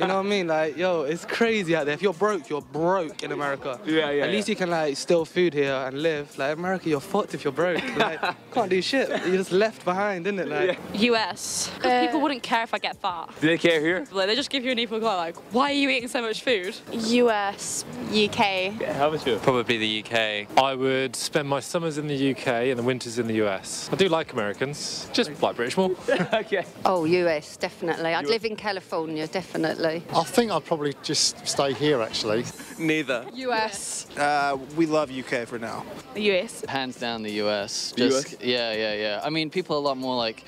you know what I mean? Like, yo, it's crazy out there. If you're broke, you're broke in America. Yeah, yeah, At least yeah. you can like steal food here and live. Like America, you're fucked if you're broke. Like, can't do shit. You're just left behind, isn't it? Like, US. Because people wouldn't care if I get fat. do they care here? Like, they just give you an equal like, why are you eating so much food? US. UK. How about you? Probably the UK. I would spend my summers in the UK and the winters in the US. I do like Americans, just like British more. okay. Oh, US, definitely. I'd live in California, definitely. I think I'd probably just stay here, actually. Neither. US. Uh, we love UK for now. The US. Hands down, the US. The Just yeah, yeah, yeah. I mean, people are a lot more like.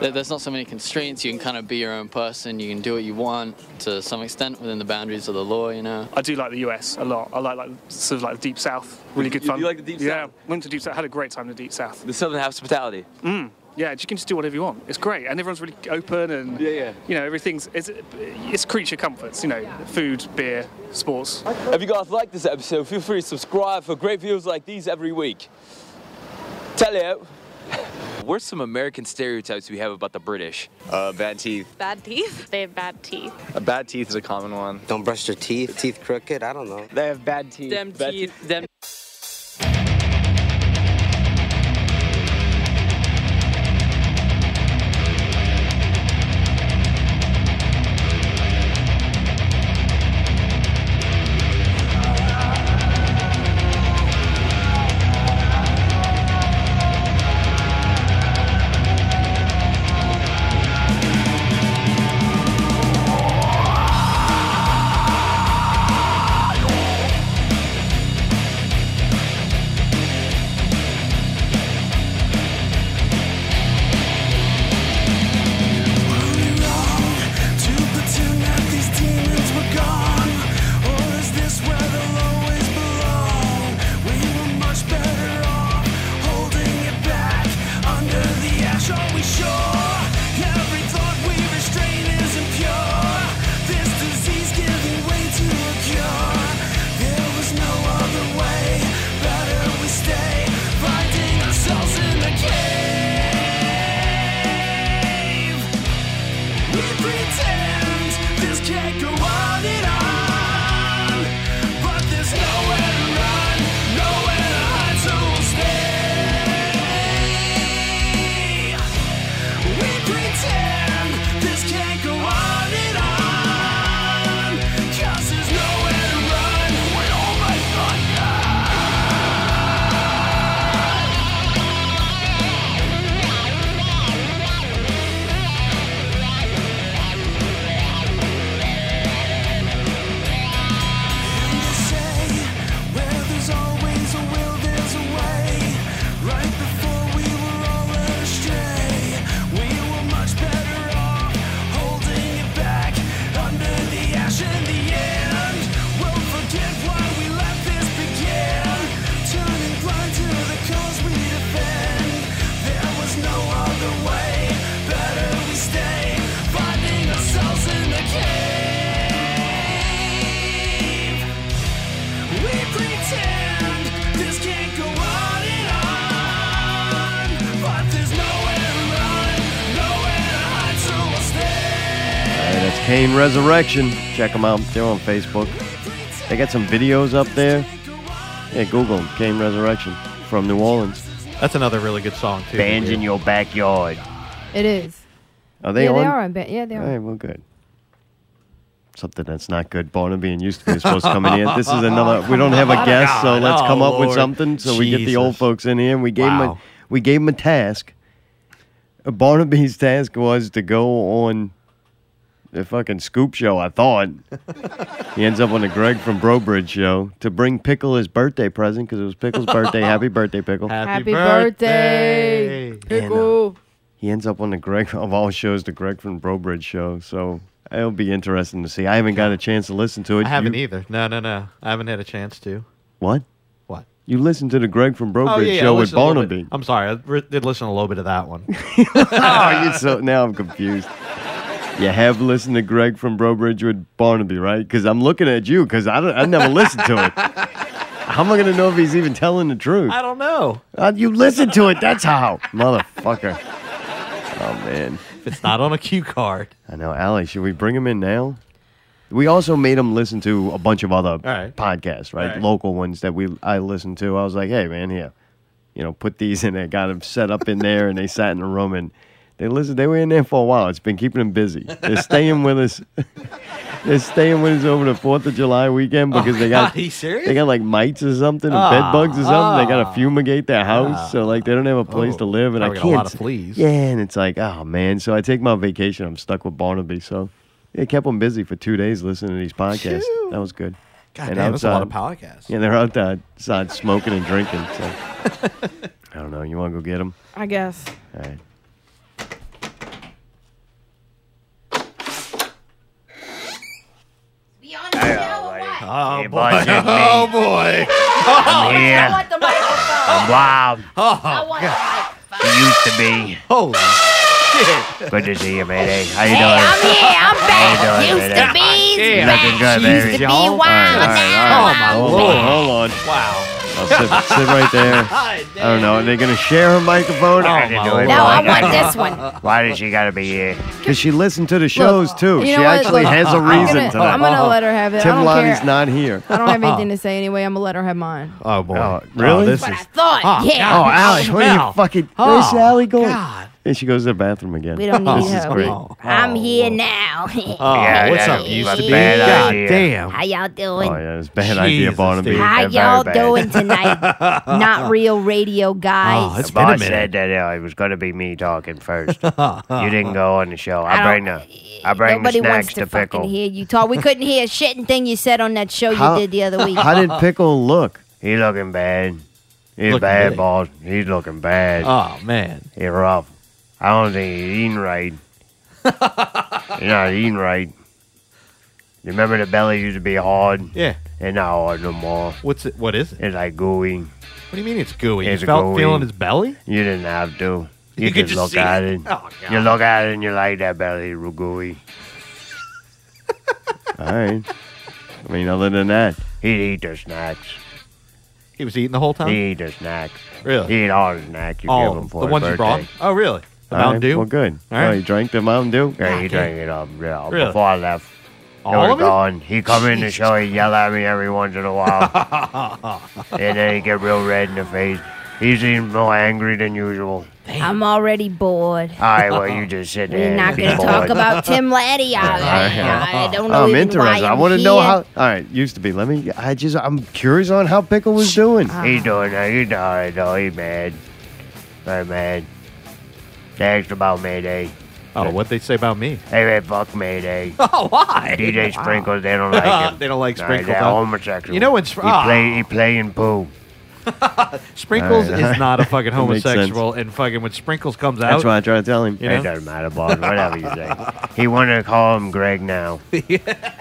there- There's not so many constraints. You can kind of be your own person. You can do what you want to some extent within the boundaries of the law. You know. I do like the US a lot. I like like sort of like the deep south. Really good You- you fun. like the Deep yeah, South? went to deep south. Had a great time in the deep south. The Southern hospitality. Mm. Yeah, you can just do whatever you want. It's great, and everyone's really open, and yeah, yeah. you know everything's it's, it's creature comforts. You know, food, beer, sports. If you guys like this episode, feel free to subscribe for great videos like these every week. Tell you. what are some American stereotypes we have about the British? Uh, bad teeth. Bad teeth? They have bad teeth. Bad teeth is a common one. Don't brush your teeth. Teeth crooked. I don't know. They have bad teeth. Them Bad teeth. Them. That's Kane Resurrection. Check them out. They're on Facebook. They got some videos up there. Yeah, Google 'em, Kane Resurrection from New Orleans. That's another really good song too. Bands in your backyard. It is. Are they yeah, on? they are on ba- Yeah, they All are. right, well, good. Something that's not good. Barnaby and used to be supposed to come in here. This is another. We don't have a guest, so Oh, God, let's come oh, up with Lord. something. So we get the old Jesus. folks in here. And we gave 'em Wow. a, we gave 'em a task. Uh, Barnaby's task was to go on the fucking Scoop show. I thought he ends up on the Greg from Brobridge show to bring Pickle his birthday present because it was Pickle's birthday. Happy birthday, Pickle! Happy birthday. Pickle. he ends up on the Greg of all shows, the Greg from Brobridge show. So it'll be interesting to see. I haven't got a chance to listen to it. I haven't You- either. No, no, no. I haven't had a chance to. What? What? You listened to the Greg from Brobridge Oh, yeah, yeah, I show with listened a little bit- Barnaby. I'm sorry. I re- did listen a little bit of that one. oh, you so now I'm confused. You have listened to Greg from Brobridge with Barnaby, right? Because I'm looking at you because I don't. I never listened to it. How am I going to know if he's even telling the truth? I don't know. Uh, you listened to it. That's how, motherfucker. Oh man, if it's not on a cue card. I know, Ali. Should we bring him in now? We also made him listen to a bunch of other podcasts, right? All right. Local ones that we I listened to. I was like, hey man, here, you know, put these in there. Got them set up in there, and they sat in the room and they listened. They were in there for a while. It's been keeping them busy. They're staying with us. They're staying with us over the Fourth of July weekend because they got God, Oh, you serious? they got like mites or something, and Ah, bed bugs or something. they got ah. to fumigate their house, so like they don't have a place Oh, to live, and I probably can't. got a lot of s- fleas. Yeah, and it's like, oh man. So I take my vacation. I'm stuck with Barnaby. So it kept them busy for two days listening to these podcasts. That was good. God damn, that's a lot of outside- podcasts. Yeah, they're out outside smoking and drinking. So I don't know. You want to go get them? I guess. All right. Oh, Hey, boy. buddy. Oh, boy. I'm here. I'm wild. Oh, God. You used to be. Holy shit. Good to see you, Mayday. How you Hey, doing? I'm here. I'm back. How you doing, Used Mayday? to be. Looking good, Used baby. to be wild. All right, all right. now I'm Hold on, wild. Hold on. Wow. I'll sit, sit right there. I don't know. Are they going to share her microphone? Oh, I didn't my know it. No, I want this one. Why does she got to be here? Because she listened to the shows, too. you She know what? actually Look, has a I'm reason gonna- to that. I'm Uh-huh. gonna let her have it. I Tim don't Lottie's care. not here. I don't have anything to say anyway. I'm gonna let her have mine. Uh-huh. Oh, boy. really? this But is- I thought, yeah. Oh, Alex, what are Mel. you fucking... Oh, where's Allie going? And she goes to the bathroom again. We don't need This is her. great. Oh, Oh, I'm here now. Oh, Yeah, what's that up, is used a to be? bad God idea. damn. How y'all doing? Oh, yeah, it's a bad idea, Jesus, Barnaby. dude. How Very y'all bad. doing tonight? Not real radio guys. Oh, The boss said that uh, it was going to be me talking first. you didn't go on the show. I I, bring don't- the I bring the Nobody snacks wants to, to, pickle. fucking hear you talk. We couldn't hear a shitting thing you said on that show you did the other week. pickle look? He looking bad. He's Looking bad, big. boss. He's looking bad. Oh, man, he's rough. I don't think he's eating right. he's not eating right. You remember the belly used to be hard? Yeah. It's not hard no more. What's it? What is it? It's like gooey. What do you mean it's gooey? It's you felt gooey. feeling his belly? You didn't have to. You, You could just, just look see at it. it. Oh, you look at it and you like that belly real gooey. All right. I mean, other than that, he'd eat the snacks. He was eating the whole time? He eat the snacks. Really? He eat all the snacks you All give him for Oh, the his ones you brought? birthday. Oh, really? The All Mountain right, Dew? Well, good. All right. Oh, he drank the Mountain Dew? Yeah, he Okay. drank it up. Yeah, Really? Before I left. They All were of it? gone. He come in the show, he yell at me every once in a while. and then he get real red in the face. He's even more angry than usual. I'm already bored. All right, well, you just sit there. We're and not be going to talk Ah, bored. about Tim Laddie. I, I don't know Oh, I'm even interested. why I I'm want to know here. how. All right, used to be. Let me. I just. I'm curious on how Pickle was doing. Ah. He doing. uh, He all right though. He mad. Very mad. They asked about Mayday. Oh, what'd they say about me? Hey man, fuck Mayday. Oh, why? DJ Wow. Sprinkles, they don't like him. They don't like Nah, Sprinkles, They're huh? homosexual. You know what's- He ah. play. He play in poo. Sprinkles All right. is not a fucking That makes sense. homosexual, and fucking when Sprinkles comes out. That's what I try to tell him. You It know? doesn't matter, boss. Whatever you say. He wanted to call him Greg now.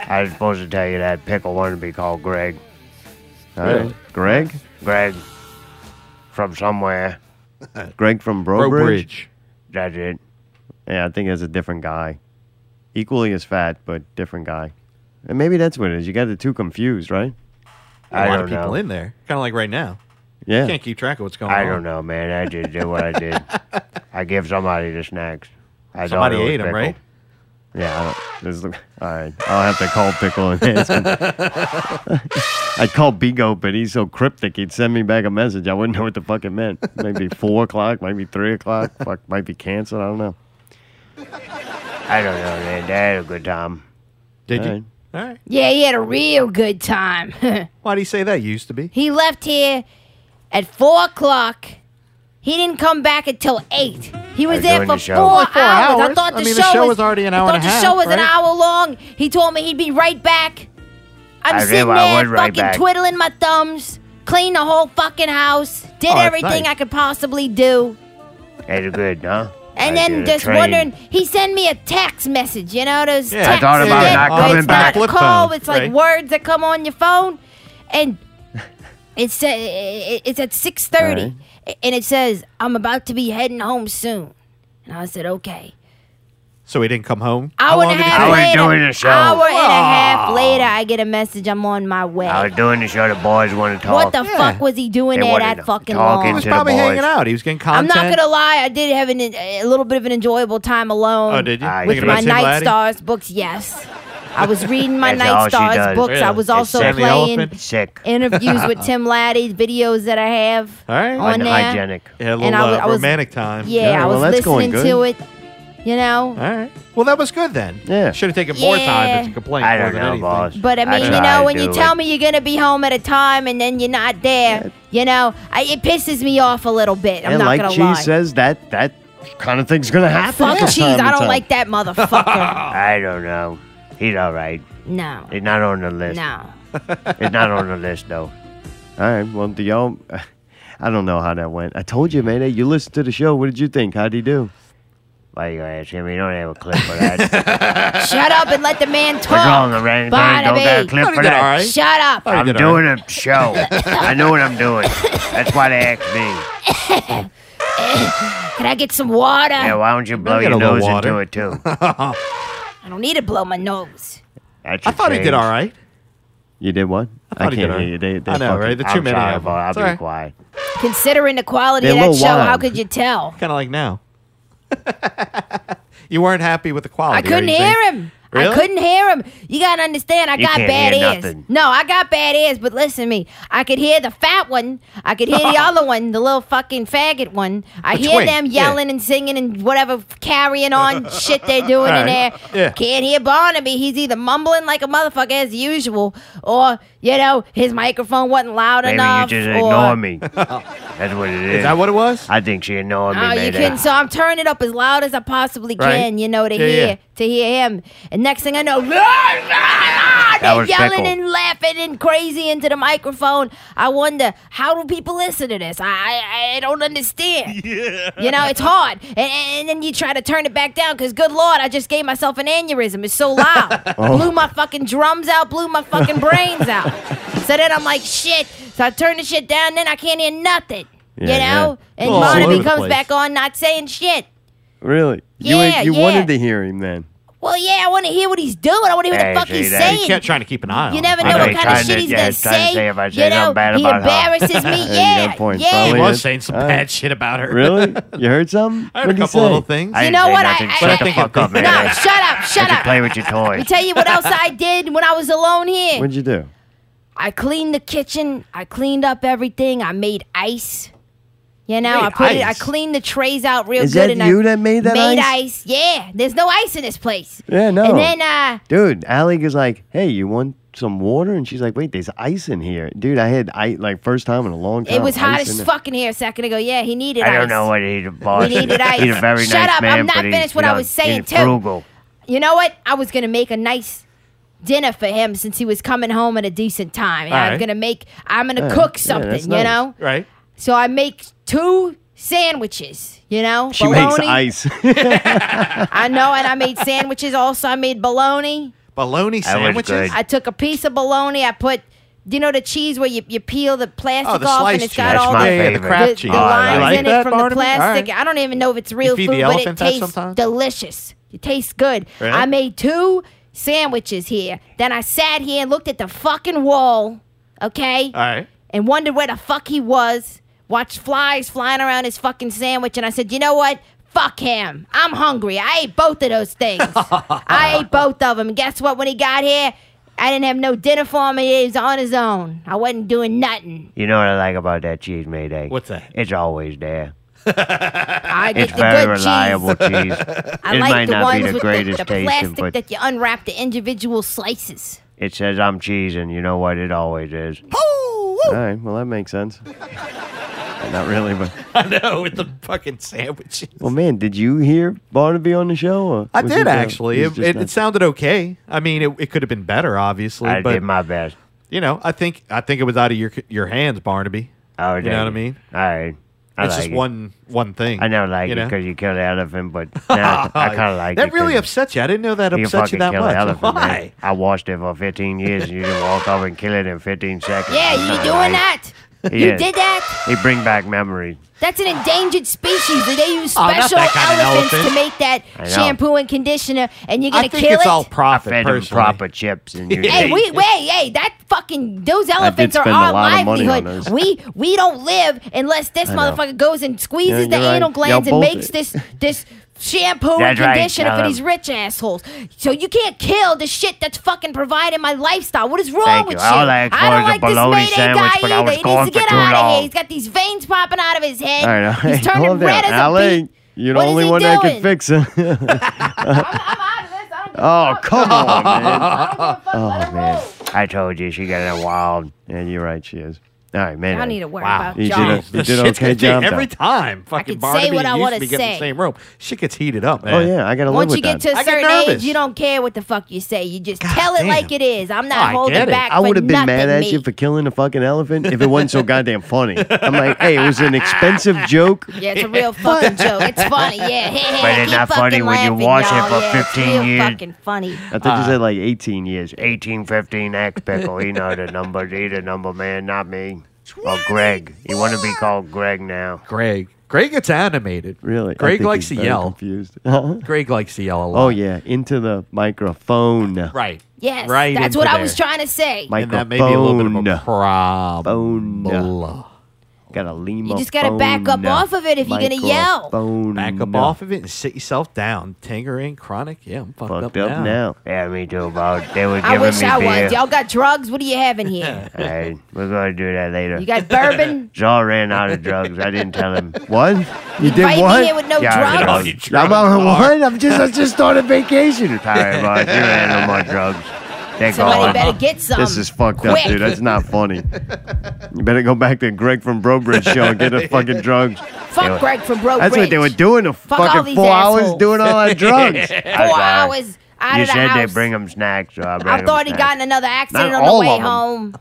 I was supposed to tell you that Pickle wanted to be called Greg. All right. Really? Greg? Greg. From somewhere. Greg from Brobridge. That's it. Yeah, I think it's a different guy. Equally as fat, but different guy. And maybe that's what it is. You got the two confused, right? A lot I don't of people know. in there, kind of like right now. Yeah. You can't keep track of what's going I on. don't know, man. I just did what I did. I give somebody the snacks. I Somebody thought it was ate 'em, Pickle. right? Yeah. I don't, this look- all right. I'll have to call Pickle and ask him. I'd call Bigo, but he's so cryptic. He'd send me back a message. I wouldn't know what the fuck it meant. Maybe four o'clock. Maybe three o'clock. Fuck. Might be canceled. I don't know. I don't know, man. Dad had a good time. Did you? All right. All right. Yeah, he had a real good time. Why'd he say that? You used to be. he left here at four o'clock. He didn't come back until eight. He was Uh, there during for the show. four, Like four hours. I hours? thought the I mean, show, the show was was already an I hour thought and a the half, show was an right? hour long. He told me he'd be right back. I'm I did- sitting I there was right fucking back. twiddling my thumbs, cleaned the whole fucking house, did Oh, that's everything nice. I could possibly do. Had a good, huh? And I then did a just train. wondering, he sent me a text message. You know those Yeah, I texts thought about that- not where coming it's back. Not a Flip call. phone, It's like right? words that come on your phone, and it says it's at six thirty, and it says I'm about to be heading home soon. And I said, okay. So he didn't come home. Hour and a half later, hour and a half Aw. later, I get a message. I'm on my way. I was doing the show. The boys want to talk. What the fuck was he doing They there wanted that to fucking talk long? into the boys. out. He was getting I'm content. not gonna lie, I did have an, a little bit of an enjoyable time alone. Oh, did you? With Thinking about my Tim Night Laddie? Stars books, yes. I was reading my That's all Night she Stars does. books. I Really? was It's also sick. playing Elephant? Sick. interviews with Tim Laddie, videos that I have All right. on there. Yeah, a little And I was- uh, I was- romantic time. Yeah, I was listening to it. You know. All right. Well, that was good then. Yeah. Should have taken more Yeah. time to complain. I more don't than know, anything. boss. But I mean, you know, when you tell me you're gonna be home at a time and then you're not there, you know, I, it pisses me off a little bit. I'm and not like gonna Cheese lie. says, that that kind of thing's gonna happen. Fuck from cheese. time to I don't time. like that motherfucker. I don't know. He's all right. no. He's not on the list. No. He's not on the list though. All right. Well, do y'all? I don't know how that went. I told you, man. Hey, you listened to the show. What did you think? How'd he do? Why you gonna ask him? You don't have a clip for that. Shut up and let the man talk. What's wrong, Lorraine? Lorraine don't got a Barnaby. clip for that. Shut up. I'm doing a show. I know what I'm doing. That's why they asked me. Can I get some water? Yeah, why don't you blow get your a little nose into water. it too? I don't need to blow my nose. That's I your thought he change. did all right. You did what? I, thought he can't did hear it. you. They, they I know, fucking- right? There are I'm too many sorry, of boy, them. I'll It's be all right. quiet. Considering the quality They're of a that little show, how wild. could you tell? Kind of like now. you weren't happy with the quality. I couldn't are Oh, you hear saying? him. Really? I couldn't hear him. You gotta understand. I You got can't bad hear ears. nothing. No, I got bad ears. But listen to me. I could hear the fat one. I could hear the other one, the little fucking faggot one. I The hear twink, them yeah. yelling and singing and whatever carrying on shit they're doing in there. Alright, yeah. Can't hear Barnaby. He's either mumbling like a motherfucker as usual, or you know his microphone wasn't loud Maybe you enough. just or- ignore me. That's what it is. Is that what it was? I think she ignored Oh, me. you baby. can. So I'm turning it up as loud as I possibly Right. can, you know, to Yeah, hear yeah. to hear him. And next thing I know, they're was yelling Pickle. and laughing and crazy into the microphone. I wonder how do people listen to this? I I, I don't understand. Yeah. You know, it's hard. And, and then you try to turn it back down because, good lord, I just gave myself an aneurysm. It's so loud. Oh. Blew my fucking drums out. Blew my fucking brains out. So then I'm like, shit. So I turn the shit down. Then I can't hear nothing. you Yeah, yeah. know, and Well, all over Barnaby the comes place. back on not saying shit. Really? You Yeah, you yeah. wanted to hear him then. Well, yeah, I want to hear what he's doing. I want to hear what the fuck he's saying. kept trying to keep an eye on You never him. know I what know, kind of trying shit to- he's yeah, gonna trying to say. say if I say you know, something bad he about her. embarrasses me. That's a yeah, good point. yeah. He Probably was is. saying some Uh, bad shit about her. Really? You heard some? I heard What'd a you couple say? little things. I You didn't know say what? I- Nothing. I- Shut I the think fuck up, man. No, I- shut up, I shut can up. play with your toys. Let me tell you what else I did when I was alone here. What'd you do? I cleaned the kitchen. I cleaned up everything. I made ice. You know, I made put it. I ice? cleaned the trays out real Is good. that and you I that made that made ice? ice? Yeah. There's no ice in this place. Yeah, no. And then, uh, dude, Allie is like, "Hey, you want some water?" And she's like, "Wait, there's ice in here, dude. I had ice like first time in a long time. It was hot ice in as there." fuck in here a second ago. Yeah, he needed I ice. don't know what he's a boss. We needed ice. He's a very Shut nice up, man, I'm not but he- finished what you I know, was saying, he's too. Frugal. You know what? I was gonna make a nice dinner for him since he was coming home at a decent time. And All I'm right. gonna make. I'm gonna Yeah, cook yeah, something. that's you nice. know. Right. So I make two sandwiches. You know. She Bologna. makes ice. I know, and I made sandwiches. Also, I made bologna. Bologna That was sandwiches. good. I took a piece of bologna. I put. Do you know the cheese where you, you peel the plastic Oh, the off and sliced it's got cheese. all That's my the, favorite. the, The crab the cheese. Oh, I lines like in that, it from the Barnaby. All plastic. right. I don't even know if it's real feed food, the but it elephant that tastes sometimes? delicious. It tastes good. Really? I made two sandwiches here. Then I sat here and looked at the fucking wall, okay, All right. and wondered where the fuck he was. Watched flies flying around his fucking sandwich, and I said, you know what? Fuck him. I'm hungry. I ate both of those things. I ate both of them. Guess what? When he got here, I didn't have no dinner for him. He was on his own. I wasn't doing nothing. You know what I like about that cheese made egg? What's that? It's always there. I get it's the very good reliable cheese. cheese. I it might like the not ones be the with greatest the, the tasting, plastic but that you unwrap the individual slices. it says I'm cheese, and you know what? It always is. All right. Well, that makes sense. not really, but I know with the fucking sandwiches. well, man, did you hear Barnaby on the show? Or I was did uh, actually. was It, just it, not- it sounded okay. I mean, it, it could have been better, obviously. I but, did my best. You know, I think I think it was out of your your hands, Barnaby. Oh, you know what I dang. mean? All right. I it's like just it. one one thing. I never like you it know? because you killed the elephant, but now I kind of like it. that really 'cause upset you. I didn't know that you upset fucking you that kill the much. elephant, man. Why? I watched it for 15 years, and you just walk up and kill it in 15 seconds. Yeah, you doing that? You Yeah. did that? He bring back memories. That's an endangered species. They use Oh, not special that kind of elephants elephant. to make that I know. shampoo and conditioner, and you're gonna I think kill it's it. all profit. I fed him proper chips, and you Hey, we wait, hey, that fucking those elephants are spend a our lot of money on livelihood. those. We we don't live unless this I know. motherfucker goes and Yeah, squeezes the you're right. anal glands Y'all and both- makes this this shampoo and That's right, Uh-huh. conditioner for Adam. these rich assholes. So you can't kill the shit that's fucking providing my lifestyle. What is wrong Thank with you. All I I, asked for was don't a like this bologna Mayday sandwich, guy but I either. was he gone needs for to get too out of long. here. He's got these veins popping out of his head. All right, all right. He's turning Calm down. red as a Alec, beet. You're the What is only he one that doing? can fix him. Oh, come on, man. Oh, man. I told you she got it wild. Yeah, you're right. She is. All right, man. Y'all need to worry about you John. Did a, you This did shit's okay, John. gonna be every time. Fucking could say Barnaby what I used wanna to be getting say. the same rope. Shit gets heated up, man. Oh, yeah, I gotta live Once with you get that. to a I get certain age, nervous. you don't care what the fuck you say. You just tell it damn. like it is. I'm not I holding back. I for would have been mad nothing, at me. you for killing a fucking elephant if it wasn't so goddamn funny. I'm like, hey, it was an expensive joke. Yeah, it's a real fucking joke. It's funny. Yeah, But it's not funny when you watch it for 15 real years. fucking funny. Uh, I think you said like 18 years. 1815 Axe Pickle. He know the Oh, number. He the number man, not me. Or Greg. You want to be called Greg now. Greg. Greg gets animated. Really? I Greg think likes to he's very yell. Confused. Greg likes to yell a lot. Oh yeah, into the microphone. Right. Yes, Right that's into what I there. was trying to say. Microphone. And that may be a little bit of a problem. Got a lima. You just gotta back up off of it if you're gonna yell. Back up off of it and sit yourself down. Tingering, chronic. Yeah, I'm fucked, Fucked up now. Yeah, me too, bro. They were I giving wish me I beer. was. Y'all got drugs? What do you have in here? Hey, we're gonna do that later. You got bourbon? Jaw ran out of drugs. I didn't tell him. What? You did invited me what? here with no I drugs? did. No, you I'm out of drunk what? I'm just I just started vacation. Tired, bro. You ain't no more drugs. They're Somebody gone. better get some. This is fucked up, Quick. dude. That's not funny. You better go back to Greg from Brobridge show and get the fucking drugs. They were- Fuck Greg from Broke That's what they were doing. The Fuck all fucking these four hours assholes. doing all that drugs. Four I'm sorry. hours out You of the said they house. bring him snacks, so I bring I thought he snacks. got in another accident Not on the all way of 'em. home.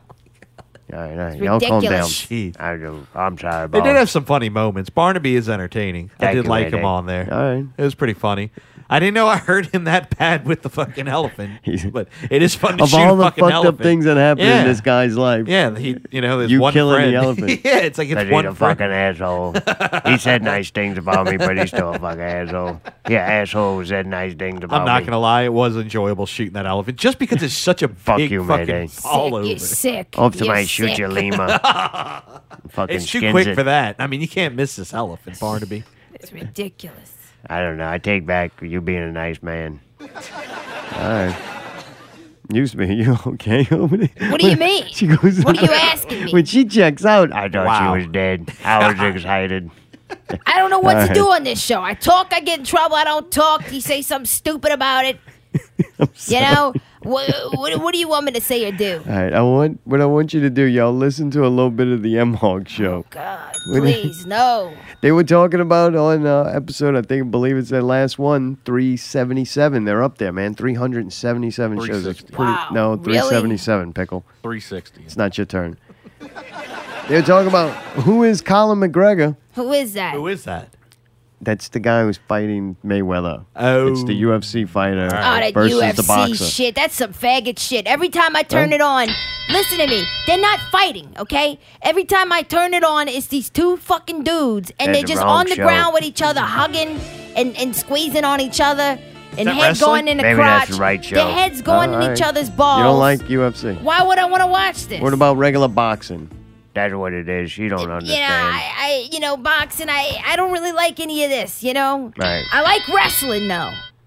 All right, all right. It's Y'all calm down. ridiculous. I do. I'm sorry, They boss. eh? did have some funny moments. Barnaby is entertaining. I Thank did you, like him Mayday. on there. All right. It was pretty funny. I didn't know I hurt him that bad with the fucking elephant, but it is fun to of shoot all a the fucking fucked elephant. up things that happen Yeah. in this guy's life. Yeah, he, you know, there's you one killing friend. the elephant. yeah, it's like it's But one he's a friend. fucking asshole. he said nice things about me, but he's still a fucking asshole. Yeah, asshole said nice things about I'm not me. gonna lie, it was enjoyable shooting that elephant just because it's such a big you, fucking Mayday. all over. You're sick. Hope You're somebody shoots sick. your lima. fucking It's too skins quick it. for that. I mean, you can't miss this elephant, Barnaby. It's ridiculous. I don't know. I take back you being a nice man. All right. Used to be. You okay over there? What do you mean? She goes. What are you asking me? When she checks out, I thought Wow. she was dead. I was excited. I don't know what to All do right. on this show. I talk, I get in trouble. I don't talk. You say something stupid about it. you know, what, what, what do you want me to say or do? All right, I want what I want you to do, y'all. Listen to a little bit of the M Hog show. Oh, God, When they- Please, no. They were talking about on uh, episode, I think, believe it's their last one, three seventy seven. They're up there, man. Three hundred and seventy seven shows. It's 360. pretty. Wow, no, really? three seventy seven. Pickle. 360. It's not your turn. They're talking about who is Colin McGregor. Who is that? Who is that? That's the guy who's fighting Mayweather. Oh, it's the UFC fighter Oh, that versus UFC the boxer. shit. That's some faggot shit. Every time I turn Well- it on, listen to me. They're not fighting, okay? Every time I turn it on, it's these two fucking dudes, and That's they're just the wrong on the show. ground with each other, hugging and, and squeezing on each other, and that head wrestling? going in the Maybe crotch. that's the right show. Their heads going All in right. each other's balls. You don't like UFC. Why would I want to watch this? What about regular boxing? That's what it is. You don't understand. you know, I, I, you know, boxing. I, I don't really like any of this. You know, All right. I like wrestling though.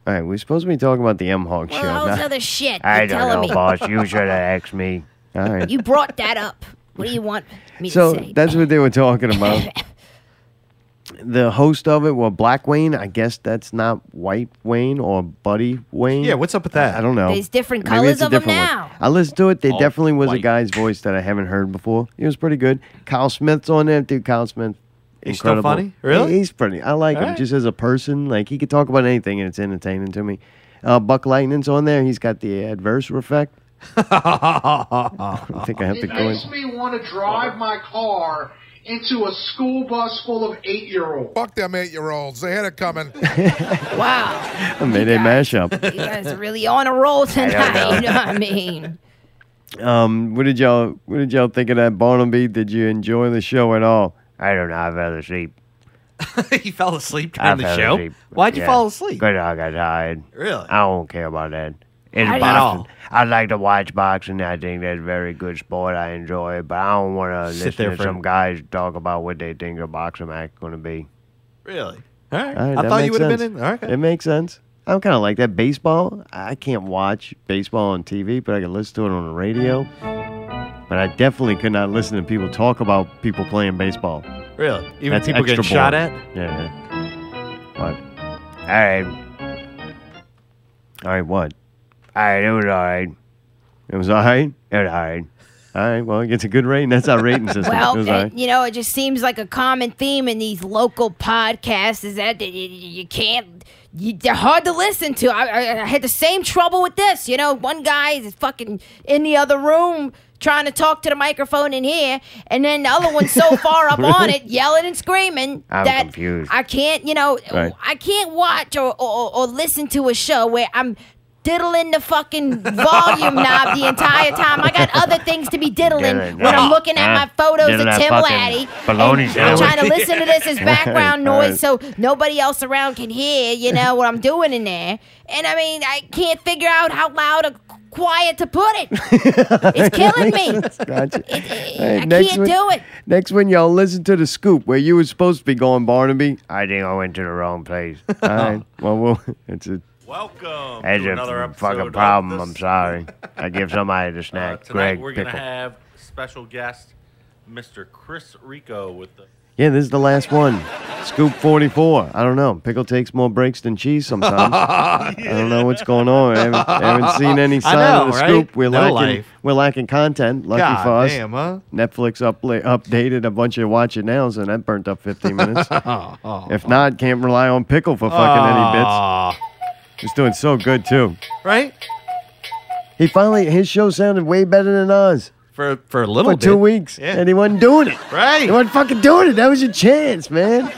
All right, we're supposed to be talking about the M Hog Well, show. all this not- other shit. I You're don't telling know, me. boss. You should have asked me. All right. You brought that up. What do you want me so to say? that's what they were talking about. the host of it were Black Wayne. I guess that's not White Wayne or Buddy Wayne. Yeah, what's up with that? I don't know. There's different Maybe it's colors a of them different one. now. I listened to it. There All definitely was a white. guy's voice that I haven't heard before. He was pretty good. Kyle Smith's on there. Dude, Kyle Smith. He's still incredible. funny? Really? He- he's pretty. I like All him right. just as a person. Like he could talk about anything and it's entertaining to me. Uh, Buck Lightning's on there. He's got the adverse effect. I think I have to It go makes in. me want to drive my car into a school bus full of eight-year-olds. Fuck them eight-year-olds. They had it coming. wow. I made a mashup. You guys are really on a roll don't tonight. know. You know what I mean? Um, what did y'all What did y'all think of that Barnaby? Did you enjoy the show at all? I don't know. I fell asleep. he fell asleep I during the fell show. asleep. Why'd you Yeah. fall asleep? Good, I got tired. Really? I don't care about that. It's How do you- boxing. At I like to watch boxing. I think that's a very good sport. I enjoy it, but I don't want to Sit listen there to for- some guys talk about what they think a boxing match going to be. Really? All right. All right, I that thought makes you would have been sense. in. All right. It makes sense. I'm kind of like that. Baseball, I can't watch baseball on TV, but I can listen to it on the radio. But I definitely could not listen to people talk about people playing baseball. Really? Even That's people getting extra shot at? boring. Yeah. What? All right. All right, what? All right, it was all right. It was all right? It was all right. All right, well, it gets a good rating. That's our rating system. Well, it was all uh, right. you know, it just seems like a common theme in these local podcasts is that you, you can't. You, they're hard to listen to. I, I, I had the same trouble with this. You know, one guy is fucking in the other room trying to talk to the microphone in here, and then the other one's so far up on Really? it, yelling and screaming I'm that confused. I can't. You know, Right. I can't watch or, or or listen to a show where I'm diddling the fucking volume knob the entire time. I got other things to be diddling Diddling, when yeah. I'm looking Ah. at Yeah. my photos Diddling of that Tim fucking Laddie. baloney and I'm sandwich. trying to listen to this as background All right. noise so nobody else around can hear, you know, what I'm doing in there. And I mean, I can't figure out how loud or quiet to put it. it's killing me. Gotcha. All right, I next can't one- do it. Next one, y'all listen to the scoop where you were supposed to be going, Barnaby. I think I went to the wrong place. All right. Well, well it's a. Welcome That's to a another episode fucking of problem. The I'm sorry. I give somebody the Uh, snack. tonight Greg we're Pickle. gonna have special guest Mr. Chris Rico with the yeah, this is the last one. Scoop 44. I don't know. Pickle takes more breaks than cheese sometimes. I don't know what's going on. I haven't, I haven't seen any I sign know, of the right? scoop. We're No lacking. life. We're lacking content. Lucky God for us, damn, huh? Netflix upla updated a bunch of watch it nows, and that burnt up 15 minutes. Oh. if not, can't rely on Pickle for fucking any bits. He's doing so good too. Ah. Right? He finally his show sounded way better than ours For for a little for bit. two weeks, Yeah. and he wasn't doing it. Right. he wasn't fucking doing it. That was your chance, man.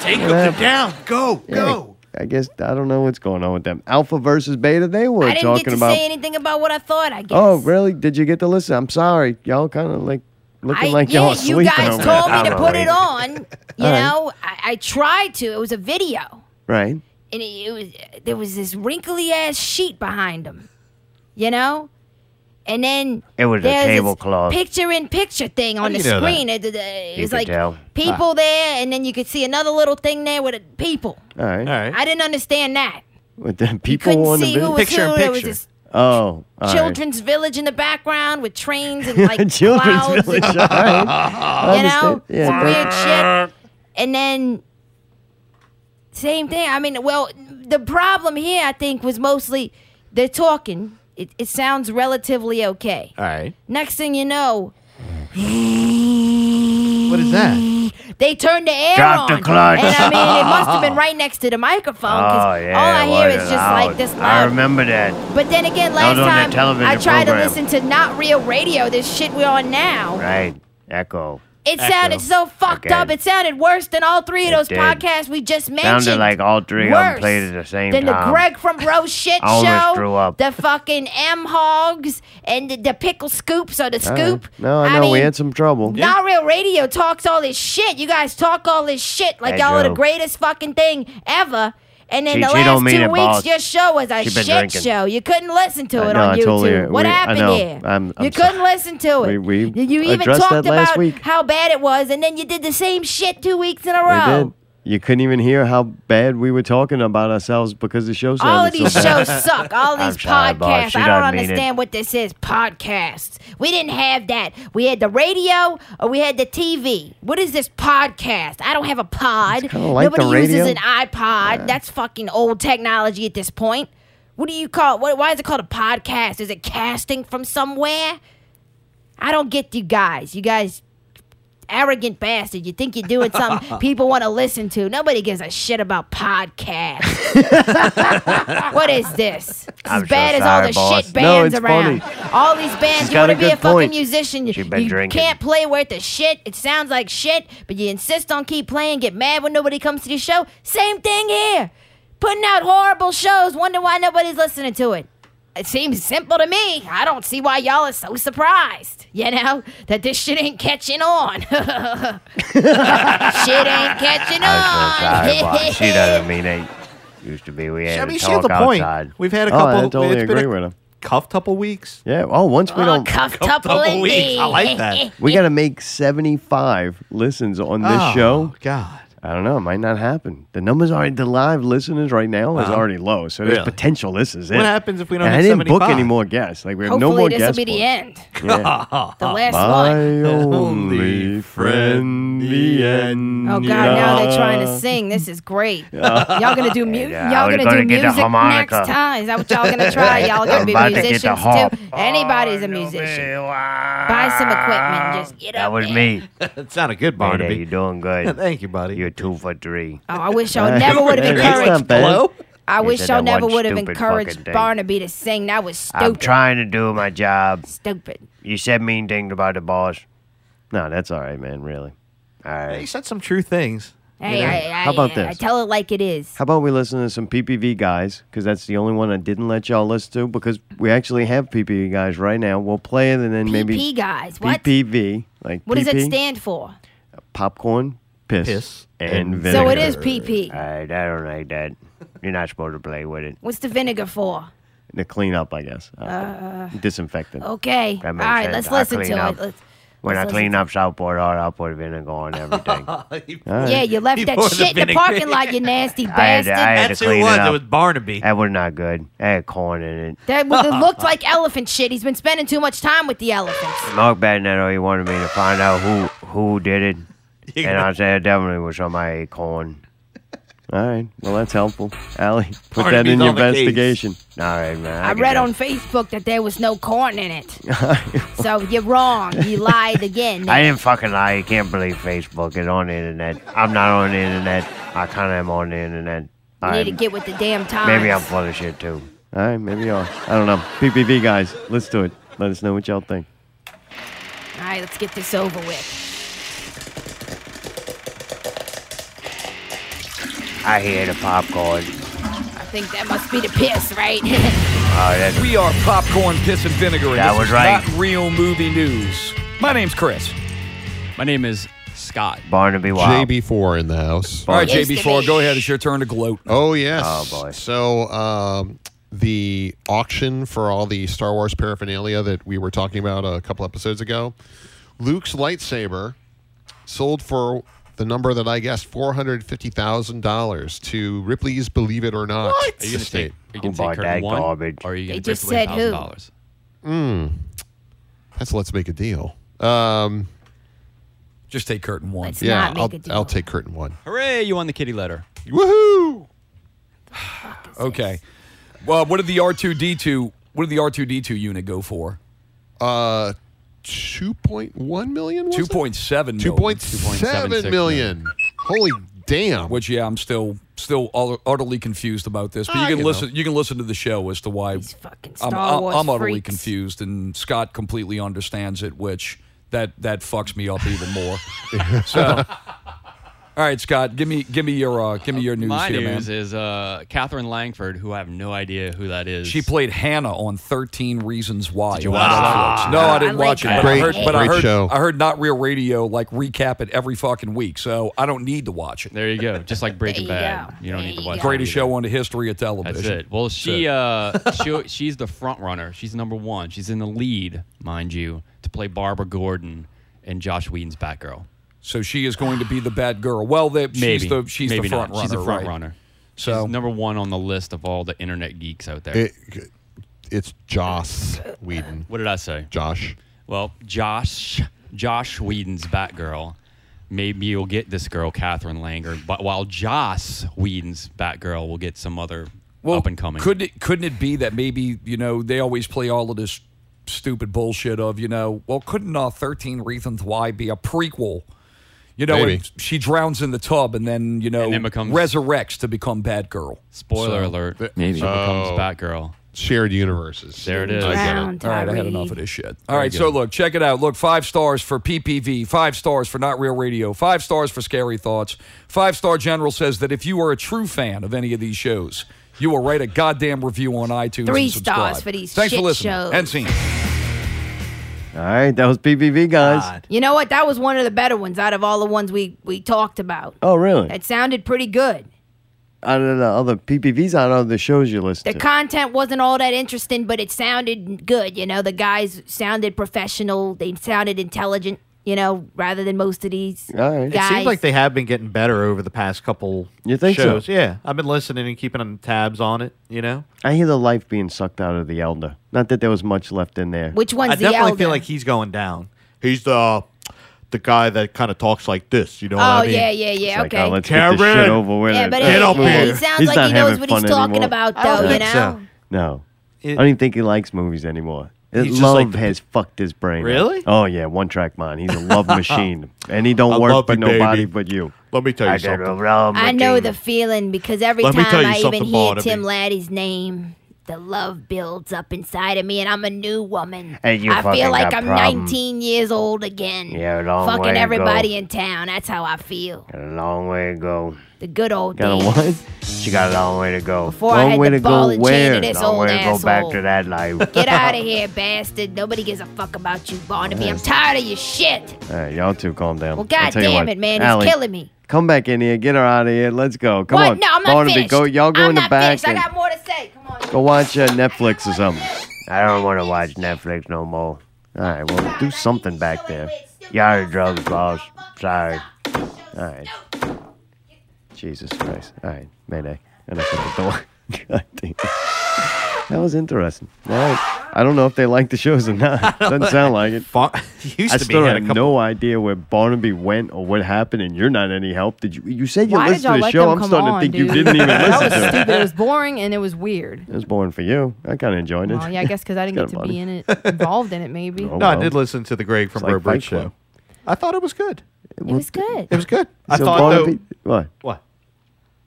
Take Yeah, him man. down. Go, Yeah, go. I guess I don't know what's going on with them. Alpha versus Beta. They were I didn't talking get to about. say anything about what I thought. I guess. Oh, really? Did you get to listen? I'm sorry. Y'all kind of like looking I- like yeah, y'all you sleeping. guys over told there. me to put it on. You All right. know, I, I tried to. It was a video, Right. and it, it was there was this wrinkly ass sheet behind him. You know, and then It was a there's this tablecloth. picture-in-picture thing How on do the you know that? screen. It, it- it You was could like tell. people there, and then you could see another little thing there with it- people. All right. All right. I didn't understand that. With the couldn't people on the see who video? was Picture in who, there was picture. this Oh, all right. Children's village in the background with trains and like Children's clouds. village. all And, right. I you know, understand. Yeah, some thank- weird shit. And then same thing. I mean, well, the problem here, I think, was mostly they're talking. It, it sounds relatively okay. All right. Next thing you know, What is that? they turned the air Drop on. the clutch. And I mean, it must have been right next to the microphone. 'cause Oh, yeah, all I it hear is was just loud. like this I loud remember that. but then again, That last was on that time television I tried program. to listen to not real radio, this shit we're on now. Right. Echo. It sounded so fucked Again. up. It sounded worse than all three of It those did. podcasts we just mentioned. Sounded like all three of them Worse played at the same than time. the Greg from Bro shit I almost show, threw up. the fucking M Hogs, and the, the pickle scoops or the All right. scoop. No, I know we mean, had some trouble. Not real radio talks all this shit. You guys talk all this shit like Hey, y'all are the Joe. greatest fucking thing ever. And then She- the she don't last mean two it, weeks, boss. your show was a She been shit drinking. show. You couldn't listen to I it know, on I YouTube. totally- what we- I happened know. here? I'm- I'm you couldn't listen to We- it. we you you even addressed that talked last about week. how bad it was, and then you did the same shit two weeks in a We row. did. You couldn't even hear how bad we were talking about ourselves because the show sounded All of these so bad. shows suck. All of I'm these sorry, boss. podcasts. You I done don't mean it. understand what this is. Podcasts. We didn't have that. We had the radio or we had the TV. What is this podcast? I don't have a pod. kinda like Nobody the radio. uses an iPod. That's fucking old technology at this point. What do you call what, why is it called a podcast? Is it casting from somewhere? I don't get you guys. You guys arrogant bastard. You think you're doing something people want to listen to. Nobody gives a shit about podcasts what is this? It's I'm so as sorry, bad as all the boss. shit No, bands it's around. funny. All these bands, She's you got want a to be a good fucking point. musician. You, She's been you drinking. can't play worth a shit. It sounds like shit, but you insist on keep playing, get mad when nobody comes to the show. Same thing here. Putting out horrible shows, wonder why nobody's listening to it. It seems simple to me. I don't see why y'all are so surprised, you know, that this shit ain't catching on. shit ain't catching on. I'm so sorry, boss. She doesn't mean it. Used to be we had I mean, to she has talk a point. outside. We've had a Oh, couple. I totally it's been agree a with him. Cuff couple weeks. Yeah. Oh, once we Oh, don't cuff-tuple Cuff-tuple weeks. indeed. I like that. We got to make seventy-five listens on this Oh, show. God. I don't know. It might not happen. The numbers are the live listeners right now is Uh-huh. already low, so there's Really? potential. This is it. What happens if we don't And I hit didn't book 75? any more guests. Like we have Hopefully no more this will guests. be the end. Yeah. The last My one. only friend, the end. Oh God! Now they're trying Uh, to sing. This is great. Yeah. y'all gonna do music. Yeah, y'all we're gonna, gonna do get the music next harmonica. time. Is that what y'all gonna try? Y'all I'm gonna be about to get the musicians harp. too. Anybody's a musician. Buy some equipment. Just get That up. was me. it's not a good Barnaby. You're doing good. Thank you, buddy. You're two for three. Oh, I wish y'all Hey, never would have hey, that's not encouraged. bad. Hello? I You wish said y'all that never one would have stupid encouraged fucking thing. Barnaby to sing. That was I'm stupid. trying to do my job. Stupid. You said mean things about the boss. No, that's all right, man. Really. All right. He said some true things. Hey, You know? I, I, How about I- I this? tell it like it is. How about we listen to some PPV guys? Because that's the only one I didn't let y'all listen to because we actually have PPV guys right now. We'll play it and then maybe PP guys. What? PPV like What does PP, it stand for? Popcorn, piss, Piss, and and vinegar. So it is PP. I, I don't like that. You're not supposed to play with it. What's the vinegar for? To clean up, I guess. Uh, Uh, disinfectant. okay. That All makes right, sense. let's I listen clean to up. it. Let's- When I let's clean up, I'll pour it out. I'll put vinegar on everything. All right. Yeah, you left that poured the shit in the vinegar. parking lot, you nasty I had, bastard. to- I had That's to who it clean was. It up. was Barnaby. That was not good. I had corn in it. That was, it looked like elephant shit. He's been spending too much time with the elephants. Mark Badnetto, he wanted me to find out who who did it. You And know. I said it definitely was somebody ate corn. All right. Well, that's helpful. Allie, put Barnaby's that in your on the case. investigation. All right, man. I can read do on Facebook that there was no corn in it. So you're wrong. You lied again. I didn't fucking lie. You can't believe Facebook is on the internet. I'm not on the internet. I kind of am on the internet. You need to I'm- get with the damn time. maybe I'm full of shit too. All right, maybe you are. I don't know. PPV guys, let's do it. Let us know what y'all think. All right, let's get this over with. I hear the popcorn. I think that must be the piss, right? Oh, that's We are popcorn, piss, and vinegar. And That this was is right. Not real movie news. My name's Chris. My name is Scott. Barnaby Wild. JB4 in the house. All right, JB4, go ahead. It's your turn to gloat. Oh yes. So um, the auction for all the Star Wars paraphernalia that we were talking about a couple episodes ago, Luke's lightsaber sold for the number that I guessed four hundred fifty thousand dollars to Ripley's Believe It or Not Are you gonna Oh, estate. take- are you gonna take curtain one, or are you gonna They just take away said who. $1,000? Mm. That's let's make a deal. Um, Just take curtain one. yeah, I'll, I'll take curtain one. Hooray, you won the kitty letter. Woohoo! okay. Well, what did the R2D2? What did the R2D2 unit go for? Uh, two point one million. Two point seven. Two point seven million. Holy damn! Which yeah, I'm still still ut- utterly confused about this. But Ah, you can you listen. You can listen to the show as to why I'm, Star I'm- Wars I'm utterly freaks. confused, and Scott completely understands it, which that that fucks me up even more. so, all right, Scott, give me give me your uh, give me your news My here, man. news is uh, Catherine Langford, who I have no idea who that is. She played Hannah on 13 Reasons Why. Did you watch on that? Netflix. No, I I didn't like watch it. that. But I Great- heard, but I great heard, show. I heard Not Real Radio like recap it every fucking week, so I don't need to watch it. There you go. Just like Breaking Bad. You don't need to watch that Greatest either. show on the history of television. That's it. Well, she uh, she she's the front runner. She's number one. She's in the lead, mind you, to play Barbara Gordon and Josh Whedon's Batgirl. So she is going to be the bad girl. Well, that Maybe she's the she's Maybe the front not. runner. She's the front right? runner. So she's number one on the list of all the internet geeks out there. It, it's Joss Whedon. What did I say? Josh. Well, Josh, Josh Whedon's Batgirl. Maybe you'll get this girl, Catherine Langer, but while Joss Whedon's Batgirl will get some other up and coming. Couldn't it, couldn't it be that maybe you know they always play all of this stupid bullshit of you know well couldn't uh, Thirteen Reasons Why be a prequel? You know, Maybe. and she drowns in the tub and then you know then becomes- resurrects to become bad girl. Spoiler alert. Maybe. She becomes Oh. Batgirl. Shared universes. There it is. I get it. All right, I had enough of this shit. All Very right, so good. look, check it out. Look, five stars for PPV, five stars for Not Real Radio, five stars for Scary Thoughts. Five Star General says that if you are a true fan of any of these shows, you will write a goddamn review on iTunes. Three and subscribe. stars for these Thanks shit for listening. shows. And scene. All right, that was PPV guys. You know what? That was one of the better ones out of all the ones we, we talked about. Oh, really? That sounded pretty good. out of the other PPVs, out of the shows you listen The to. content wasn't all that interesting, but it sounded good. You know, the guys sounded professional. They sounded intelligent. You know, rather than most of these It guys. seems like they have been getting better over the past couple You think so? shows. Yeah, I've been listening and keeping on tabs on it. You know, I hear the life being sucked out of the elder. Not that there was much left in there. I definitely feel like he's going down. He's the the guy that kind of talks like this. You know oh yeah, yeah, yeah. It's like, okay. oh, let's get this shit Karen! over with. Yeah, but Get it, up it- it here. sounds He's like not he knows having what he's fun talking anymore. about, I don't though. You think know. so. No, I don't even think he likes movies anymore. His He's just love like the- has fucked his brain. up. Really? Oh yeah, one track mind. He's a love machine, and he don't I work love for you, nobody baby. but you. Let me tell you I got a something. love I machine. know the feeling because every Let me time tell you I even something, hear Barnaby. Tim Laddie's name, The love builds up inside of me, and I'm a new woman. Hey, you I fucking feel like got I'm problem. 19 years old again. Yeah, a long fucking way to go. everybody in town. That's how I feel. Got a long way to go. The good old Got days. a what? She got a long way to go. Before I long had way the to ball go and chain where? to this long old way to go back asshole. to that life. Get out of here, bastard. Nobody gives a fuck about you, Barnaby. I'm tired of your shit. All right, y'all two, calm down. Well, I'll tell you goddamn what. it, man. Allie, He's killing me. Come back in here. Get her out of here. Let's go. Come what? on. No, I'm not Barnaby, finished. Go, y'all go I'm in the not back Finished. I and got more to say. Come on. go watch uh, Netflix or something. I don't want to watch Netflix no more. All right, well, do something back there. You are the drugs, boss. Sorry. All right. Jesus Christ. All right, Mayday. Enough at the door. God damn. That was interesting. All right. I don't know if they like the shows or not. Doesn't sound like it. used I to be, still had have a couple- no idea where Barnaby went or what happened, and you're not any help. Did you? You said you Why did listened y'all to the let show. them I'm come starting to on, think you dude? didn't even That listen was to stupid. it. It was boring and it was weird. It was boring for you. I kind of enjoyed it. Well, yeah, I guess because I didn't Got Oh, get to about be in it, involved in it. Maybe. No, I did listen to the Greg from like Bird Bird Fight Club. show. I thought it was good. It was good. It was good. I So thought Barnaby, though, what? What?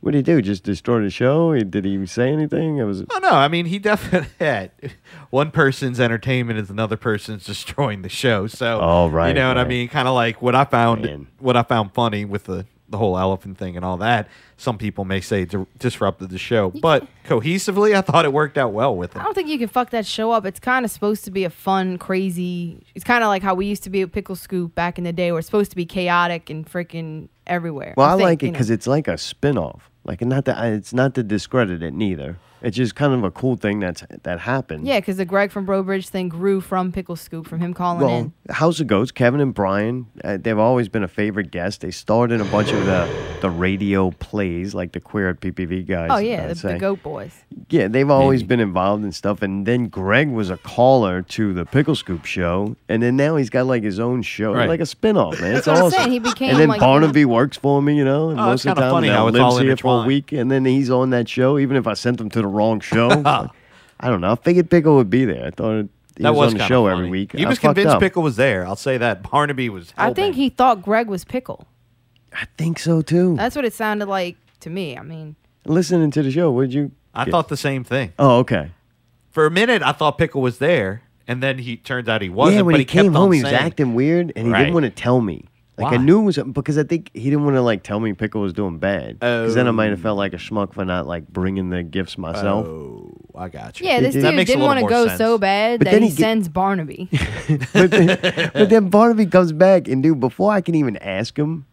What did he do? Just destroy the show? He- Did he say anything? It was. Oh no! I mean, he definitely had one person's entertainment is another person's destroying the show. So, Oh, right, you know what I right. mean? Kind of like what I found, what I found funny with the the whole elephant thing and all that. Some people may say di- disrupted the show, but cohesively, I thought it worked out well with it. I don't think you can fuck that show up. It's kind of supposed to be a fun, crazy. It's kind of like how we used to be at Pickle Scoop back in the day, where it's supposed to be chaotic and freaking everywhere. Well, I, think, like it you know. because it's like a spin-off. Like not that I- it's not to discredit it neither. It's just kind of a cool thing that's that happened. Yeah, because the Greg from Brobridge thing grew from Pickle Scoop from him calling well, in. House of Goats, Kevin and Brian, uh, they've always been a favorite guest. They starred in a bunch of the the radio plays, like the Queer at PPV guys. Oh yeah, I'd the, the say. Goat Boys. Yeah, they've always been involved in stuff. And then Greg was a caller to the Pickle Scoop show. And then now he's got like his own show, Right. like a spinoff, man. It's That's what I'm awesome. saying. He became, and then like- Barnaby works for me, you know. And Oh, most it's of the kinda time, funny now how it's lives all here for a intertwined. week. And then he's on that show, even if I sent him to the wrong show. Like, I don't know. I figured Pickle would be there. I thought he That was, on was the kinda show funny. every week. He I was fucked convinced up. Pickle was there. I'll say that Barnaby was. I think he thought Greg was Pickle. I think so too. That's what it sounded like to me. I mean, Listening to the show, would you? I get- thought the same thing. Oh, okay. For a minute, I thought Pickle was there, and then he turns out he wasn't. yeah, when but he, came kept home, on he was saying- acting weird, and he Right. didn't want to tell me. Like I Why? knew it was because I think he didn't want to like tell me Pickle was doing bad. Because then I might have Oh. felt like a schmuck for not like bringing the gifts myself. Oh, I got yeah, this dude didn't want to go so bad But that then he, he get- sends Barnaby. but, then, but then Barnaby comes back, and dude, before I can even ask him,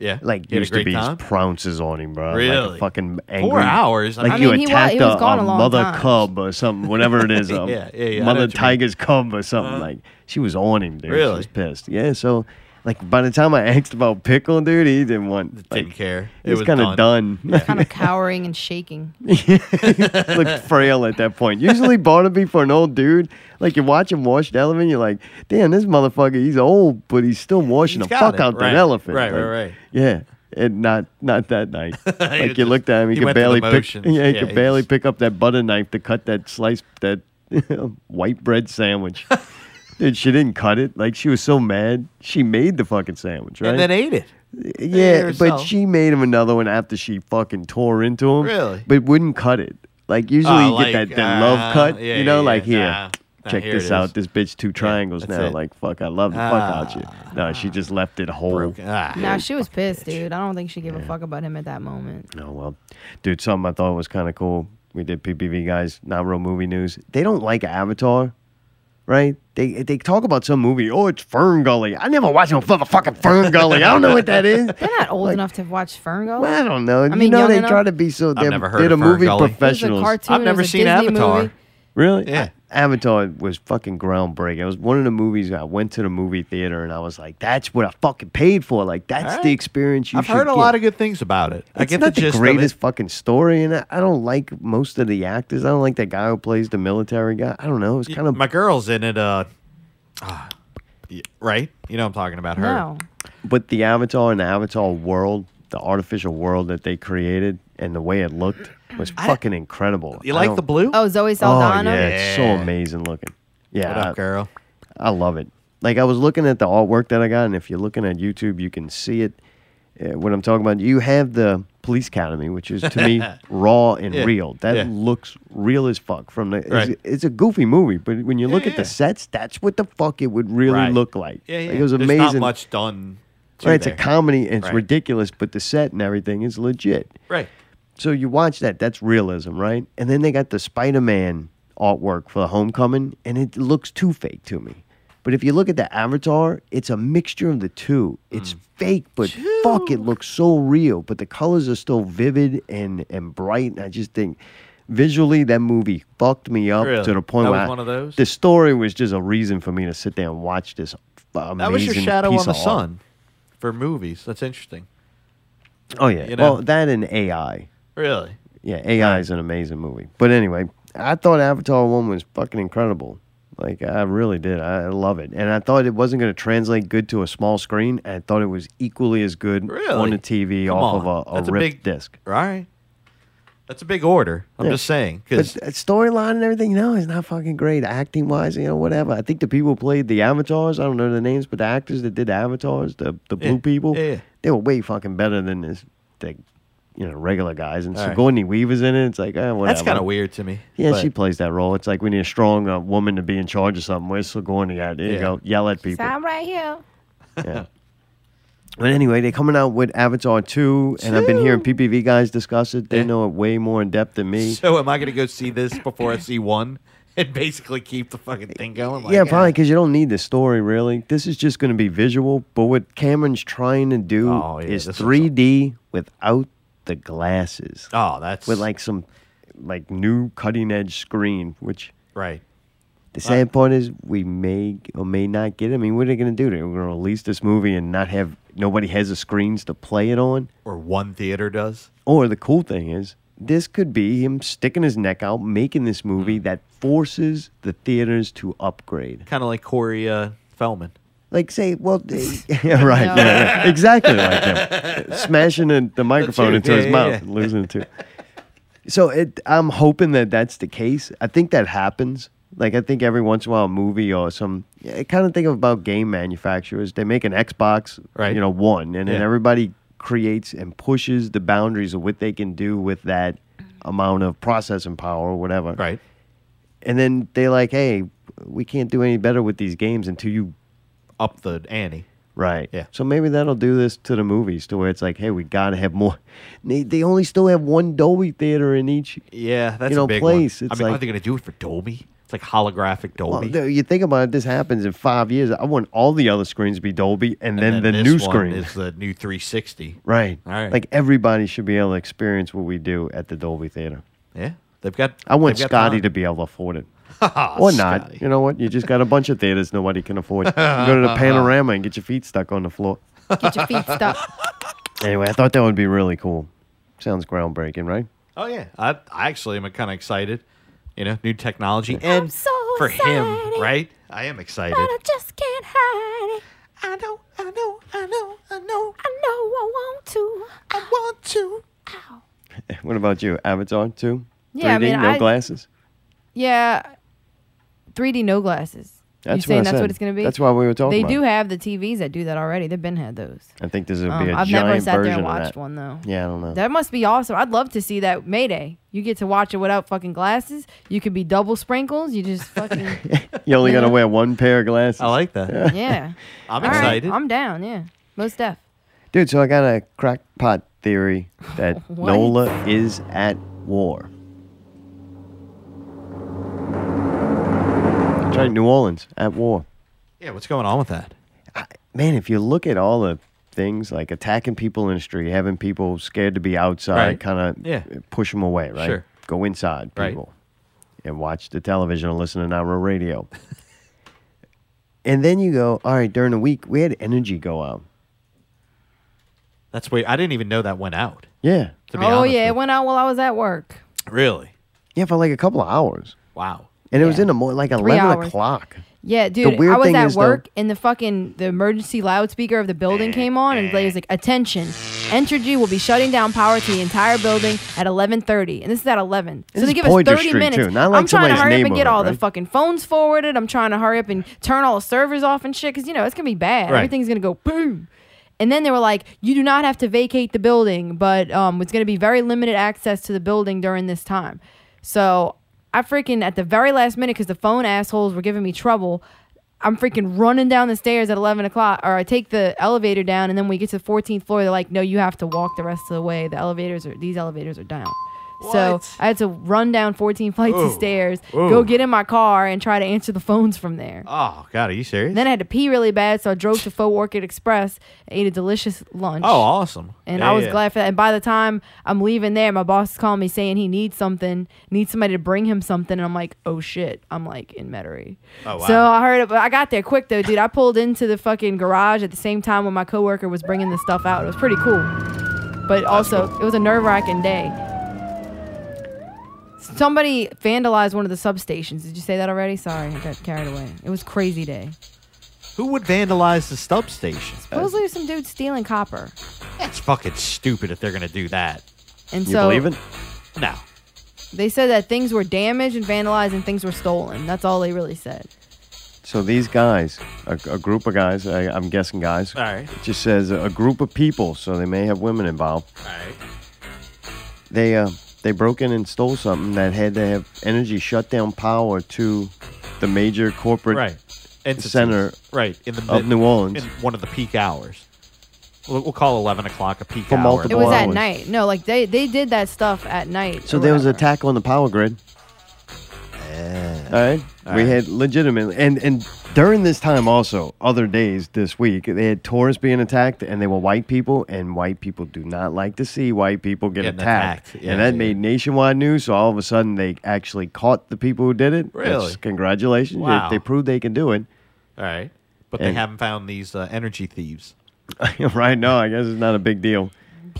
Yeah, like You had a used to great be time? prounces on him, bro. Like Really? a fucking angry. hours? I Like mean- you I mean, he wa- attacked he was a, gone a a long mother time. cub or something, whatever it is. um, Yeah, yeah, yeah, I know Mother what you Uh-huh. tiger's cub or something. Like she was on him, dude. She Really? was pissed. Yeah. So, like by the time I asked about pickle, dude, he didn't want. Like, Didn't care. He was, kind of done. kind of cowering and shaking. looked frail at that point. Usually Barnaby for an old dude, like you watch him wash the elephant, you're like, damn, this motherfucker, he's old, but he's still washing He's the got fuck it. out Right. that elephant. Right, right, Like, right. Yeah. And not not that night. like you just- looked at him, he, he could went through barely the pick, yeah, motions. he Yeah, could he barely pick up that butter knife to cut that slice that white bread sandwich. Dude, she didn't cut it. Like she was so mad, she made the fucking sandwich, right? and then ate it. Yeah, but herself. she made him another one after she fucking tore into him. Really? But wouldn't cut it. Like usually Oh, you get like, that, that uh, love cut, yeah, you know, yeah, like yeah. here, Nah, nah, check here this it out. is. This bitch two triangles that's now. it. Ah, Like fuck, I love the fuck out you. No, she just left it whole. Now she was pissed, dude. I don't think she gave a fuck about him at that moment. Oh well, dude, something I thought was kind of cool. We did PPV guys, not real movie news. They don't like Avatar, right? They they talk about some movie. Oh, it's Fern Gully. I never watched no fucking Fern Gully. I don't know what that is. They're not old enough to have watched Ferngully. Well, I don't know. I you mean, know young they enough? try to be so. They're, never heard they're of the movie Ferngully. It was a professionals. cartoon, I've it never was a seen Disney Avatar. movie. Really? Yeah. Avatar was fucking groundbreaking. It was one of the movies I went to the movie theater and I was like, "That's what I fucking paid for. Like, that's All the right. experience you I've should heard a get." lot of good things about it. I it's get not the the, gist of it. greatest fucking story, and I, I don't like most of the actors. I don't like that guy who plays the military guy. I don't know. It's kind of my girl's in it. Uh, ah, y- right? You know I'm talking about her. But the avatar and the avatar world, the artificial world that they created, and the way it looked was fucking incredible. You I like don't- the blue? Oh, Zoe Saldana. Oh, yeah, it's so Yeah. amazing looking. Yeah, What up, I- girl? I love it. Like I was looking at the artwork that I got, and if you're looking at YouTube, you can see it. uh, what I'm talking about. You have the police academy, which is to me raw and Yeah, real. That yeah. looks real as fuck. From the Right. it's, it's a goofy movie, but when you look at the sets, that's what the fuck it would really Right. look like. Yeah, yeah. Like, it was There's amazing. not much done. to Right, it's a there. comedy and it's Right. ridiculous, but the set and everything is legit. Right. So you watch that, that's realism, right? And then they got the Spider Man artwork for the homecoming, and it looks too fake to me. But if you look at the avatar, it's a mixture of the two. Hmm. It's fake, but fuck, it looks so real. But the colors are still vivid and, and bright. And I just think visually, that movie fucked me up Really? to the point That where was I- one of those? the story was just a reason for me to sit there and watch this. Amazing That was your shadow piece on the of art. sun for movies. That's interesting. Oh yeah. You know? Well, that and AI. Really? Yeah, AI is an amazing movie. But anyway, I thought Avatar One was fucking incredible. Like I really did. I I love it, and I thought it wasn't going to translate good to a small screen. I thought it was equally as good on Really? the TV Come off on. of a, a That's a ripped big- disc. All right. That's a big order. I'm Yeah. just saying. But Because that storyline and everything, no, it's not fucking great. Acting wise, you know, whatever. I think the people who played the avatars. I don't know the names, but the actors that did the avatars, the the blue Yeah, people, yeah, yeah. they were way fucking better than this. The, you know, regular guys and All right. Sigourney Weaver's in it. It's like, eh, whatever. that's kind of weird to me. Yeah, but- she plays that role. It's like we need a strong uh, woman to be in charge of something. Where's Sigourney at? There you Yeah. go. Yell at people. I'm right here. Yeah. But anyway, they're coming out with Avatar 2, and I've been hearing PPV guys discuss it. They know it way more in depth than me. So am I going to go see this before I see one and basically keep the fucking thing going? Like, yeah, probably because you don't need the story, really. This is just going to be visual. But what Cameron's trying to do Oh, yeah, is this looks 3D without the glasses. Oh, that's With like some like new cutting edge screen, which right. The sad part is we may or may not get it. I mean, what are they going to do? They're going to release this movie and not have nobody has the screens to play it on. Or one theater does. Or the cool thing is this could be him sticking his neck out, making this Mm. movie that forces the theaters to upgrade. Kind of like Corey uh, Feldman. Like say, well, they- yeah, right, yeah, yeah, exactly like him, smashing the, the microphone you. into Yeah, his yeah, mouth, yeah. losing it to. So it, I'm hoping that that's the case. I think that happens. Like I think every once in a while, a movie or some. I kind of think about game manufacturers. They make an Xbox, right. you know, one, and then Yeah. everybody creates and pushes the boundaries of what they can do with that amount of processing power or whatever. Right. And then they like, hey, we can't do any better with these games until you Up the ante. Right. Yeah. So maybe that'll do this to the movies to where it's like, hey, we gotta have more. They, they only still have one Dolby theater in each. Yeah, that's you know a big place. one. It's I mean, like, are they going to do it for Dolby? It's like holographic well, Dolby. th- you think about it. This happens in five years. I want all the other screens to be Dolby, and, then, the this new one screen. is the new 360. right. All right. Like everybody should be able to experience what we do at the Dolby theater. yeah, they've got. I want they've got Scotty time. Ah, to be able to afford it. or not. You know what? You just got a bunch of theaters nobody can afford. You go to the panorama and get your feet stuck on the floor. Get your feet stuck. Anyway, I thought that would be really cool. Sounds groundbreaking, right? Oh yeah, I, I actually am kind of excited. You know, new technology I'm and so for him, right? I am excited. just can't hide it. I know, I know, I know, I know. I know I want to. I want to. What about you? Avatar too? Yeah, I 3D, mean, no I- glasses. Yeah, 3D no glasses. That's You're saying what I that's said. what it's going to be. That's why we were talking They about do it. have the TVs that do that already. They've been had those. I think this would be Um, a I've giant never sat version there and of watched that. one though. Yeah, I don't know. That must be awesome. I'd love to see that Mayday. You get to watch it without fucking glasses. You could be double sprinkles. You just fucking you only gotta wear one pair of glasses. I like Yeah. that. yeah. I'm All right, excited. I'm down. Yeah, most deaf. Dude, so I got a crackpot theory that What? Nola is at war. That's right, New Orleans at war. Yeah, what's going on with that? Man, if you look at all the things like attacking people in the street, having people scared to be outside, Right. kind of Yeah. push them away, right? Sure. Go inside, Right. people, and watch the television or listen to our radio. and then you go, all right, during the week, we had energy go out. That's weird. I didn't even know that went out. Yeah. To be Oh honest, yeah, it went out while I was at work. really? Yeah, for like a couple of hours. Wow. And it was in the morning, like Three 11 hours. o'clock. Yeah, The dude, weird I was thing at is, though- Eh, work and the fucking the emergency loudspeaker of the building came on and they was like, "Attention, Entergy will be shutting down power to the entire building at 11:30." And this is at 11. This so they is give us Boyder 30 Street, minutes. too, not like I'm trying to somebody's hurry up and get neighborhood, all the right? fucking phones forwarded. I'm trying to hurry up and turn all the servers off and shit cuz you know, it's going to be bad. Right. Everything's going to go boom. And then they were like, you do not have to vacate the building, but um, it's going to be very limited access to the building during this time. So I freaking, at the very last minute, because the phone assholes were giving me trouble, I'm freaking running down the stairs at 11 o'clock, or I take the elevator down, and then when we get to the 14th floor, they're like, no, you have to walk the rest of the way. The elevators are, these elevators are down. So What? I had to run down 14 flights Ooh. of stairs, Ooh. go get in my car, and try to answer the phones from there. Oh God, are you serious? Then I had to pee really bad, so I drove to Faux Orchid Express, ate a delicious lunch. Oh, awesome. And Yeah, I was yeah. glad for that. And by the time I'm leaving there, my boss is calling me saying he needs something, needs somebody to bring him something. And I'm like, oh shit, I'm like in Metairie. Oh, wow. So I heard it, but I got there quick though, dude. I pulled into the fucking garage at the same time when my coworker was bringing the stuff out. It was pretty cool. But also, it was a nerve wracking day. Somebody vandalized one of the substations. Did you say that already? Sorry, I got carried away. It was crazy day. Who would vandalize the stub station? Supposedly, there's some dude stealing copper. It's fucking stupid if they're gonna do that. And You so- believe it? No. They said that things were damaged and vandalized and things were stolen. That's all they really said. So these guys, a, a group of guys, I, I'm guessing guys. All right. It just says a group of people, so they may have women involved. All right. They uh, they broke in and stole something that had to have energy shut down power to the major corporate Right. Entities. center Right in the of mid- New Orleans. in one of the peak hours. We'll, we'll call eleven o'clock a peak For hour. multiple it was at hours. night. No, like they they did that stuff at night. So or there was an whatever. attack on the power grid. All right. All we right. had legitimately, and and during this time also, other days this week, they had tourists being attacked, and they were white people, and white people do not like to see white people get Getting attacked, attacked. Yeah, and that yeah, made nationwide news. So all of a sudden, they actually caught the people who did it. That's- Really? congratulations! They- Wow. They, proved they can do it. All right. But they And- haven't found these uh, energy thieves. right now, I guess it's not a big deal.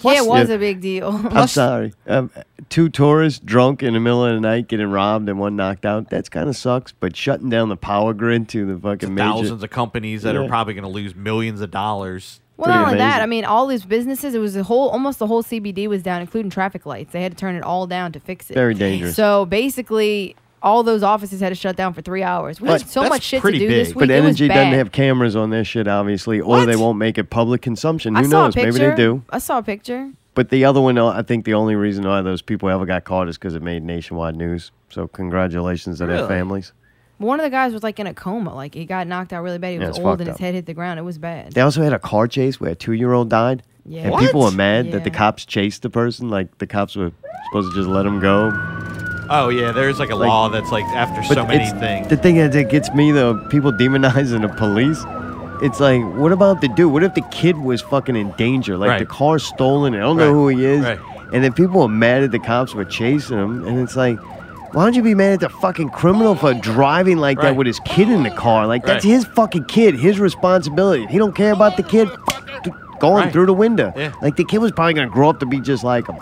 yeah, it was Yeah. a big deal. I'm sorry. Um, two tourists drunk in the middle of the night getting robbed and one knocked out. That's kind of sucks. But shutting down the power grid to the fucking major Thousands of companies that are Yeah. probably going to lose millions of dollars. Well, not only that, I mean, all these businesses, it was a whole, almost the whole CBD was down, including traffic lights. They had to turn it all down to fix it. Very dangerous. So basically, all those offices had to shut down for three hours. We had so much shit to do this week. But It was Energy doesn't bad. have cameras on their shit, obviously, or they won't make it public consumption. I Who saw a knows? Maybe they picture. do. I saw a picture. But the other one, uh, I think the only reason why those people ever got caught is because it made nationwide news. So congratulations to their Really? families. One of the guys was like in a coma. Like he got knocked out really bad. He Yeah, it's was old fucked and his up. head hit the ground. It was bad. They also had a car chase where a two-year-old died, Yeah. and people were What? mad that the Yeah. cops chased the person. Like the cops were supposed to just let him go. Oh, yeah. There's like a Like- law that's like after But so many it's- things. The thing that gets me though, people demonizing the police. It's like, what about the dude? What if the kid was fucking in danger? Like the Right. car's stolen, and I don't know who he is. And then people are mad at the cops for chasing him, and it's like, why don't you be mad at the fucking criminal for driving like that Right. with his kid in the car? Like that's Right. his fucking kid, his responsibility. He don't care about the kid going Right. through the window. Yeah. Like the kid was probably gonna grow up to be just like him.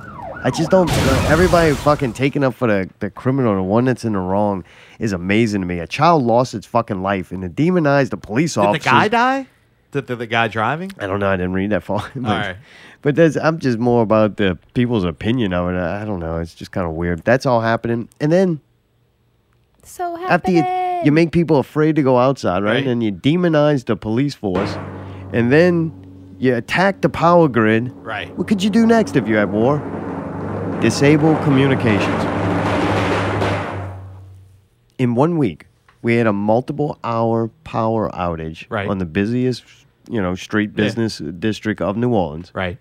I just don't. Everybody fucking taking up for the, the criminal, the one that's in the wrong, is amazing to me. A child lost its fucking life, and to demonize the police Did the officer. guy die? Did the, the guy driving? I don't know. I didn't read that far. but, right. But that's, I'm just more about the people's opinion of it. I don't know. It's just kind of weird. That's all happening, and then So after you, you make people afraid to go outside, right? And you demonize the police force, and then you attack the power grid. Right. What could you do next if you're at war? Disable communications. In one week, we had a multiple-hour power outage Right. on the busiest, you know, street Yeah. business district of New Orleans. Right.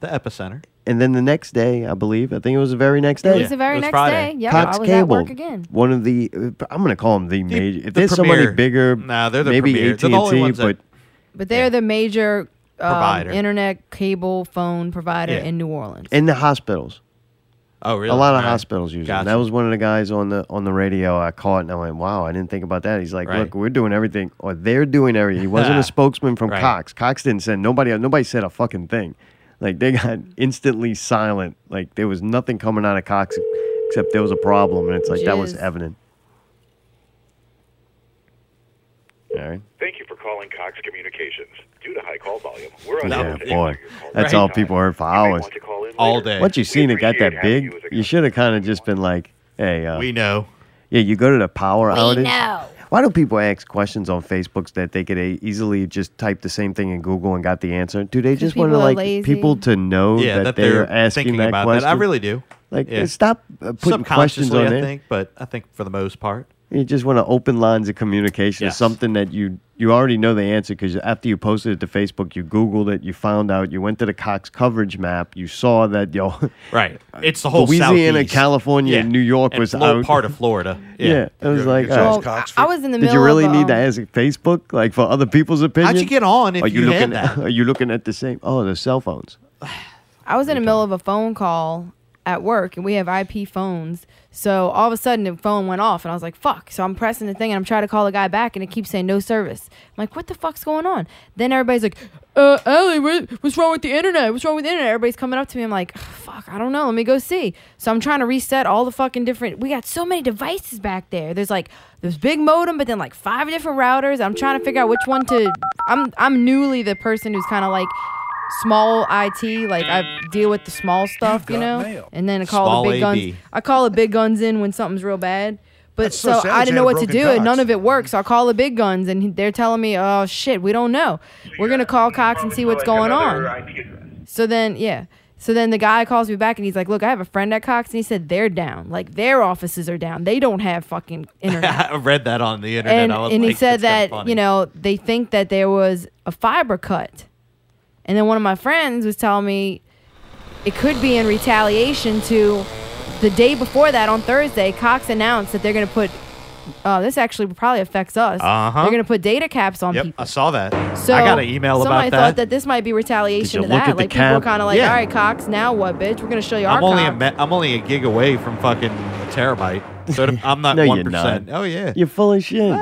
The epicenter. And then the next day, I believe, I think it was the very next It day. was the very next day. Yeah, Cox I was Cable, at work again. one of the, uh, I'm going to call them the, major. If the there's somebody premier- bigger, Nah, they're the maybe premier. AT They're and the only T, ones but that- But they're the major um, Provider. internet cable phone provider Yeah. in New Orleans. in the hospitals. Oh, really? A lot of All right. hospitals use them. Gotcha. That was one of the guys on the on the radio I caught, and I went, "Wow, I didn't think about that." He's like, Right. "Look, we're doing everything, or they're doing everything." He wasn't a spokesman from Right. Cox. Cox didn't send nobody. Nobody said a fucking thing. Like they got instantly silent. Like there was nothing coming out of Cox except there was a problem, and it's like that was Jizz. evident. All right. Thank you for calling Cox Communications. Due to high call volume, we're Yeah, unable to boy, that's Right. all people heard for hours. All day. Once you seen it got that big, you should have kind of just been like, "Hey, uh, We know. Yeah, you go to the power outage. know. Why do people ask questions on Facebooks that they could e- easily just type the same thing in Google and got the answer? Do they just want to people are like lazy. people to know Yeah, that, that they're, they're asking thinking that about that. question? I really do. Like, Yeah. stop uh, putting questions Subconsciously, on I there. think, but I think for the most part. You just want to open lines of communication is Yes. something that you you already know the answer because after you posted it to Facebook, you Googled it, you found out, you went to the Cox coverage map, you saw that yo, Right. It's the whole Uh, Louisiana, Southeast. California, Yeah. and New York And was a little out. part of Florida. Yeah, it was like, Well, uh, I I was in the did middle. you really of, need to um, ask Facebook like for other people's opinion? get on if are you, you looking? had that? Are you looking at the same? Oh, the cell phones. I was in the middle of a phone call at work and we have IP phones. So all of a sudden the phone went off and I was like, fuck. So I'm pressing the thing and I'm trying to call the guy back and it keeps saying no service. I'm like, what the fuck's going on? Then everybody's like, uh, Ellie, what, what's wrong with the internet? What's wrong with the internet? Everybody's coming up to me. I'm like, fuck, I don't know. Let me go see. So I'm trying to reset all the fucking different. We got so many devices back there. There's like this big modem, but then like five different routers. I'm trying to figure out which one to. I'm I'm newly the person who's kind of like small IT. Like I Mm. deal with the small stuff, you know, and then I call Small the big AB. guns. I call the big guns in when something's real bad. But so so, sad I you didn't had know a what to broken do, and Cox. none of it worked. So I call the big guns, and they're telling me, "Oh shit, we don't know. We're gonna call Cox and see what's going on." So then, yeah. So then the guy calls me back and he's like, "Look, I have a friend at Cox, and he said they're down. Like their offices are down. They don't have fucking internet." I read that on the internet. and I was and he like, said that's kinda that funny. you know they think that there was a fiber cut, and then one of my friends was telling me it could be in retaliation to the day before that on Thursday. Cox announced that they're going to put. Uh, this actually probably affects us. Uh-huh. They're going to put data caps on Yep, people. I saw that. So I got an email somebody about thought that. that this might be retaliation you to look that. at the Like people were cap? kind of like, Yeah. all right, Cox, now what, bitch? We're going to show you our I'm only a Cox. me- I'm only a gig away from fucking a terabyte. So I'm not No, one you're not. Oh yeah. You're full of shit.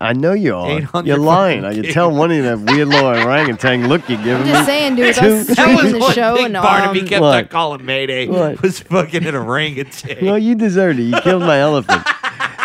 I know you are. 800 You're lying. I fucking can kids. tell one of that weird little orangutan look you're giving I'm just me. saying, dude, Two- us streaming the one show thing and Barnaby um, kept What? on calling Mayday What? was fucking an orangutan. No, you deserved it. You killed my elephant.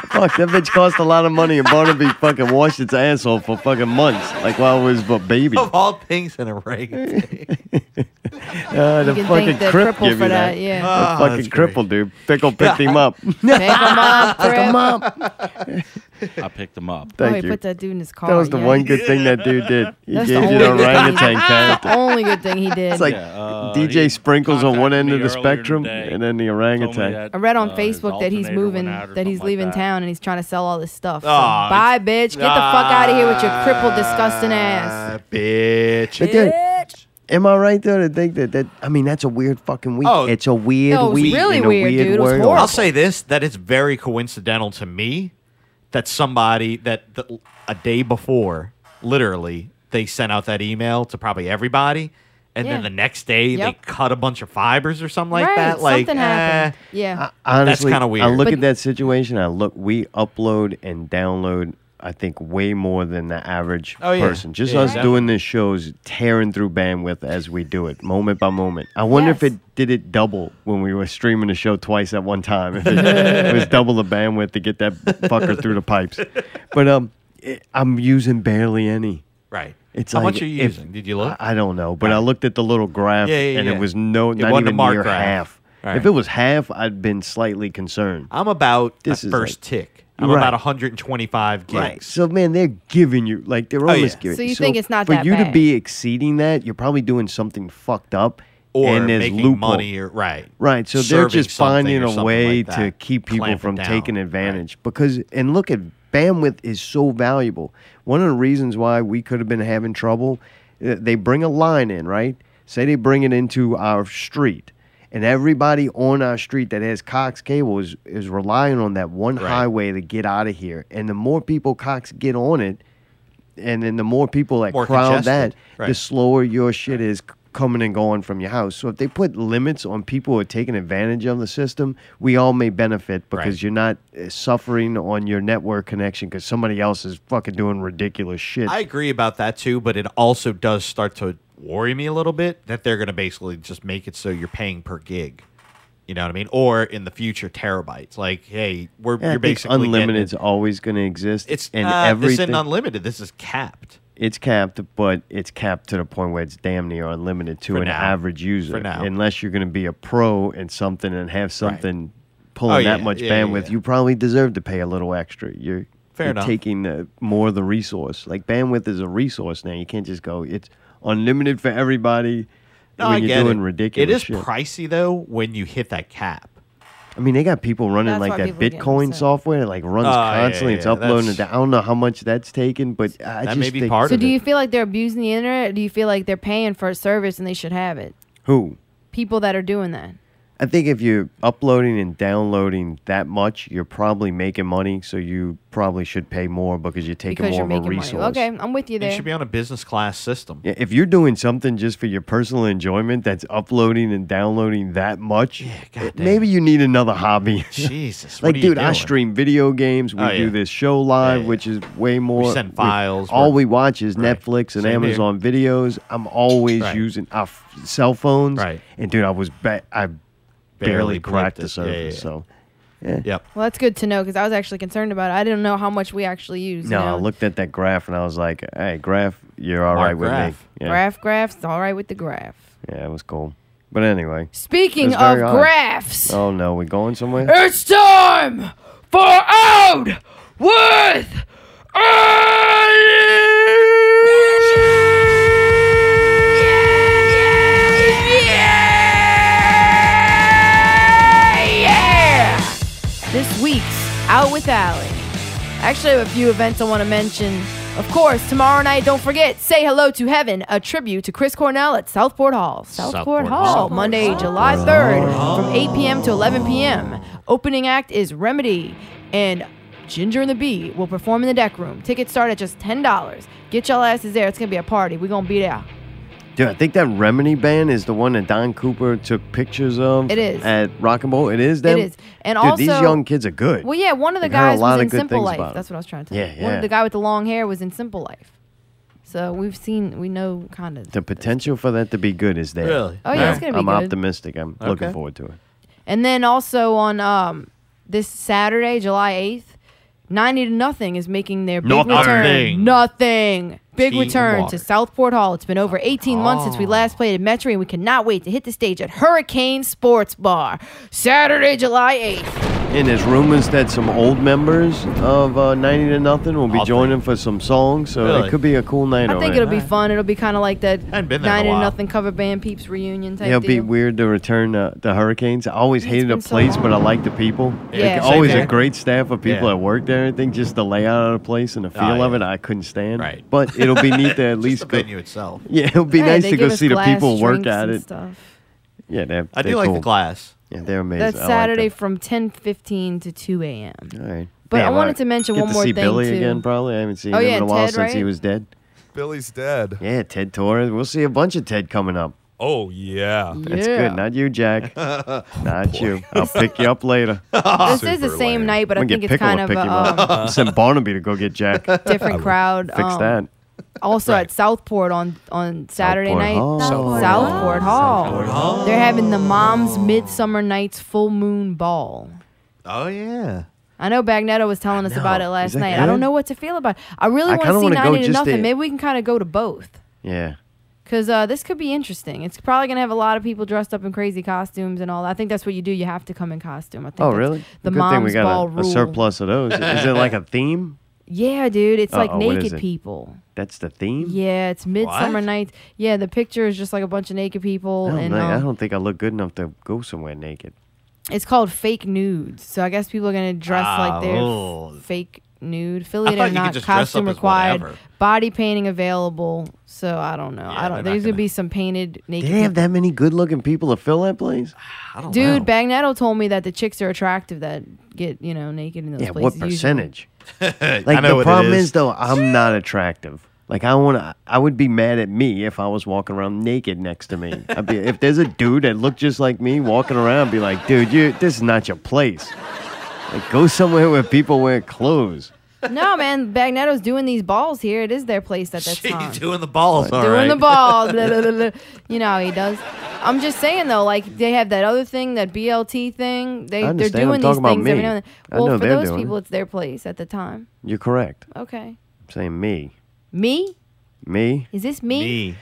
Fuck, that bitch cost a lot of money and Barnaby fucking washed its asshole for fucking months, like while it was a baby. Of all things, an orangutan. Uh, the You can fucking thank the crip cripple give for you that, that. yeah. The Ah, fucking that's great. cripple, dude. Pickle picked him up. Pick 'em Pick up, 'em Rip. I picked them up. Oh, Thank he you. put that dude in his car. that was the yeah. one good thing that dude did. He That's the gave you the only good thing he orangutan did. character. The only good thing he did. It's like uh, DJ Sprinkles on one end of the spectrum and then the orangutan. I read uh, on Facebook that he's moving, that he's leaving town, and he's trying to sell all this stuff. So, Aw, bye, bitch. Get the fuck out of here with your Ah. crippled, disgusting ass. Ah, bitch. But dude, am I right though to think that that I mean that's a weird fucking week. Oh. it's a weird No, it was week. really in a weird, weird dude. It was world. horrible. I'll say this: that it's very coincidental to me that somebody that the, a day before, literally, they sent out that email to probably everybody, and Yeah. then the next day Yep. they cut a bunch of fibers or something like right, that. Like, eh, something happened. eh. Yeah. Honestly, That's kinda weird. I look But- at that situation. I look. We upload and download. I think way more than the average Oh, yeah. person. Just Yeah, us definitely. doing this show is tearing through bandwidth as we do it, moment by moment. I wonder if it did it double when we were streaming the show twice at one time. If it, it was double the bandwidth to get that fucker through the pipes. But um, it, I'm using barely any. Right. It's How like much are you if- using? Did you look? I, I don't know, but I looked at the little graph Yeah, yeah, and yeah. it was no, It not wasn't a even marked near graph. half. Right. If it was half, I'd been slightly concerned. I'm about This my is first like- tick. I'm Right. about 125 gigs. Right. So man, they're giving you like they're Oh, always yeah. giving. So you think it's not for that you to bad. be exceeding that, you're probably doing something fucked up, Or and there's making loophole. money or- right. Right. So they're Serving just something finding or a something way like to that. keep people Clamp it from down. taking advantage because and look at bandwidth is so valuable. One of the reasons why we could have been having trouble, uh, they bring a line in, right? Say they bring it into our street. And everybody on our street that has Cox cable is, is relying on that one highway to get out of here. And the more people Cox get on it, and then the more people that More crowd congested, that, right. the slower your shit is c- coming and going from your house. So if they put limits on people who are taking advantage of the system, we all may benefit because you're not uh, suffering on your network connection because somebody else is fucking doing ridiculous shit. I agree about that too, but it also does start to worry me a little bit that they're going to basically just make it so you're paying per gig. You know what I mean? Or in the future, terabytes. Like, hey, we're Yeah, I you're think basically getting- unlimited's always going to exist. It's and uh, this everything isn't unlimited. This is capped. it's capped, but it's capped to the point where it's damn near unlimited to For an now. average user. For now. Unless you're going to be a pro in something and have something pulling Oh, that yeah, much yeah, yeah, bandwidth, you probably deserve to pay a little extra. You're Fair you're enough. taking the, more of the resource. Like bandwidth is a resource now. You can't just go. It's unlimited for everybody. No, when I you're get doing it. ridiculous It is shit. pricey though when you hit that cap. I mean, they got people running That's like why that people get Bitcoin software that like runs Oh, yeah, constantly. yeah, it's yeah, uploading that's- it. I don't know how much that's taken, but I That just may be think part So do you feel like they're abusing the internet? Or do you feel like they're paying for a service and they should have it? who People that are doing that. I think if you're uploading and downloading that much, you're probably making money, so you probably should pay more because you're taking more Because you're of a making money. resource. Okay, I'm with you It there. should be on a business class system. Yeah, if you're doing something just for your personal enjoyment that's uploading and downloading that much, it- maybe you need another hobby. Jesus, what like are you dude, I doing? stream video games. We Oh, yeah. do this show live, which is way more. send files, all we we're- watch is Netflix and Same here. Amazon videos. I'm always Right. using our f- cell phones. Right. And dude, I was ba- I barely, Barely cracked blipped the it. Yeah, yeah, surface. yeah. So, yeah. Yep. Well, that's good to know because I was actually concerned about it. I didn't know how much we actually use. No, you I know? looked at that graph and I was like, "Hey, graph, you're all Mark right with graph. me." Yeah. Graph, graphs, all right with the graph. Yeah, it was cool. But anyway. Speaking it was very of odd. graphs. Oh no, we going somewhere? It's time for out with. Yeah! This week's Out with Allie. Actually, I have a few events I want to mention. Of course, tomorrow night, don't forget, Say Hello to Heaven, a tribute to Chris Cornell at Southport Hall. Southport, Southport Hall, Hall. Monday, July 3rd, from 8 p.m. to 11 p.m. Opening act is Remedy, and Ginger and the Bee will perform in the deck room. Tickets start at just $10. Get y'all asses there. It's going to be a party. We're going to be there. Dude, I think that Remedy band is the one that Don Cooper took pictures of. It is. at Rock and Roll. It is them. It is. And Dude, these also- young kids are good. Well, yeah, one of the I've heard a guys lot was of in good Simple things Life. about 'em. That's what I was trying to tell Yeah, you. One yeah. of the guy with the long hair was in Simple Life. So we've seen, we know kind of. The potential for that to be good is there. Really? Oh, yeah, it's gonna be I'm good. optimistic. I'm looking Okay. forward to it. And then also on um, this Saturday, July 8th, 90 to Nothing is making their big Nothing. return. Nothing. Big Tea and return water. to Southport Hall. It's been over 18 months since we Oh. last played at Metro, and we cannot wait to hit the stage at Hurricane Sports Bar. Saturday, July 8th. And there's rumors that some old members of uh, 90 to Nothing will be joining for some songs, so Really? it could be a cool night. I over think there. it'll be fun. It'll be kind of like that 90 been there in a to while. Nothing cover band peeps reunion type It'll deal. be weird to return uh, the Hurricanes. I always hated the been so place, but I long. like the people. Like, Yeah. Yeah. always Same a here. great staff of people Yeah. Oh, that work there. and Everything, just the layout of the place and the feel of it, I couldn't stand. Right. But it'll be neat to at least the go. venue itself. Yeah, it'll be Right, nice they to go give us see the glass people work drinks at and it. stuff. Yeah, they're, I do they're like the cool. glass. Yeah, they're amazing. That's I like Saturday them. from 10:15 to 2 a.m. All right. But I well, wanted to mention get one to more see thing, Billy too. again. Probably I haven't seen Oh, him yeah, in a while Ted, since he right? was dead. Billy's dead. Yeah, Ted Torres. We'll see a bunch of Ted coming up. Oh yeah. That's good. Not you, Jack. Not you. I'll pick you up later. This is the same night, but I I'm gonna think get it's Pickle kind to of pick a him up. um, Send Barnaby to go get Jack. different crowd. Fix um, that. Also at Southport on on Saturday Southport night, Hall. Southport, Southport Hall. They're having the Moms Midsummer Nights Full Moon Ball. Oh yeah. I know Bagnetto was telling us about it last that night. I don't good? know what to feel about. It. I really I want to kinda see wanna go ninety to just nothing. to- Maybe we can kind of go to both. Yeah. Cause uh, this could be interesting. It's probably gonna have a lot of people dressed up in crazy costumes and all. I think that's what you do. You have to come in costume. I think Oh, that's really? The Good mom's thing we got ball a, a rule. surplus of those. Is it like a theme? Yeah, dude. It's like Uh-oh, what is naked it? people. That's the theme. Yeah, it's Midsummer What? Nights. Yeah, the picture is just like a bunch of naked people, I don't, and know. I um, don't think I look good enough to go somewhere naked. it's called fake nudes. So I guess people are gonna dress like they're f- Oh. fake nude. I Affiliate thought or you could not, just dress costume up as required. whatever. Body painting available. So I don't know. I don't. they're not There's gonna, be some painted Do naked. they have that many good-looking people to fill that place? I Oh, don't Dude, Bagnetto told me that the chicks are attractive that get you know naked in those Yeah, places. what usually. percentage? like I know the what it problem is. is though, I'm not attractive. Like I want to, I would be mad at me if I was walking around naked next to me. I'd be, if there's a dude that looked just like me walking around, be like, dude, you, this is not your place. Like go somewhere where people wear clothes. no, man, Bagnetto's doing these balls here. It is their place at that time. She's doing the balls. all doing right. the ball. blah, blah, blah, blah. You know how he does. I'm just saying though, like they have that other thing, that BLT thing. They I they're understand. I'm doing these talking about things every me. now and I then. Well, know for they're those doing people, it's their place at the time. You're correct. Okay, I'm saying me, me me, is this me?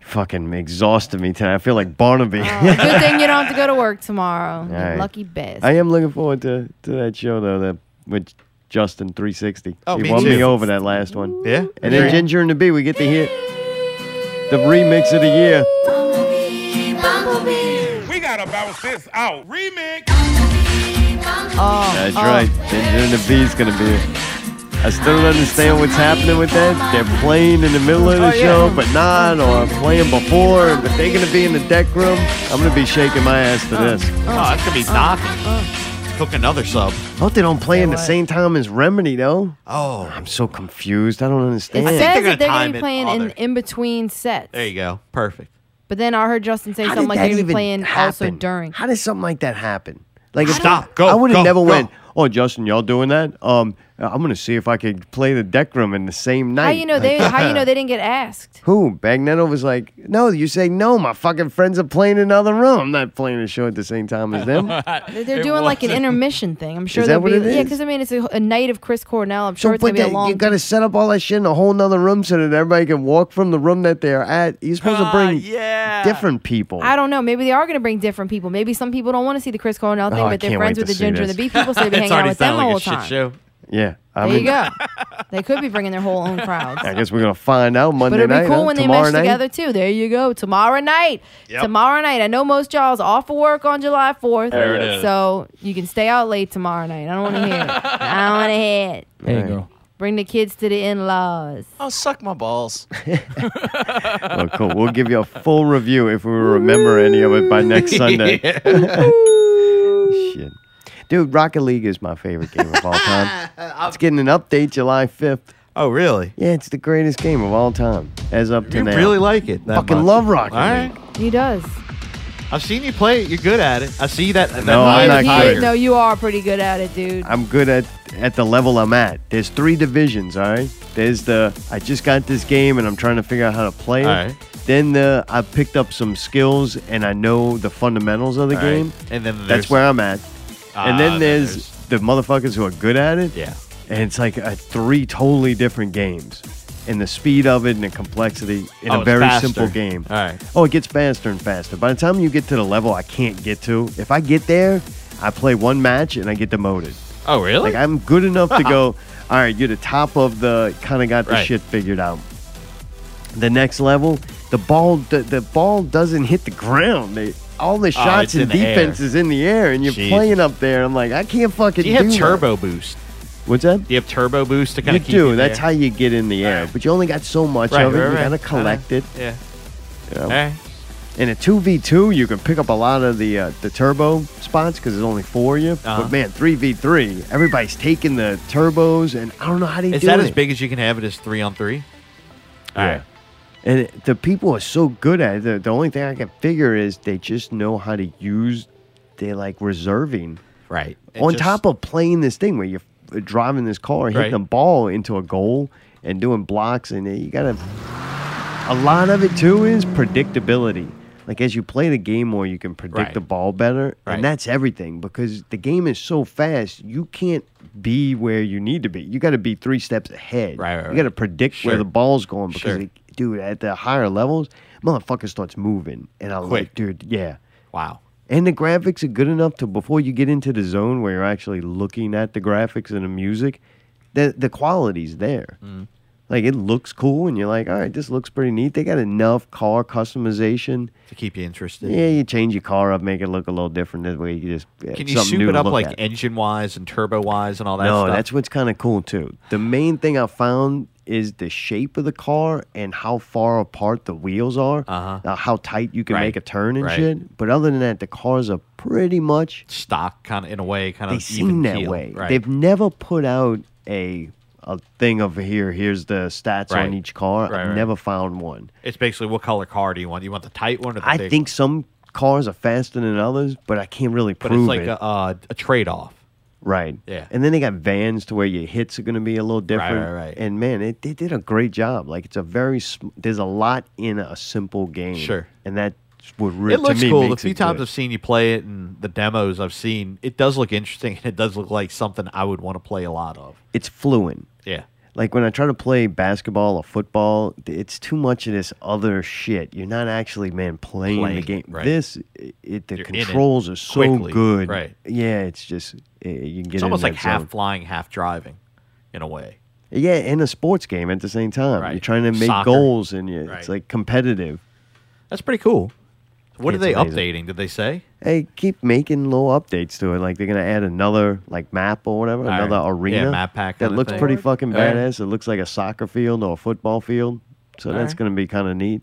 fucking exhausted me tonight. I feel like Barnaby. Oh, Good thing you don't have to go to work tomorrow. All right. Lucky best. I am looking forward to, to that show though, that with Justin 360. Oh, he me won too. me over that last one. Yeah? And then Yeah. Ginger and the Bee, we get to hear the remix of the year. We gotta bounce this out. Remix. Oh, That's right. Ginger and the Bee's gonna be here. I still don't understand what's happening with that. They're playing in the middle of the Oh, yeah. show, but not, or playing before, but they're gonna be in the deck room. I'm gonna be shaking my ass to this. Oh. Oh, that's gonna be knocking. Cook another sub. I hope they don't play in the same time as Remedy, though. Oh. I'm so confused. I don't It understand. says that they're going to be playing in, in between sets. There you go. Perfect. But then I heard Justin say How something did like that they're going to even be playing also happen? during. How did something like that happen? Like if- Stop, go, I would go, have never go. went. Oh, Justin, y'all doing that? Um, I'm gonna see if I could play the deck room in the same night. How you know they? Like, How you know they didn't get asked? Who? Bagnetto was like, no, you say no. My fucking friends are playing in another room. I'm not playing a show at the same time as them. They're, they're doing like an intermission thing. I'm sure Is that they'll what be. it Yeah, is? because I mean it's a, a night of Chris Cornell. I'm sure So, it's going but to be a that- you long. gotta set up all that shit in a whole nother room so that everybody can walk from the room that they're at. You're supposed to bring different people. Ah, I don't know. Maybe they are going to bring different people. Maybe some people don't want to see the Chris Cornell thing, Oh, I but they're can't friends wait with to the see Ginger and this. the Bee people, so they be It's hanging out already with them the sounding whole like a shit time. show. Yeah, I There mean, you go. They could be bringing their whole own crowd. I guess we're gonna find out Monday but it'll night. be cool huh? when they Tomorrow mesh night? together too. There you go. Tomorrow night. Yep. Tomorrow night. I know most y'all's off of work on July fourth. There it is. So you can stay out late tomorrow night. I don't want to hear it. I don't want to hear it. There you go. Bring the kids to the in-laws. Oh, suck my balls. Oh, cool. We'll give you a full review if we remember any of it by next Sunday. Shit. Dude, Rocket League is my favorite game of all time. it's getting an update July 5th. Oh, really? Yeah, it's the greatest game of all time as up to You now. really like it that Fucking much. love Rocket All right. League. He does. I've seen you play it. You're good at it. I see that. that No, I'm line not of good. fire. No, you are pretty good at it, dude. I'm good at at the level I'm at. There's three divisions, all right? There's the I just got this game and I'm trying to figure out how to play it. All right. Then the I picked up some skills and I know the fundamentals of the All right. game. And then that's there's- where I'm at. and Ah, then then there's, the motherfuckers who are good at it. Yeah. And it's like uh three totally different games. And the speed of it and the complexity in Oh, a it's very faster. simple game. All right. Oh, it gets faster and faster. By the time you get to the level I can't get to, if I get there, I play one match and I get demoted. Oh, really? Like I'm good enough to go, all right, you're the top of the kind of got the Right. shit figured out. The next level, the ball the, the ball doesn't hit the ground. They, all the Oh, shots it's and in the air. defense is in the air and you're Jeez. playing up there. I'm like, I can't fucking Do you have that. turbo boost? What's that? Do you have turbo boost to kind You of keep you do. That's there? how you get in the air. But you only got so much Right, of it. right, you right. gotta collect it. Yeah. you know? All right. In a two v two, you can pick up a lot of the uh, the turbo spots because there's only four of you. Uh-huh. But man, three v three, everybody's taking the turbos, and I don't know how they Is do that it. as big as you can have it as three on three? Yeah. And it- the people are so good at it. The, the only thing I can figure is they just know how to use their like reserving. Right. It On just- top of playing this thing where you're f- driving this car, hitting Right. the ball into a goal, and doing blocks, and it- you gotta. A lot of it too is predictability. Like as you play the game more, you can predict Right. the ball better, Right. and that's everything because the game is so fast. You can't be where you need to be. You got to be three steps ahead. Right. right, you got to right. predict where Sure. the ball's going because Sure. it dude, at the higher levels, motherfucker starts moving. And I'm like, Quick. dude, yeah. Wow. And the graphics are good enough to before you get into the zone where you're actually looking at the graphics and the music, the the quality's there. Like it looks cool and you're like, all right, this looks pretty neat. They got enough car customization. To keep you interested. Yeah, you change your car up, make it look a little different. That way you just yeah, Can you something soup new it to up look like at. engine wise and turbo wise and all that no, stuff? that's what's kind of cool too. The main thing I found is the shape of the car and how far apart the wheels are, uh how tight you can Uh-huh. Right. make a turn and Right. shit. But other than that, the cars are pretty much stock kind of in a way kind they of seem that way. Right. They've never put out a a thing of here. Here's the stats Right. on each car. Right, I've right. never found one. it's basically what color car do you want? You want the tight one or the I big think some cars are faster than others, but I can't really one? prove But it. it's like a, uh, a trade off. Right. Yeah. And then they got vans to where your hits are going to be a little different. right, right. And man, it, they did a great job. Like it's a very sm- there's a lot in a simple game. Sure. And that would really it looks to me, cool. The makes few it times good. I've seen you play it and the demos I've seen, it does look interesting and it does look like something I would want to play a lot of. it's fluent. Yeah. Like when I try to play basketball or football, th- it's too much of this other shit. You're not actually man playing, the Playing, game. right. This i- it the You're in it controls are so quickly, good. right. Yeah, it's just eh, you can get It's in almost like that half zone. flying, half driving. in a way. Yeah, in a sports game at the same time. You're trying to make Soccer. goals and you, Right. it's like competitive. That's pretty cool. What It's are they amazing. updating? Did they say? Hey, keep making little updates to it. Like they're gonna add another like map or whatever, right. another Yeah, arena map pack that kinda looks thing. pretty fucking All right. badass. It looks like a soccer field or a football field, so All that's right. gonna be kind of neat.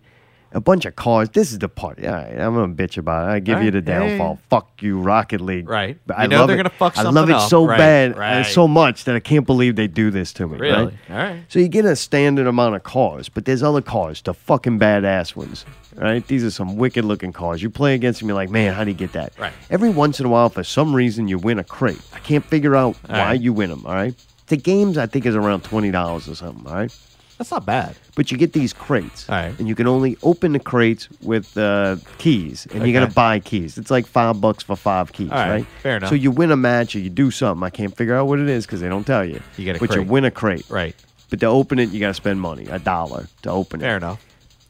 A bunch of cars. This is the part. All right, I'm gonna bitch about it. I give All you the right. Yeah, yeah, yeah. downfall. Fuck you, Rocket League. Right. But You I know love they're it. gonna fuck I love something it up. so Right, bad, right. and so much that I can't believe they do this to me. Really? Right? All right. So you get a standard amount of cars, but there's other cars, the fucking badass ones, right? These are some wicked looking cars. You play against them, you're like, man, how do you get that? Right. Every once in a while, for some reason, you win a crate. I can't figure out why right. you win them, all right? The games, I think, is around $20 or something, all right? That's not bad. But you get these crates, all right. and you can only open the crates with uh, keys, and you got Okay. to buy keys. It's like five bucks for five keys, All right, right? fair enough. So you win a match or you do something. I can't figure out what it is because they don't tell you. You get a but crate. you win a crate, right? But to open it, you got to spend money, a dollar to open it. Fair enough.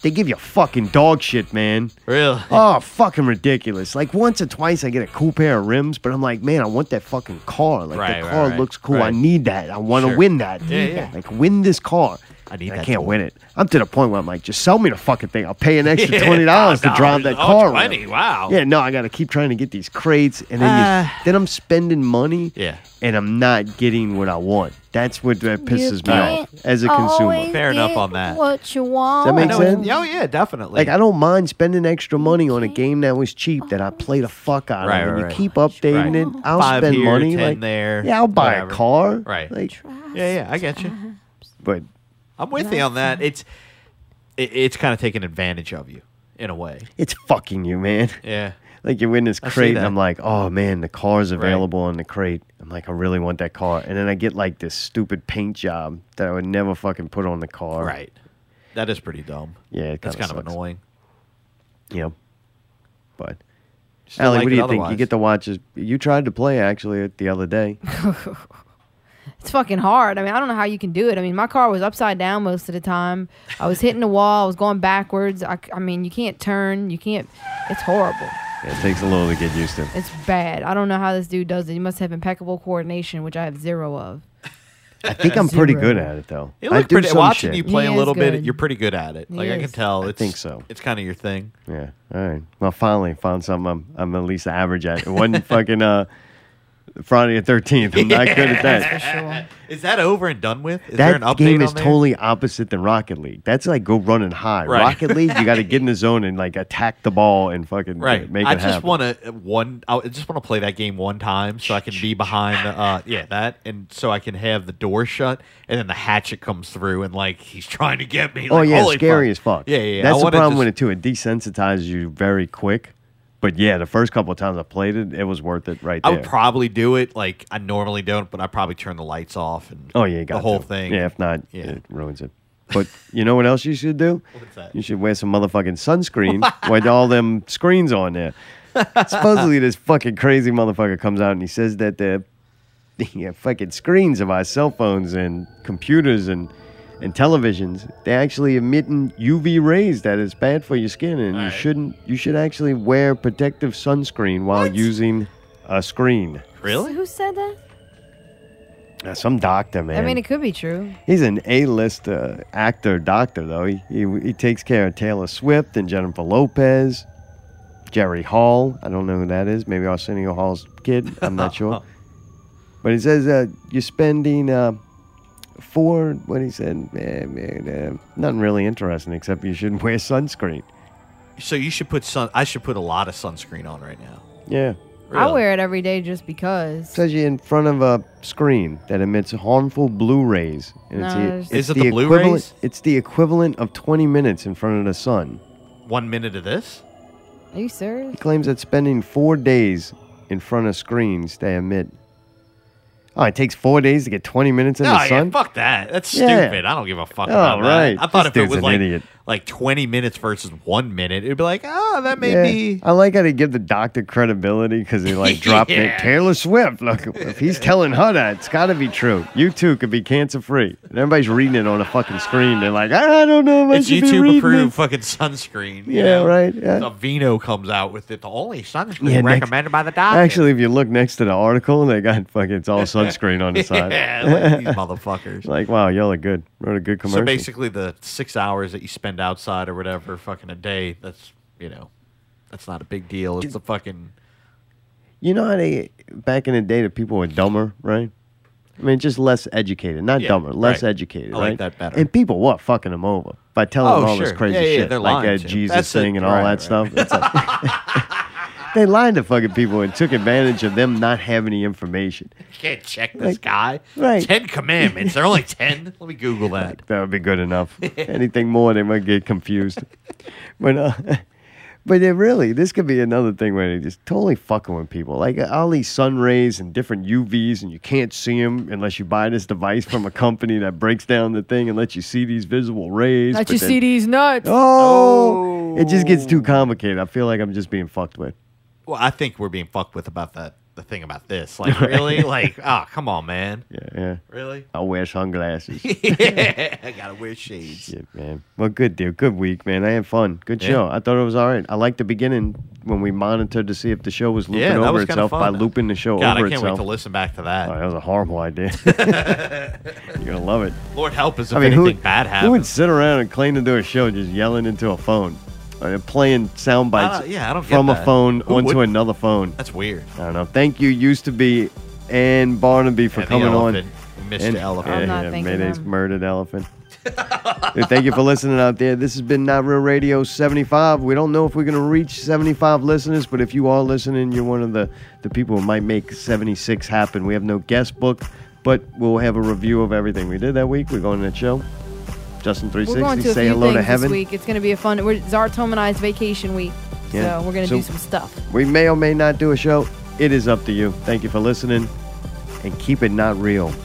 They give you fucking dog shit, man. Really? Oh, fucking ridiculous. Like once or twice I get a cool pair of rims, but I'm like, man, I want that fucking car. Like Right, the right, car right, looks cool. I right. need that. I want to Sure. win that. Yeah, yeah. Like win this car. I need I that can't toy. win it. I'm to the point where I'm like, just sell me the fucking thing. I'll pay an extra Yeah, twenty dollars to $5. drive that Oh, car. around. 20, wow. Yeah, no, I gotta keep trying to get these crates and then Ah. you, then I'm spending money Yeah. and I'm not getting what I want. That's what that pisses me off can't as a consumer. always get What you want? that make sense? Oh yeah, definitely. Like I don't mind spending extra money on a game that was cheap that I play the fuck out Right, of. And right, you keep updating it. I'll Five spend here, money. 10 like there, yeah, I'll buy whatever. a car. Right. Like, yeah, yeah, I get you. but I'm with you on that. It's it, it's kind of taking advantage of you in a way. it's fucking you, man. Yeah. Like you're in this I see crate, and that. I'm like, oh man, the car's available on the crate. I'm like, I really want that car, and then I get like this stupid paint job that I would never fucking put on the car. Right. That is pretty dumb. Yeah, it That's kinda kind of sucks. annoying. Yeah. But Still Allie, like what do it you think? You otherwise. get to watch. this- You tried to play actually the other day. It's fucking hard. I mean, I don't know how you can do it. I mean, my car was upside down most of the time. I was hitting the wall. I was going backwards. I, c- I mean, you can't turn. You can't. It's horrible. Yeah, it takes a little to get used to. It's bad. I don't know how this dude does it. He must have impeccable coordination, which I have zero of. I think I'm pretty Zero. good at it though. You I look do pretty. some Watching shit. you play He a is little bit, good. you're pretty good at it. Like He I can is. tell. I It's, think so. It's kind of your thing. Yeah. All right. Well, finally found something I'm, I'm at least average at. It wasn't fucking uh, Friday the 13th. I'm not good at that. Is that over and done with? Is there an That update game is on there? totally opposite than Rocket League. That's like go running high. Right. Rocket League, you got to get in the zone and like attack the ball and fucking right. make it I just happen. want to one. I just want to play that game one time so I can be behind the uh, yeah that, and so I can have the door shut, and then the hatchet comes through, and like he's trying to get me. oh like, yeah, holy scary fuck. as fuck. Yeah, yeah. yeah. I That's the wanna problem just- with it too. It desensitizes you very quick. But yeah, the first couple of times I played it, it was worth it right I there. would probably do it like I normally don't, but I probably turn the lights off and Oh yeah, you got the whole to. thing. Yeah, if not, Yeah. it ruins it. But you know what else you should do? What's that? You should wear some motherfucking sunscreen with all them screens on there. Supposedly, this fucking crazy motherfucker comes out and he says that the, the fucking screens of our cell phones and computers and and televisions they're actually emitting UV rays that is bad for your skin and you shouldn't. You should actually wear protective sunscreen while using a screen. Really? Who said that? Uh, Some doctor man. I mean, it could be true. He's an A-list uh, actor, doctor though. He, he he takes care of Taylor Swift and Jennifer Lopez, Jerry Hall. I don't know who that is. Maybe Arsenio Hall's kid. I'm not sure. But he says uh, you're spending uh, four. What he said? eh, eh, eh, nothing really interesting except you shouldn't wear sunscreen. So you should put sun. I should put a lot of sunscreen on right now. Yeah. I wear it every day just because. Says you're in front of a screen that emits harmful blue rays. No, the- there's- Is it the blue equivalent- rays? It's the equivalent of 20 minutes in front of the sun. One minute of this. Are you serious? He claims that spending four days in front of screens they emit. Oh, it takes four days to get 20 minutes in No, the Oh, yeah, sun? fuck that. That's Yeah. stupid. I don't give a fuck Oh, about that. right. I thought This if it dude's was an like idiot. like 20 minutes versus one minute, it'd be like, ah, that may Yeah. be. I like how they give the doctor credibility because he like dropped Yeah. it. Taylor Swift. Look, if he's telling her that, it's got to be true. You too could be cancer free. And everybody's reading it on a fucking screen. They're like, I don't know. If It's I should be reading YouTube it." approved fucking sunscreen. you Yeah, know? right, yeah. The Vino comes out with it, the only sunscreen Yeah, next- recommended by the doctor. Actually, if you look next to the article, they got fucking it's all sunscreen on the side. Yeah, look at these motherfuckers. Like, wow, y'all are good. Wrote a good commercial. So basically, the six hours that you spend outside or whatever, fucking a day, that's you know, that's not a big deal. It's the fucking You know how they back in the day the people were dumber, right? I mean, just less educated, not Yeah, dumber, less right. educated. I like right? that better. And people were fucking them over by telling Oh, them all this sure. crazy Yeah, yeah, shit, they're like lying that to you. Jesus That's it. thing and all Right, that right. stuff. It's like- they lied to fucking people and took advantage of them not having the information. you can't check this Like, guy. right. Ten commandments. There are only ten. Let me Google that. That would be good enough. Anything more, they might get confused. but uh, but it really, this could be another thing where they just totally fucking with people. Like uh, all these sun rays and different UVs, and you can't see them unless you buy this device from a company that breaks down the thing and lets you see these visible rays. Let but you then- see these nuts. Oh, it just gets too complicated. I feel like I'm just being fucked with. Well, I think we're being fucked with about that. The thing about this, like, really, like, oh, come on, man. Yeah, yeah. Really? I wear sunglasses. Oh. I gotta wear shades. Shit, man. Well, good, dude. Good week, man. I had fun. Good Yeah. show. I thought it was all right. I liked the beginning when we monitored to see if the show was looping Yeah, that over was kinda itself by fun. looping the show God, over I can't itself. wait to listen back to that. Oh, that was a horrible idea. You're gonna love it. Lord help us if I mean, anything who, bad happens. who would sit around and claim to do a show just yelling into a phone, or playing sound bites don't- yeah, I don't get from a that. phone Who onto would- another phone? That's weird. I don't know. Thank you, used to be, and Barnaby for And the coming elephant. on. Mr. Elephant. Yeah, I'm not yeah, thanking Mayday's them. murdered elephant. Dude, thank you for listening out there. This has been Not Real Radio 75. We don't know if we're going to reach 75 listeners, but if you are listening, you're one of the, the people who might make 76 happen. We have no guest booked, but we'll have a review of everything we did that week. We're going to that show. Justin we're going 360, to a say few hello things to heaven. this week. It's going to be a fun. We're, it's our Tom and I's vacation week, Yeah. so we're going to So- do some stuff. We may or may not do a show. It is up to you. Thank you for listening and keep it not real.